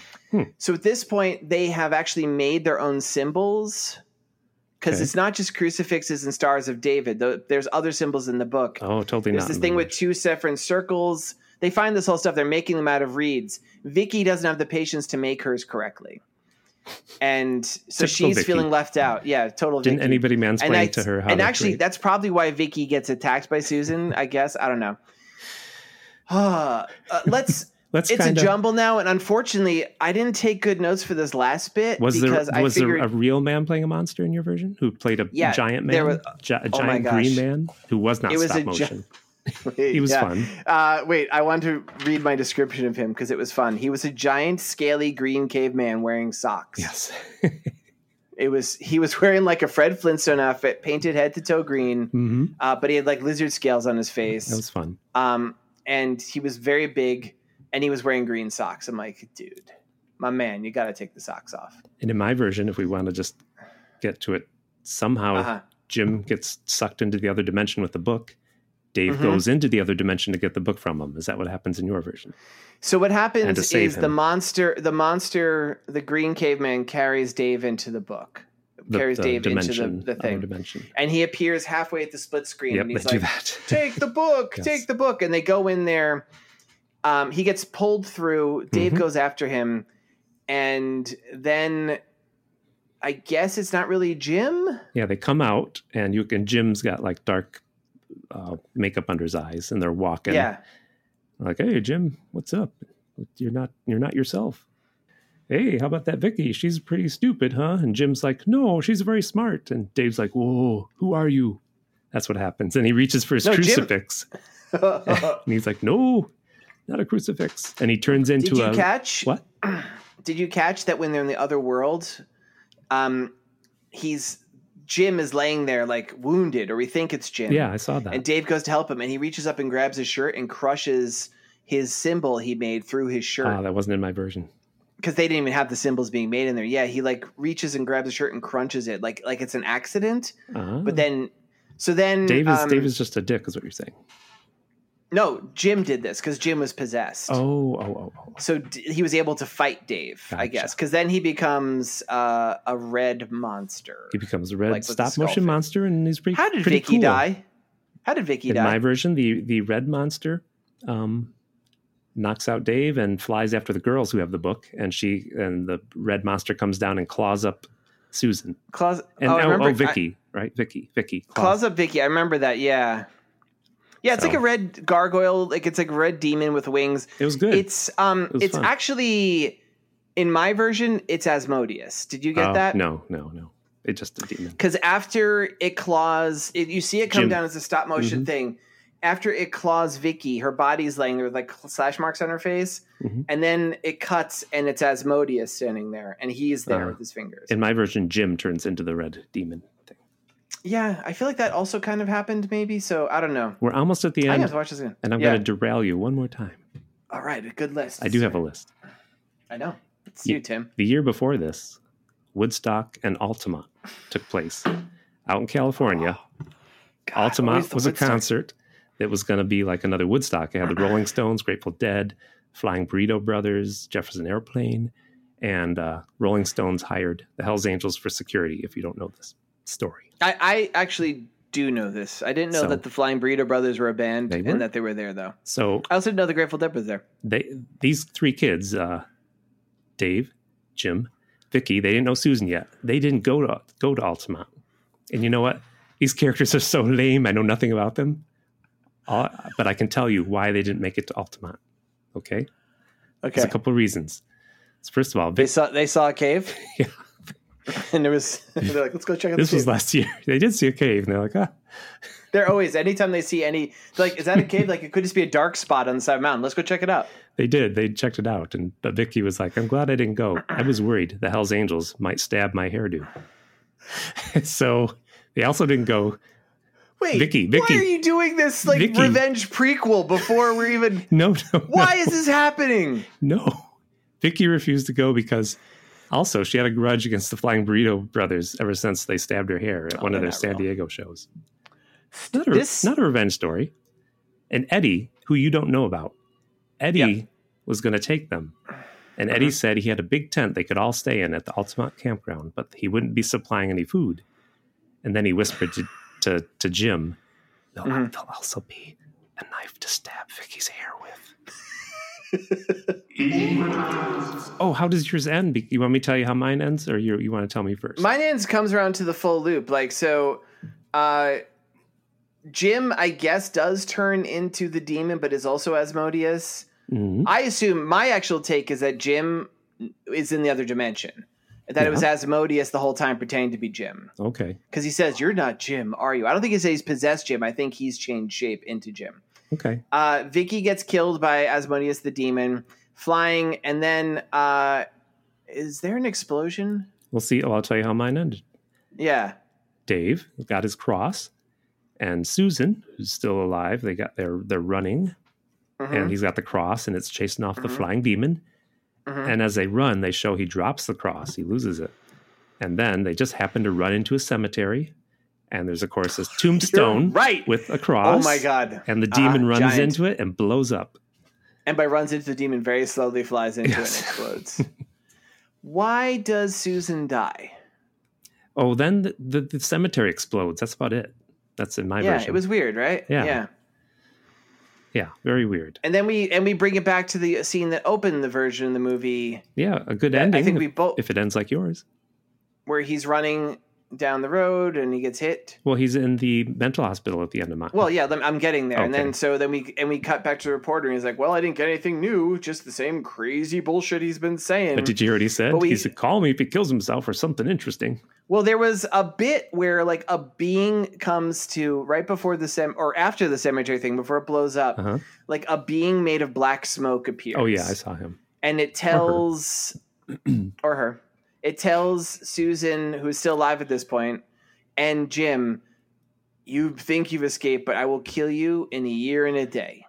[SPEAKER 1] So at this point, they have actually made their own symbols because
[SPEAKER 2] Okay.
[SPEAKER 1] it's not just crucifixes and stars of David. Though there's other symbols in the book.
[SPEAKER 2] oh, totally
[SPEAKER 1] there's
[SPEAKER 2] not.
[SPEAKER 1] this
[SPEAKER 2] in my
[SPEAKER 1] thing with
[SPEAKER 2] version.
[SPEAKER 1] two different circles. They find this whole stuff. They're making them out of reeds. Vicky doesn't have the patience to make hers correctly, and so
[SPEAKER 2] Typical
[SPEAKER 1] she's
[SPEAKER 2] Vicky.
[SPEAKER 1] feeling left out. Yeah, total.
[SPEAKER 2] Didn't
[SPEAKER 1] Vicky
[SPEAKER 2] anybody
[SPEAKER 1] and I,
[SPEAKER 2] mansplain to her how
[SPEAKER 1] and
[SPEAKER 2] to
[SPEAKER 1] actually
[SPEAKER 2] create-
[SPEAKER 1] that's probably why vicky gets attacked by susan i guess i don't know uh, uh, let's
[SPEAKER 2] Let's
[SPEAKER 1] it's a
[SPEAKER 2] kinda-
[SPEAKER 1] jumble now and unfortunately i didn't take good notes for this last bit
[SPEAKER 2] Was there
[SPEAKER 1] because
[SPEAKER 2] was
[SPEAKER 1] i figured
[SPEAKER 2] there a real man playing a monster in your version who played a
[SPEAKER 1] Yeah,
[SPEAKER 2] giant man,
[SPEAKER 1] there was-
[SPEAKER 2] gi- a
[SPEAKER 1] oh my
[SPEAKER 2] giant
[SPEAKER 1] gosh.
[SPEAKER 2] green man who was not
[SPEAKER 1] It was a
[SPEAKER 2] stop
[SPEAKER 1] gi-
[SPEAKER 2] motion? he was fun.
[SPEAKER 1] uh, wait i want to read my description of him because it was fun he was a giant scaly green caveman wearing socks
[SPEAKER 2] Yes,
[SPEAKER 1] it was he was wearing like a fred flintstone outfit painted head to toe green
[SPEAKER 2] hmm
[SPEAKER 1] uh, but he had like lizard scales on his face
[SPEAKER 2] that was fun.
[SPEAKER 1] um, and he was very big, and he was wearing green socks. I'm like, dude, my man, you got to take the socks off.
[SPEAKER 2] And in my version, if we want to just get to it somehow
[SPEAKER 1] Uh-huh.
[SPEAKER 2] Jim gets sucked into the other dimension with the book. Dave
[SPEAKER 1] Mm-hmm.
[SPEAKER 2] goes into the other dimension to get the book from him. Is that what happens in your version?
[SPEAKER 1] So what happens is
[SPEAKER 2] save
[SPEAKER 1] the
[SPEAKER 2] him.
[SPEAKER 1] monster, the monster, the green caveman carries Dave into the book,
[SPEAKER 2] The,
[SPEAKER 1] carries
[SPEAKER 2] the
[SPEAKER 1] Dave
[SPEAKER 2] dimension,
[SPEAKER 1] into the, the
[SPEAKER 2] other
[SPEAKER 1] thing,
[SPEAKER 2] dimension.
[SPEAKER 1] and he appears halfway at the split screen,
[SPEAKER 2] Yep,
[SPEAKER 1] and
[SPEAKER 2] they
[SPEAKER 1] he's
[SPEAKER 2] do
[SPEAKER 1] like,
[SPEAKER 2] that.
[SPEAKER 1] "Take the book,
[SPEAKER 2] Yes.
[SPEAKER 1] take the book," and they go in there. Um, he gets pulled through. Dave
[SPEAKER 2] Mhm.
[SPEAKER 1] goes after him, and then I guess it's not really Jim.
[SPEAKER 2] Yeah, they come out, and you can. Jim's got like dark uh, makeup under his eyes, and they're walking.
[SPEAKER 1] Yeah,
[SPEAKER 2] like, hey, Jim, what's up? You're not, you're not yourself. Hey, how about that Vicky? She's pretty stupid, huh? And Jim's like, no, she's very smart. And Dave's like, whoa, who are you? That's what happens. And he reaches for his
[SPEAKER 1] No, Jim-
[SPEAKER 2] crucifix, and he's like, no, not a crucifix. And he turns into
[SPEAKER 1] Did you
[SPEAKER 2] a
[SPEAKER 1] catch?
[SPEAKER 2] what?
[SPEAKER 1] Did you catch that when they're in the other world? Um, he's Jim is laying there like wounded, or we think it's Jim.
[SPEAKER 2] Yeah, I saw that.
[SPEAKER 1] And Dave goes to help him, and he reaches up and grabs his shirt and crushes his symbol he made through his
[SPEAKER 2] Ah,
[SPEAKER 1] shirt
[SPEAKER 2] that wasn't in my version.
[SPEAKER 1] because they didn't even have the symbols being made in there. Yeah, he like reaches and grabs his shirt and crunches it like like it's an accident.
[SPEAKER 2] Ah.
[SPEAKER 1] But then, so then
[SPEAKER 2] Dave is
[SPEAKER 1] um,
[SPEAKER 2] Dave is just a dick, is what you're saying.
[SPEAKER 1] no Jim did this because Jim was possessed.
[SPEAKER 2] Oh, oh, oh, oh.
[SPEAKER 1] so d- he was able to fight Dave, I
[SPEAKER 2] Gotcha.
[SPEAKER 1] guess, because then he becomes uh, a red monster.
[SPEAKER 2] He becomes a red
[SPEAKER 1] Like with the
[SPEAKER 2] stop
[SPEAKER 1] skull
[SPEAKER 2] motion
[SPEAKER 1] thing.
[SPEAKER 2] monster, and he's pretty.
[SPEAKER 1] How did
[SPEAKER 2] pretty
[SPEAKER 1] Vicky
[SPEAKER 2] cool.
[SPEAKER 1] die? How did Vicky
[SPEAKER 2] in
[SPEAKER 1] die?
[SPEAKER 2] my version, the the red monster um, knocks out Dave and flies after the girls who have the book, and she and the red monster comes down and claws up Susan
[SPEAKER 1] Claus-
[SPEAKER 2] and
[SPEAKER 1] oh, I
[SPEAKER 2] now-
[SPEAKER 1] remember,
[SPEAKER 2] oh Vicky, right? Vicky, Vicky,
[SPEAKER 1] I, Claus up Vicky. I remember that. Yeah, yeah. It's
[SPEAKER 2] So-
[SPEAKER 1] like a red gargoyle. Like it's like a red demon with wings.
[SPEAKER 2] It was good.
[SPEAKER 1] It's um,
[SPEAKER 2] was
[SPEAKER 1] it's
[SPEAKER 2] Hmm. fun.
[SPEAKER 1] actually in my version, it's Asmodeus. Did you get
[SPEAKER 2] Oh,
[SPEAKER 1] that?
[SPEAKER 2] No, no, no. It just a demon.
[SPEAKER 1] Because after it claws, it, you see it come
[SPEAKER 2] Jim.
[SPEAKER 1] down as a stop motion
[SPEAKER 2] Mhm.
[SPEAKER 1] thing. After it claws Vicky, her body's laying there with like slash marks on her face,
[SPEAKER 2] Mhm.
[SPEAKER 1] and then it cuts, and it's Asmodeus standing there, and he's there
[SPEAKER 2] Uh,
[SPEAKER 1] with his fingers.
[SPEAKER 2] In my version, Jim turns into the red demon thing.
[SPEAKER 1] Yeah, I feel like that also kind of happened, maybe. So I don't know.
[SPEAKER 2] We're almost at the
[SPEAKER 1] I
[SPEAKER 2] end,
[SPEAKER 1] have to watch this again.
[SPEAKER 2] and I'm
[SPEAKER 1] yeah.
[SPEAKER 2] going to derail you one more time.
[SPEAKER 1] All right, a good list.
[SPEAKER 2] I do have a list.
[SPEAKER 1] I know. It's
[SPEAKER 2] Yeah.
[SPEAKER 1] you, Tim.
[SPEAKER 2] The year before this, Woodstock and Altamont took place out in California. Altamont was a concert that was going to be like another Woodstock. It had the Rolling Stones, Grateful Dead, Flying Burrito Brothers, Jefferson Airplane, and uh, Rolling Stones hired the Hells Angels for security. If you don't know this story,
[SPEAKER 1] I, I actually do know this. I didn't know
[SPEAKER 2] So-
[SPEAKER 1] that the Flying Burrito Brothers were a band
[SPEAKER 2] They were?
[SPEAKER 1] and that they were there, though.
[SPEAKER 2] so
[SPEAKER 1] I also didn't know the Grateful Dead was there.
[SPEAKER 2] they these three kids, uh, Dave, Jim, Vicky, they didn't know Susan yet. They didn't go to go to Altamont. And you know what? These characters are so lame. I know nothing about them, All, but I can tell you why they didn't make it to Altamont. Okay,
[SPEAKER 1] Okay.
[SPEAKER 2] there's a couple of reasons. First of all,
[SPEAKER 1] They
[SPEAKER 2] Vic,
[SPEAKER 1] saw they saw a cave.
[SPEAKER 2] Yeah.
[SPEAKER 1] And there was they're like, let's go check out
[SPEAKER 2] this
[SPEAKER 1] this.
[SPEAKER 2] was last year. They did see a cave, and they're like, ah,
[SPEAKER 1] They're always anytime they see any they're like, is that a cave? like it could just be a dark spot on the side of the mountain. Let's go check it out.
[SPEAKER 2] they did. They checked it out, and but Vicky was like, "I'm glad I didn't go. I was worried the Hell's Angels might stab my hairdo." so they also didn't go.
[SPEAKER 1] Wait,
[SPEAKER 2] Vicky, Vicky.
[SPEAKER 1] why are you doing this like
[SPEAKER 2] Vicky.
[SPEAKER 1] revenge prequel before we're even
[SPEAKER 2] No, no, no.
[SPEAKER 1] Why is this happening?
[SPEAKER 2] No. Vicky refused to go because also she had a grudge against the Flying Burrito Brothers ever since they stabbed her hair at
[SPEAKER 1] Oh,
[SPEAKER 2] one
[SPEAKER 1] they're
[SPEAKER 2] of their
[SPEAKER 1] not
[SPEAKER 2] San
[SPEAKER 1] real.
[SPEAKER 2] Diego shows. Not a,
[SPEAKER 1] This-
[SPEAKER 2] not a revenge story. And Eddie, who you don't know about, Eddie
[SPEAKER 1] Yeah.
[SPEAKER 2] was going to take them. And Eddie said he had a big tent they could all stay in at the Altamont campground, but he wouldn't be supplying any food. And then he whispered to, to, to Jim, there'll, there'll also be a knife to stab Vicky's hair with. Oh, how does yours end? Be- You want me to tell you how mine ends, or you you want to tell me first?
[SPEAKER 1] Mine ends comes around to the full loop. Like so, uh, Jim, I guess, does turn into the demon, but is also Asmodeus.
[SPEAKER 2] Mhm.
[SPEAKER 1] I assume my actual take is that Jim is in the other dimension. That it was Asmodeus the whole time pretending to be Jim.
[SPEAKER 2] Okay,
[SPEAKER 1] Because he says, You're not Jim, are you? I don't think he says he's possessed Jim. I think he's changed shape into Jim.
[SPEAKER 2] okay.
[SPEAKER 1] Uh, Vicky gets killed by Asmodeus the demon, flying, and then uh, is there an explosion?
[SPEAKER 2] We'll see. Well, I'll tell you how mine ended.
[SPEAKER 1] Yeah.
[SPEAKER 2] Dave got his cross, and Susan, who's still alive, they got their they're running,
[SPEAKER 1] Mm-hmm.
[SPEAKER 2] and he's got the cross, and it's chasing
[SPEAKER 1] Mm-hmm.
[SPEAKER 2] off the flying demon. And as they run, they show he drops the cross, he loses it, And then they just happen to run into a cemetery, and there's of course this tombstone
[SPEAKER 1] right.
[SPEAKER 2] with a cross.
[SPEAKER 1] Oh my god!
[SPEAKER 2] And the demon
[SPEAKER 1] Ah,
[SPEAKER 2] runs
[SPEAKER 1] giant.
[SPEAKER 2] into it and blows up.
[SPEAKER 1] and by runs into the demon, very slowly flies into
[SPEAKER 2] Yes.
[SPEAKER 1] it and explodes. Why does Susan die?
[SPEAKER 2] Oh, then the, the, the cemetery explodes. That's about it. That's in my
[SPEAKER 1] yeah,
[SPEAKER 2] version.
[SPEAKER 1] it was weird, right?
[SPEAKER 2] Yeah. yeah, very weird.
[SPEAKER 1] And then we and we bring it back to the scene that opened the version of the movie
[SPEAKER 2] Yeah, a good
[SPEAKER 1] I
[SPEAKER 2] ending.
[SPEAKER 1] think
[SPEAKER 2] if-
[SPEAKER 1] we both-
[SPEAKER 2] if it ends like yours.
[SPEAKER 1] where he's running down the road and he gets hit.
[SPEAKER 2] Well, he's in the mental hospital at the end of mine.
[SPEAKER 1] Well, yeah, then- I'm getting there. And
[SPEAKER 2] Okay.
[SPEAKER 1] then so then we and we cut back to the reporter and he's like, "Well, I didn't get anything new, just the same crazy bullshit he's been saying."
[SPEAKER 2] but did you hear what he said?
[SPEAKER 1] But we-
[SPEAKER 2] he said, "Call me if he kills himself or something interesting."
[SPEAKER 1] Well, there was a bit where like a being comes to right before the sem or after the cemetery thing before it blows up,
[SPEAKER 2] Uh-huh.
[SPEAKER 1] like a being made of black smoke appears.
[SPEAKER 2] Oh yeah, I saw him.
[SPEAKER 1] and it tells or her it tells susan who's still alive at this point and jim you think you've escaped but i will kill you in a year and a day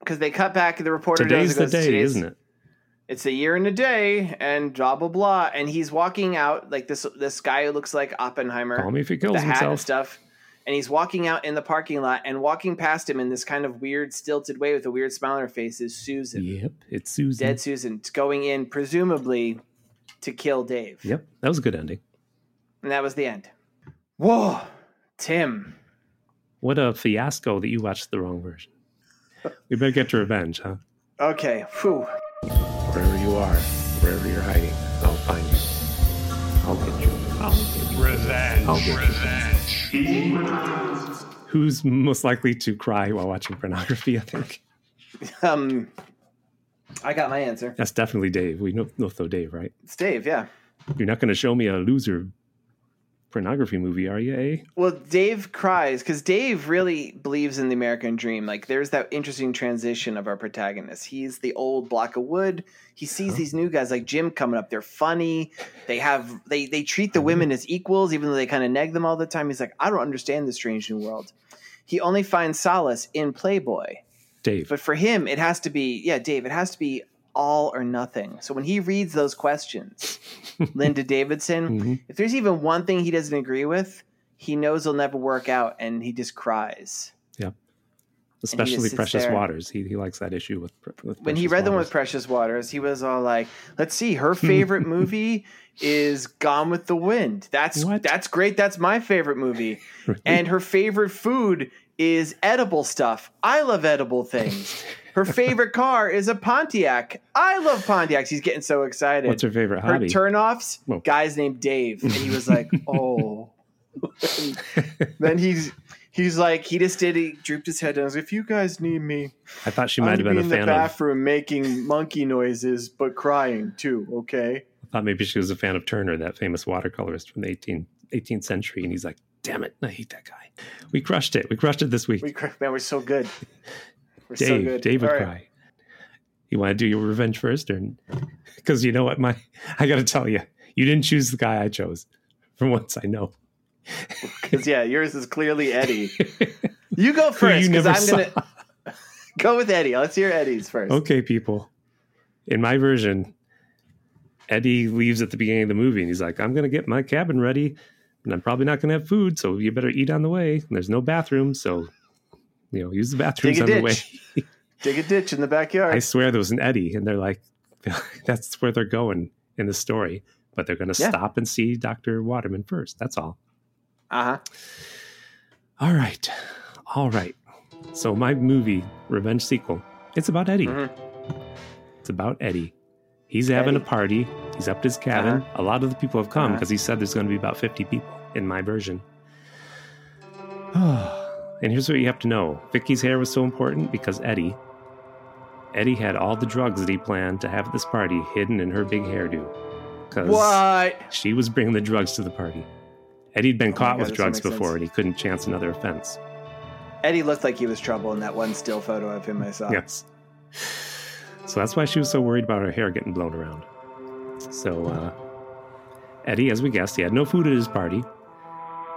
[SPEAKER 1] because they cut back the reporter
[SPEAKER 2] Today's the
[SPEAKER 1] does,
[SPEAKER 2] day, isn't it?
[SPEAKER 1] it's a year and a day and blah blah blah and he's walking out like this this guy who looks like oppenheimer
[SPEAKER 2] Call me if he
[SPEAKER 1] the
[SPEAKER 2] kills
[SPEAKER 1] hat and
[SPEAKER 2] himself.
[SPEAKER 1] stuff. And he's walking out in the parking lot, and walking past him in this kind of weird, stilted way with a weird smile on her face is Susan
[SPEAKER 2] Yep, it's Susan.
[SPEAKER 1] dead Susan going in presumably to kill Dave.
[SPEAKER 2] Yep, that was a good ending.
[SPEAKER 1] And that was the end. Whoa, Tim.
[SPEAKER 2] What a fiasco that you watched the wrong version. We better get to revenge, huh?
[SPEAKER 1] Okay. Whew.
[SPEAKER 6] Wherever you are, wherever you're hiding, I'll find you. I'll get you. I'll get you.
[SPEAKER 7] Revenge. Revenge.
[SPEAKER 2] Who's most likely to cry while watching pornography? I think
[SPEAKER 1] Um I got my answer.
[SPEAKER 2] that's definitely Dave. We know, know though Dave, right?
[SPEAKER 1] It's Dave, yeah.
[SPEAKER 2] You're not going to show me a loser pornography movie, are you? Eh?
[SPEAKER 1] Well, Dave cries because Dave really believes in the American dream. Like, there's that interesting transition of our protagonist. He's the old block of wood. He sees these new guys like Jim coming up. They're funny. They have they they treat the women as equals, even though they kind of neg them all the time. He's like, I don't understand this strange new world. He only finds solace in Playboy.
[SPEAKER 2] Dave.
[SPEAKER 1] But for him, it has to be, yeah, Dave, it has to be all or nothing. So when he reads those questions, Linda Davidson,
[SPEAKER 2] Mhm.
[SPEAKER 1] if there's even one thing he doesn't agree with, he knows it'll never work out and he just cries.
[SPEAKER 2] especially
[SPEAKER 1] sits
[SPEAKER 2] Precious
[SPEAKER 1] there.
[SPEAKER 2] Waters. He he likes that issue with pr- with
[SPEAKER 1] When he
[SPEAKER 2] Precious
[SPEAKER 1] read the one
[SPEAKER 2] Waters.
[SPEAKER 1] with Precious Waters, he was all like, let's see, her favorite movie is Gone with the Wind. That's
[SPEAKER 2] What?
[SPEAKER 1] that's great. That's my favorite movie. And her favorite food is edible stuff. I love edible things. Her favorite car is a Pontiac. I love Pontiacs. He's getting so excited.
[SPEAKER 2] What's her favorite
[SPEAKER 1] her
[SPEAKER 2] hobby?
[SPEAKER 1] turnoffs?
[SPEAKER 2] Well-
[SPEAKER 1] Guy's named Dave. And he was like, oh. then he's he's like he just did he drooped his head down. I was like, if you guys need me,
[SPEAKER 2] I thought she
[SPEAKER 1] I'm
[SPEAKER 2] might have
[SPEAKER 1] gonna
[SPEAKER 2] been
[SPEAKER 1] be
[SPEAKER 2] a
[SPEAKER 1] in the
[SPEAKER 2] fan of.
[SPEAKER 1] bathroom making monkey noises but crying too. Okay.
[SPEAKER 2] I thought maybe she was a fan of Turner, that famous watercolorist from the 18th, 18th century. And he's like, "Damn it, I hate that guy." We crushed it. We crushed it this week.
[SPEAKER 1] We cry- man, we're so good. We're
[SPEAKER 2] Dave,
[SPEAKER 1] so good.
[SPEAKER 2] Dave would
[SPEAKER 1] All right.
[SPEAKER 2] cry. You want to do your revenge first, or because you know what, my I got to tell you, you didn't choose the guy I chose. For once, I know.
[SPEAKER 1] Because yeah, yours is clearly Eddie. you go
[SPEAKER 2] Who you
[SPEAKER 1] first because
[SPEAKER 2] never
[SPEAKER 1] I'm
[SPEAKER 2] saw.
[SPEAKER 1] gonna go with Eddie. Let's hear Eddie's first.
[SPEAKER 2] okay, people. In my version, Eddie leaves at the beginning of the movie and he's like, I'm going to get my cabin ready and I'm probably not going to have food. So you better eat on the way. And there's no bathroom. So, you know, use the bathrooms
[SPEAKER 1] Dig a
[SPEAKER 2] on the way.
[SPEAKER 1] ditch. Dig a ditch in the backyard.
[SPEAKER 2] I swear there was an Eddie. And they're like, that's where they're going in the story. But they're going to
[SPEAKER 1] Yeah.
[SPEAKER 2] stop and see Dr. Waterman first. That's all.
[SPEAKER 1] Uh huh.
[SPEAKER 2] All right. All right. So my movie, Revenge Sequel, it's about Eddie.
[SPEAKER 1] Mhm.
[SPEAKER 2] It's about Eddie. He's having a
[SPEAKER 1] Eddie.
[SPEAKER 2] party. He's up at his cabin. A lot of the people have come
[SPEAKER 1] Uh-huh.
[SPEAKER 2] because he said there's going to be about 50 people in my version. and here's what you have to know Vicky's hair was so important because Eddie. Eddie had all the drugs that he planned to have at this party hidden in her big hairdo. 'Cause-
[SPEAKER 1] What?
[SPEAKER 2] she was bringing the drugs to the party. Eddie'd been
[SPEAKER 1] Oh my
[SPEAKER 2] caught
[SPEAKER 1] God,
[SPEAKER 2] with
[SPEAKER 1] this
[SPEAKER 2] drugs
[SPEAKER 1] makes sense.
[SPEAKER 2] before and he couldn't chance another offense.
[SPEAKER 1] Eddie looked like he was trouble in that one still photo of him I saw.
[SPEAKER 2] Yes. So that's why she was so worried about her hair getting blown around. So, uh, Eddie, as we guessed, he had no food at his party.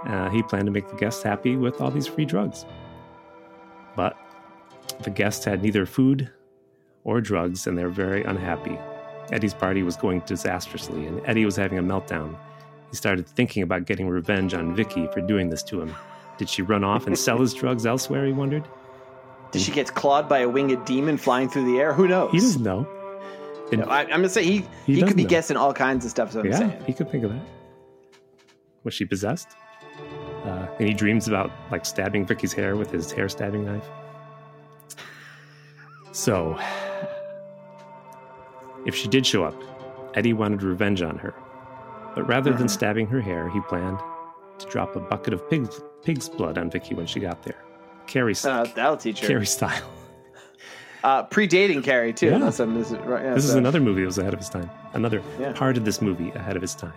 [SPEAKER 2] Uh, he planned to make the guests happy with all these free drugs. But the guests had neither food or drugs, and they were very unhappy. Eddie's party was going disastrously, and Eddie was having a meltdown. He started thinking about getting revenge on Vicky for doing this to him. Did she run off and sell his drugs elsewhere? He wondered.
[SPEAKER 1] Did she get clawed by a winged demon flying through the air? Who knows?
[SPEAKER 2] He doesn't know.
[SPEAKER 1] You know, I, am gonna say he
[SPEAKER 2] He
[SPEAKER 1] he, could
[SPEAKER 2] doesn't
[SPEAKER 1] be
[SPEAKER 2] know.
[SPEAKER 1] guessing all kinds of stuff. Is what
[SPEAKER 2] yeah,
[SPEAKER 1] I'm saying.
[SPEAKER 2] he could think of that. Was she possessed? Uh, and he dreams about like stabbing Vicky's hair with his hair stabbing knife. So, if she did show up, Eddie wanted revenge on her. But rather than stabbing her hair, he planned to drop a bucket of pig's, pig's blood on Vicky when she got there. Carrie, st-
[SPEAKER 1] Uh, that'll teach her.
[SPEAKER 2] Carrie style.
[SPEAKER 1] Uh, predating Carrie too.
[SPEAKER 2] Yeah.
[SPEAKER 1] That's a mis- right, yeah,
[SPEAKER 2] This is
[SPEAKER 1] so-
[SPEAKER 2] another movie that was ahead of its time. Another
[SPEAKER 1] Yeah.
[SPEAKER 2] part of this movie ahead of its time.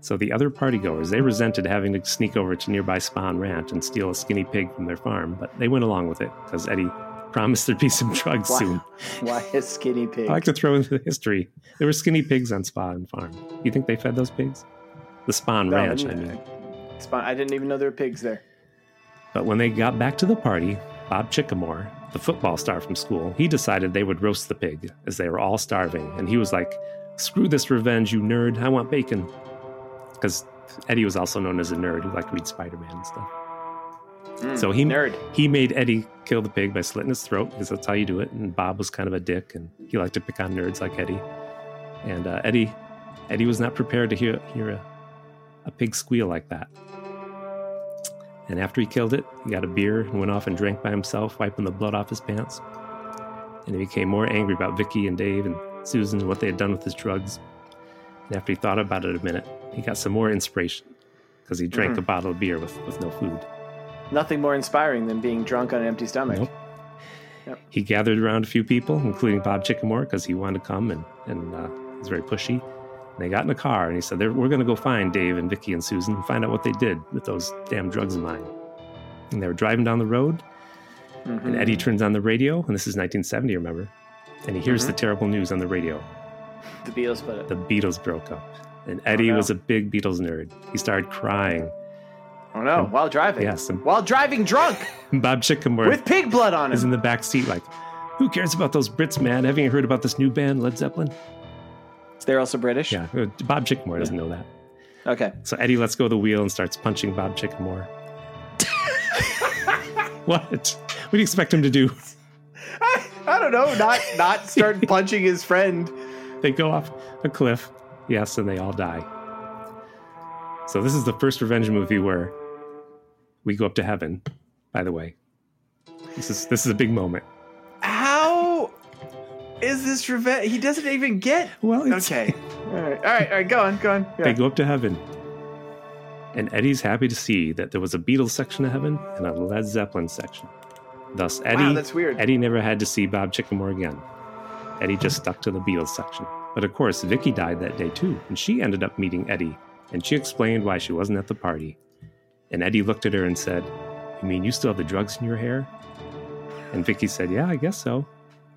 [SPEAKER 2] So the other partygoers, they resented having to sneak over to nearby Spawn Ranch and steal a skinny pig from their farm, but they went along with it because Eddie promised there'd be some drugs
[SPEAKER 1] Wow.
[SPEAKER 2] soon.
[SPEAKER 1] Why is skinny pig?
[SPEAKER 2] I like to throw into the history. There were skinny pigs on Spawn Farm. You think they fed those pigs? The Spawn
[SPEAKER 1] No,
[SPEAKER 2] Ranch, I
[SPEAKER 1] didn't-
[SPEAKER 2] mean.
[SPEAKER 1] it's fine. I didn't even know there were pigs there.
[SPEAKER 2] But when they got back to the party, Bob Chickamore, the football star from school, he decided they would roast the pig as they were all starving. And he was like, screw this revenge, you nerd. I want bacon. Because Eddie was also known as a nerd who liked to read Spider Man and stuff. so he
[SPEAKER 1] Hmm, nerd.
[SPEAKER 2] he made Eddie kill the pig by slitting his throat because that's how you do it. And Bob was kind of a dick and he liked to pick on nerds like Eddie. And uh, Eddie Eddie was not prepared to hear hear a, a pig squeal like that. And after he killed it, he got a beer and went off and drank by himself, wiping the blood off his pants. And he became more angry about Vicky and Dave and Susan and what they had done with his drugs. And after he thought about it a minute, he got some more inspiration because he drank a bottle of beer with, with no food.
[SPEAKER 1] Nothing more inspiring than being drunk on an empty stomach.
[SPEAKER 2] Nope. He gathered around a few people, including Bob Chickamore, because he wanted to come and, and uh, he's very pushy. And they got in a car and he said, "They're- We're going to go find Dave and Vicky and Susan and find out what they did with those damn drugs of mine. And they were driving down the road, and
[SPEAKER 1] Mm-hmm.
[SPEAKER 2] Eddie turns on the radio, and this is 1970, remember? And he hears the
[SPEAKER 1] Mm-hmm.
[SPEAKER 2] terrible news on the radio
[SPEAKER 1] The Beatles put it.
[SPEAKER 2] the Beatles broke up. And Eddie
[SPEAKER 1] Oh, no.
[SPEAKER 2] was a big Beatles nerd. He started crying.
[SPEAKER 1] Oh no! While driving.
[SPEAKER 2] Yes, and-
[SPEAKER 1] While driving drunk
[SPEAKER 2] Bob Chickamore
[SPEAKER 1] with pig blood on
[SPEAKER 2] is in
[SPEAKER 1] him.
[SPEAKER 2] the back seat, like, Who cares about those Brits, man? Haven't you heard about this new band, Led Zeppelin?
[SPEAKER 1] They're also British.
[SPEAKER 2] Yeah, uh, Bob Chickamore doesn't know that.
[SPEAKER 1] Okay.
[SPEAKER 2] So Eddie lets go of the wheel and starts punching Bob Chickamore. what? What do you expect him to do?
[SPEAKER 1] I, I don't know. Not not start punching his friend.
[SPEAKER 2] They go off a cliff. Yes, and they all die. So this is the first revenge movie where we go up to heaven. By the way, this is this is a big moment.
[SPEAKER 1] How is this revenge? He doesn't even get.
[SPEAKER 2] Well, it's,
[SPEAKER 1] Okay. all right. All right. All right. Go on. Go on. Yeah.
[SPEAKER 2] They go up to heaven. And Eddie's happy to see that there was a Beatles section of heaven and a Led Zeppelin section. Thus, Eddie,
[SPEAKER 1] that's weird.
[SPEAKER 2] Eddie never had to see Bob Chickamore again. Eddie just stuck to the Beatles section. But of course, Vicky died that day too, and she ended up meeting Eddie, and she explained why she wasn't at the party. And Eddie looked at her and said, You mean you still have the drugs in your hair? And Vicky said, Yeah, I guess so.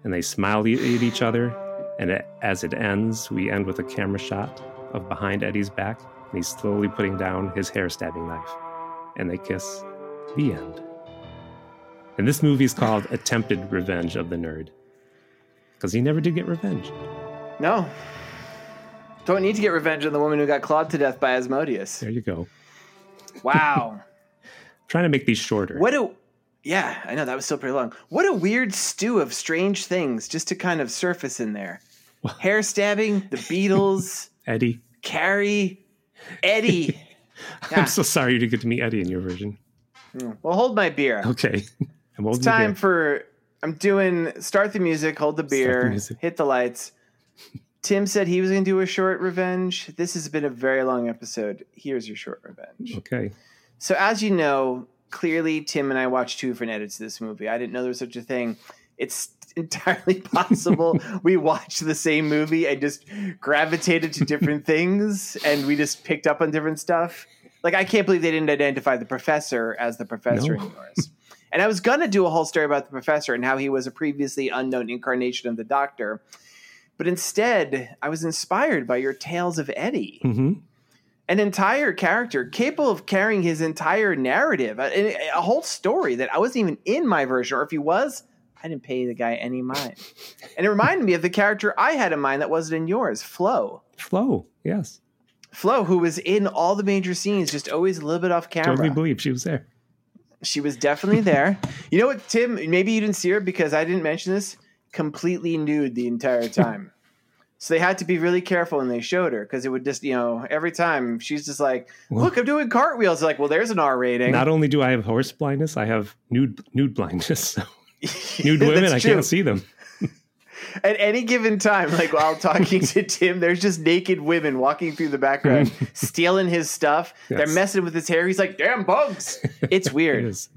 [SPEAKER 2] And they smiled e- at each other. And a- as it ends, we end with a camera shot of behind Eddie's back, and he's slowly putting down his hair stabbing knife. And they kiss. The end. And this movie is called Attempted Revenge of the Nerd. Because he never did get revenge.
[SPEAKER 1] No. Don't need to get revenge on the woman who got clawed to death by Asmodeus.
[SPEAKER 2] There you go.
[SPEAKER 1] Wow.
[SPEAKER 2] Trying to make these shorter.
[SPEAKER 1] what a. Yeah, I know that was still pretty long. What a weird stew of strange things just to kind of surface in there. Hair stabbing, the Beatles,
[SPEAKER 2] Eddie.
[SPEAKER 1] Carrie, Eddie. Yeah.
[SPEAKER 2] I'm so sorry you didn't get to meet Eddie in your version.
[SPEAKER 1] Well, hold my beer.
[SPEAKER 2] Okay. I'm old
[SPEAKER 1] It's time for. I'm doing start the music, hold the beer,
[SPEAKER 2] music.
[SPEAKER 1] hit the lights. Tim said he was going to do a short revenge. This has been a very long episode. Here's your short revenge.
[SPEAKER 2] Okay.
[SPEAKER 1] So, as you know, clearly Tim and I watched two different edits of this movie. I didn't know there was such a thing. It's entirely possible we watched the same movie and just gravitated to different things and we just picked up on different stuff. Like, I can't believe they didn't identify the professor as the professor
[SPEAKER 2] No.
[SPEAKER 1] in yours. And I was going to do a whole story about the professor and how he was a previously unknown incarnation of the doctor. But instead, I was inspired by your tales of Eddie
[SPEAKER 2] hmm
[SPEAKER 1] an entire character capable of carrying his entire narrative, a, a whole story that I wasn't even in my version, or if he was, I didn't pay the guy any mind. And it reminded me of the character I had in mind that wasn't in yours, Flo.
[SPEAKER 2] Flo. Yes.
[SPEAKER 1] Flo, who was in all the major scenes, just always a little bit off camera.
[SPEAKER 2] Totally believe she was there.
[SPEAKER 1] She was definitely there. you know what, Tim? Maybe you didn't see her because I didn't mention this. Completely nude the entire time. so they had to be really careful when they showed her because it would just, you know, every time she's just like,
[SPEAKER 2] Well-
[SPEAKER 1] look, I'm doing cartwheels. Like, well, there's an R rating.
[SPEAKER 2] Not only do I have horse blindness, I have nude nude blindness. So nude women,
[SPEAKER 1] That's
[SPEAKER 2] I
[SPEAKER 1] true.
[SPEAKER 2] can't see them.
[SPEAKER 1] At any given time, like while talking to Tim, there's just naked women walking through the background, stealing his stuff. They're
[SPEAKER 2] Yes.
[SPEAKER 1] messing with his hair. He's like, damn bugs. It's
[SPEAKER 2] It
[SPEAKER 1] weird.
[SPEAKER 2] is.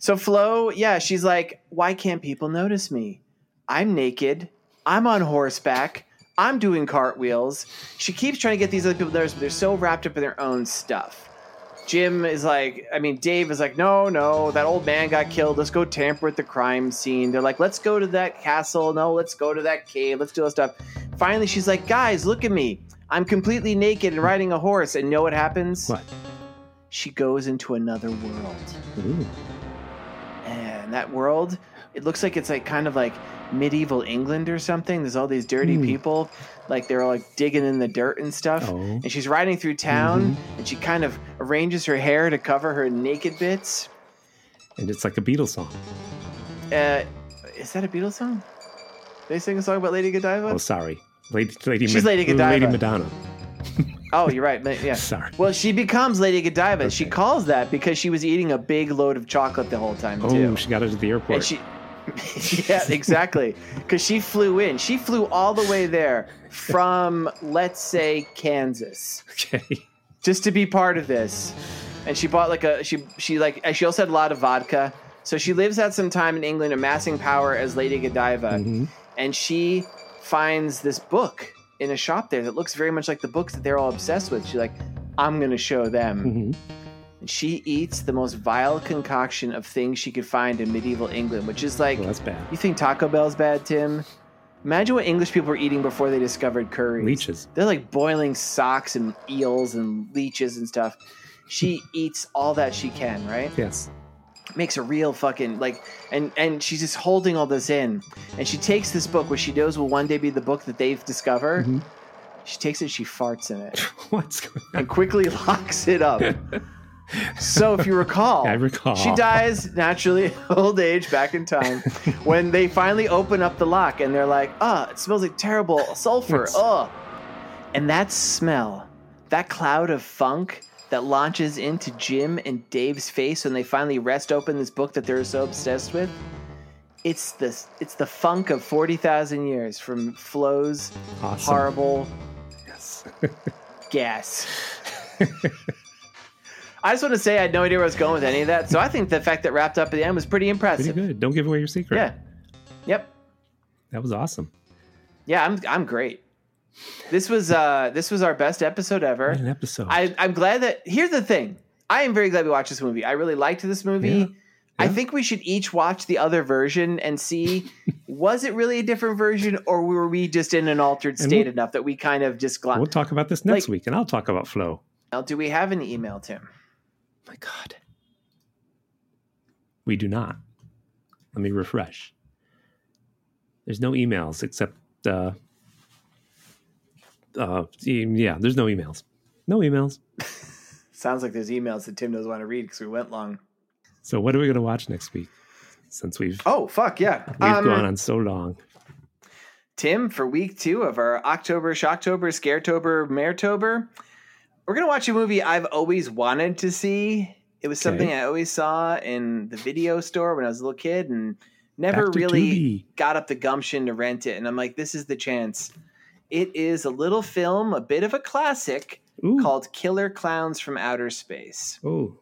[SPEAKER 1] So Flo, yeah, she's like, why can't people notice me? I'm naked. I'm on horseback. I'm doing cartwheels. She keeps trying to get these other people to notice, but they're so wrapped up in their own stuff. Jim is like, I mean, Dave is like, no, no, that old man got killed. Let's go tamper with the crime scene. They're like, let's go to that castle. No, let's go to that cave. Let's do all this stuff. Finally, she's like, guys, look at me. I'm completely naked and riding a horse. And know what happens?
[SPEAKER 2] What?
[SPEAKER 1] She goes into another world
[SPEAKER 2] Ooh.
[SPEAKER 1] and that world it looks like it's like kind of like medieval england or something there's all these dirty people like they're all like digging in the dirt and stuff
[SPEAKER 2] Hmm. Oh. Mm-hmm.
[SPEAKER 1] and she's riding through town and she kind of arranges her hair to cover her naked bits
[SPEAKER 2] And it's like a Beatles song.
[SPEAKER 1] uh, is that a beatles song they sing a song about lady godiva
[SPEAKER 2] Oh, sorry. Lady, Lady,
[SPEAKER 1] She's Lady Godiva.
[SPEAKER 2] Lady Madonna.
[SPEAKER 1] oh you're right Ma- yeah
[SPEAKER 2] Sorry.
[SPEAKER 1] well she becomes lady godiva she
[SPEAKER 2] Okay.
[SPEAKER 1] calls that because she was eating a big load of chocolate the whole time
[SPEAKER 2] Oh,
[SPEAKER 1] too
[SPEAKER 2] she got it at the airport.
[SPEAKER 1] And she, yeah, exactly. Because she flew in. She flew all the way there from, let's say, Kansas,
[SPEAKER 2] okay.
[SPEAKER 1] just to be part of this. And she bought like a she she like and she also had a lot of vodka. So she lives out some time in England, amassing power as Lady Godiva, and she finds this book in a shop there that looks very much like the books that they're all obsessed with. She's like, I'm gonna show them.
[SPEAKER 2] Mhm.
[SPEAKER 1] And she eats the most vile concoction of things she could find in medieval England, which is like
[SPEAKER 2] Well, Oh, that's bad.
[SPEAKER 1] you think Taco Bell's bad, Tim? Imagine what English people were eating before they discovered curry.
[SPEAKER 2] Leeches.
[SPEAKER 1] They're like boiling socks and eels and leeches and stuff. She eats all that she can, right?
[SPEAKER 2] Yes.
[SPEAKER 1] Makes a real fucking like, and and she's just holding all this in, and she takes this book, which she knows will one day be the book that they've discovered. She takes it, she farts in it,
[SPEAKER 2] What's going on?
[SPEAKER 1] and quickly locks it up. So if you recall,
[SPEAKER 2] I recall.
[SPEAKER 1] she dies naturally of old age back in time when they finally open up the lock and they're like, "Ah, it smells like terrible sulfur."
[SPEAKER 2] Yes.
[SPEAKER 1] Ugh. And that smell, that cloud of funk that launches into Jim and Dave's face when they finally rest open this book that they're so obsessed with. It's the it's the funk of 40,000 years from Flo's
[SPEAKER 2] Awesome.
[SPEAKER 1] horrible
[SPEAKER 2] Yes.
[SPEAKER 1] gas. I just want to say I had no idea where I was going with any of that. So I think the fact that wrapped up at the end was pretty
[SPEAKER 2] Pretty
[SPEAKER 1] impressive.
[SPEAKER 2] good. Don't give away your secret.
[SPEAKER 1] Yeah. Yep.
[SPEAKER 2] That was awesome.
[SPEAKER 1] Yeah, I'm I'm great. This was uh this was our best episode ever.
[SPEAKER 2] What an episode.
[SPEAKER 1] I, I'm glad that here's the thing. I am very glad we watched this movie. I really liked this movie.
[SPEAKER 2] Yeah.
[SPEAKER 1] I
[SPEAKER 2] Yeah.
[SPEAKER 1] think we should each watch the other version and see was it really a different version or were we just in an altered
[SPEAKER 2] And
[SPEAKER 1] state
[SPEAKER 2] we'll-
[SPEAKER 1] enough that we kind of just
[SPEAKER 2] we'll
[SPEAKER 1] glided.
[SPEAKER 2] talk about this next
[SPEAKER 1] like-
[SPEAKER 2] week, and I'll talk about flow.
[SPEAKER 1] Now, do we have an email, Tim?
[SPEAKER 2] My God. We do not. Let me refresh. There's no emails except, uh, uh, e- yeah, there's no emails. No emails.
[SPEAKER 1] Sounds like there's emails that Tim doesn't want to read because we went long.
[SPEAKER 2] So what are we going to watch next week? Since we've
[SPEAKER 1] Oh fuck yeah!
[SPEAKER 2] we've
[SPEAKER 1] Um,
[SPEAKER 2] gone on so long.
[SPEAKER 1] Tim, for week two of our October, Shocktober, Scaretober, Maretober, we're gonna watch a movie I've always wanted to see. It was something
[SPEAKER 2] Okay.
[SPEAKER 1] I always saw in the video store when I was a little kid, and never
[SPEAKER 2] Back to
[SPEAKER 1] really
[SPEAKER 2] Tubi.
[SPEAKER 1] got up the gumption to rent it. And I'm like, this is the chance. It is a little film, a bit of a classic
[SPEAKER 2] Ooh.
[SPEAKER 1] called Killer Clowns from Outer Space.
[SPEAKER 2] Oh,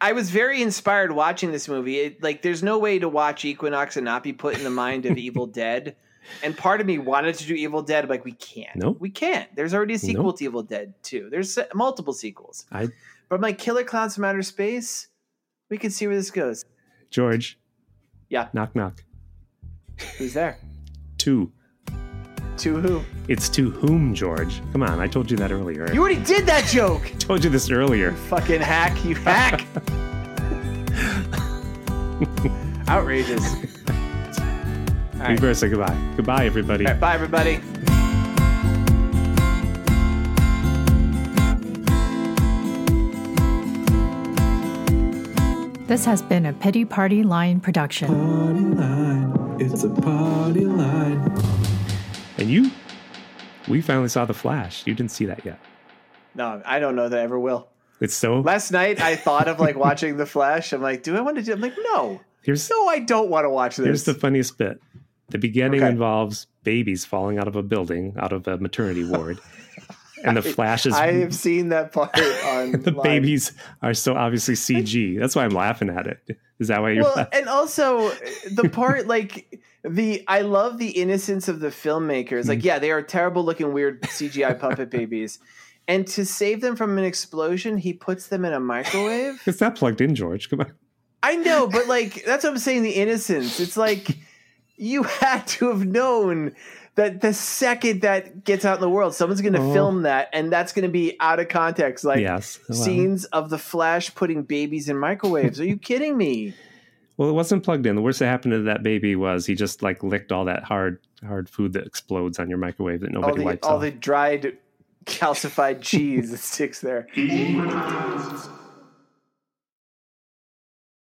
[SPEAKER 1] I was very inspired watching this movie. It, like, there's no way to watch Equinox and not be put in the mind of Evil Dead. And part of me wanted to do Evil Dead, but like we can't.
[SPEAKER 2] Nope.
[SPEAKER 1] we can't. There's already a sequel
[SPEAKER 2] Nope.
[SPEAKER 1] to Evil Dead too. There's se- multiple sequels.
[SPEAKER 2] I
[SPEAKER 1] But I'm like, Killer Clowns from Outer Space. We can see where this goes.
[SPEAKER 2] George.
[SPEAKER 1] Yeah.
[SPEAKER 2] Knock knock.
[SPEAKER 1] Who's there?
[SPEAKER 2] Two.
[SPEAKER 1] To who?
[SPEAKER 2] It's to whom, George? Come on, I told you that earlier.
[SPEAKER 1] You already did that joke.
[SPEAKER 2] I told you this earlier.
[SPEAKER 1] Fucking hack, you hack. Outrageous. All
[SPEAKER 2] We
[SPEAKER 1] right.
[SPEAKER 2] better say goodbye. Goodbye, everybody.
[SPEAKER 1] All right, bye everybody.
[SPEAKER 5] This has been a Pity Party Line production.
[SPEAKER 8] Party line. It's a party line.
[SPEAKER 2] And you, we finally saw The Flash. You didn't see that yet.
[SPEAKER 1] No, I don't know that I ever will.
[SPEAKER 2] It's so.
[SPEAKER 1] Last night I thought of like watching The Flash. I'm like, do I want to do? I'm like, no,
[SPEAKER 2] Here's,
[SPEAKER 1] no, I don't want to watch this.
[SPEAKER 2] here's the funniest bit the beginning
[SPEAKER 1] Okay.
[SPEAKER 2] involves babies falling out of a building, out of a maternity ward. and The Flash is.
[SPEAKER 1] I have seen that part on
[SPEAKER 2] the babies are so obviously CG. That's why I'm laughing at it. Is that why you're
[SPEAKER 1] Well,
[SPEAKER 2] laughing?
[SPEAKER 1] and also the part like the I love the innocence of the filmmakers.
[SPEAKER 2] Mm.
[SPEAKER 1] Like, yeah, they are terrible looking, weird CGI puppet babies, and to save them from an explosion, he puts them in a microwave.
[SPEAKER 2] It's not plugged in, George. Come on.
[SPEAKER 1] I know, but like that's what I'm saying. The innocence. It's like you had to have known that the second that gets out in the world, someone's going to
[SPEAKER 2] Oh.
[SPEAKER 1] film that, and that's going to be out of context. Like
[SPEAKER 2] yes. Oh, Wow.
[SPEAKER 1] scenes of the Flash putting babies in microwaves. Are you kidding me?
[SPEAKER 2] Well, it wasn't plugged in. The worst that happened to that baby was he just like licked all that hard, hard food that explodes on your microwave that
[SPEAKER 1] All
[SPEAKER 2] nobody
[SPEAKER 1] the
[SPEAKER 2] wipes
[SPEAKER 1] all
[SPEAKER 2] off.
[SPEAKER 1] the dried calcified cheese that sticks there.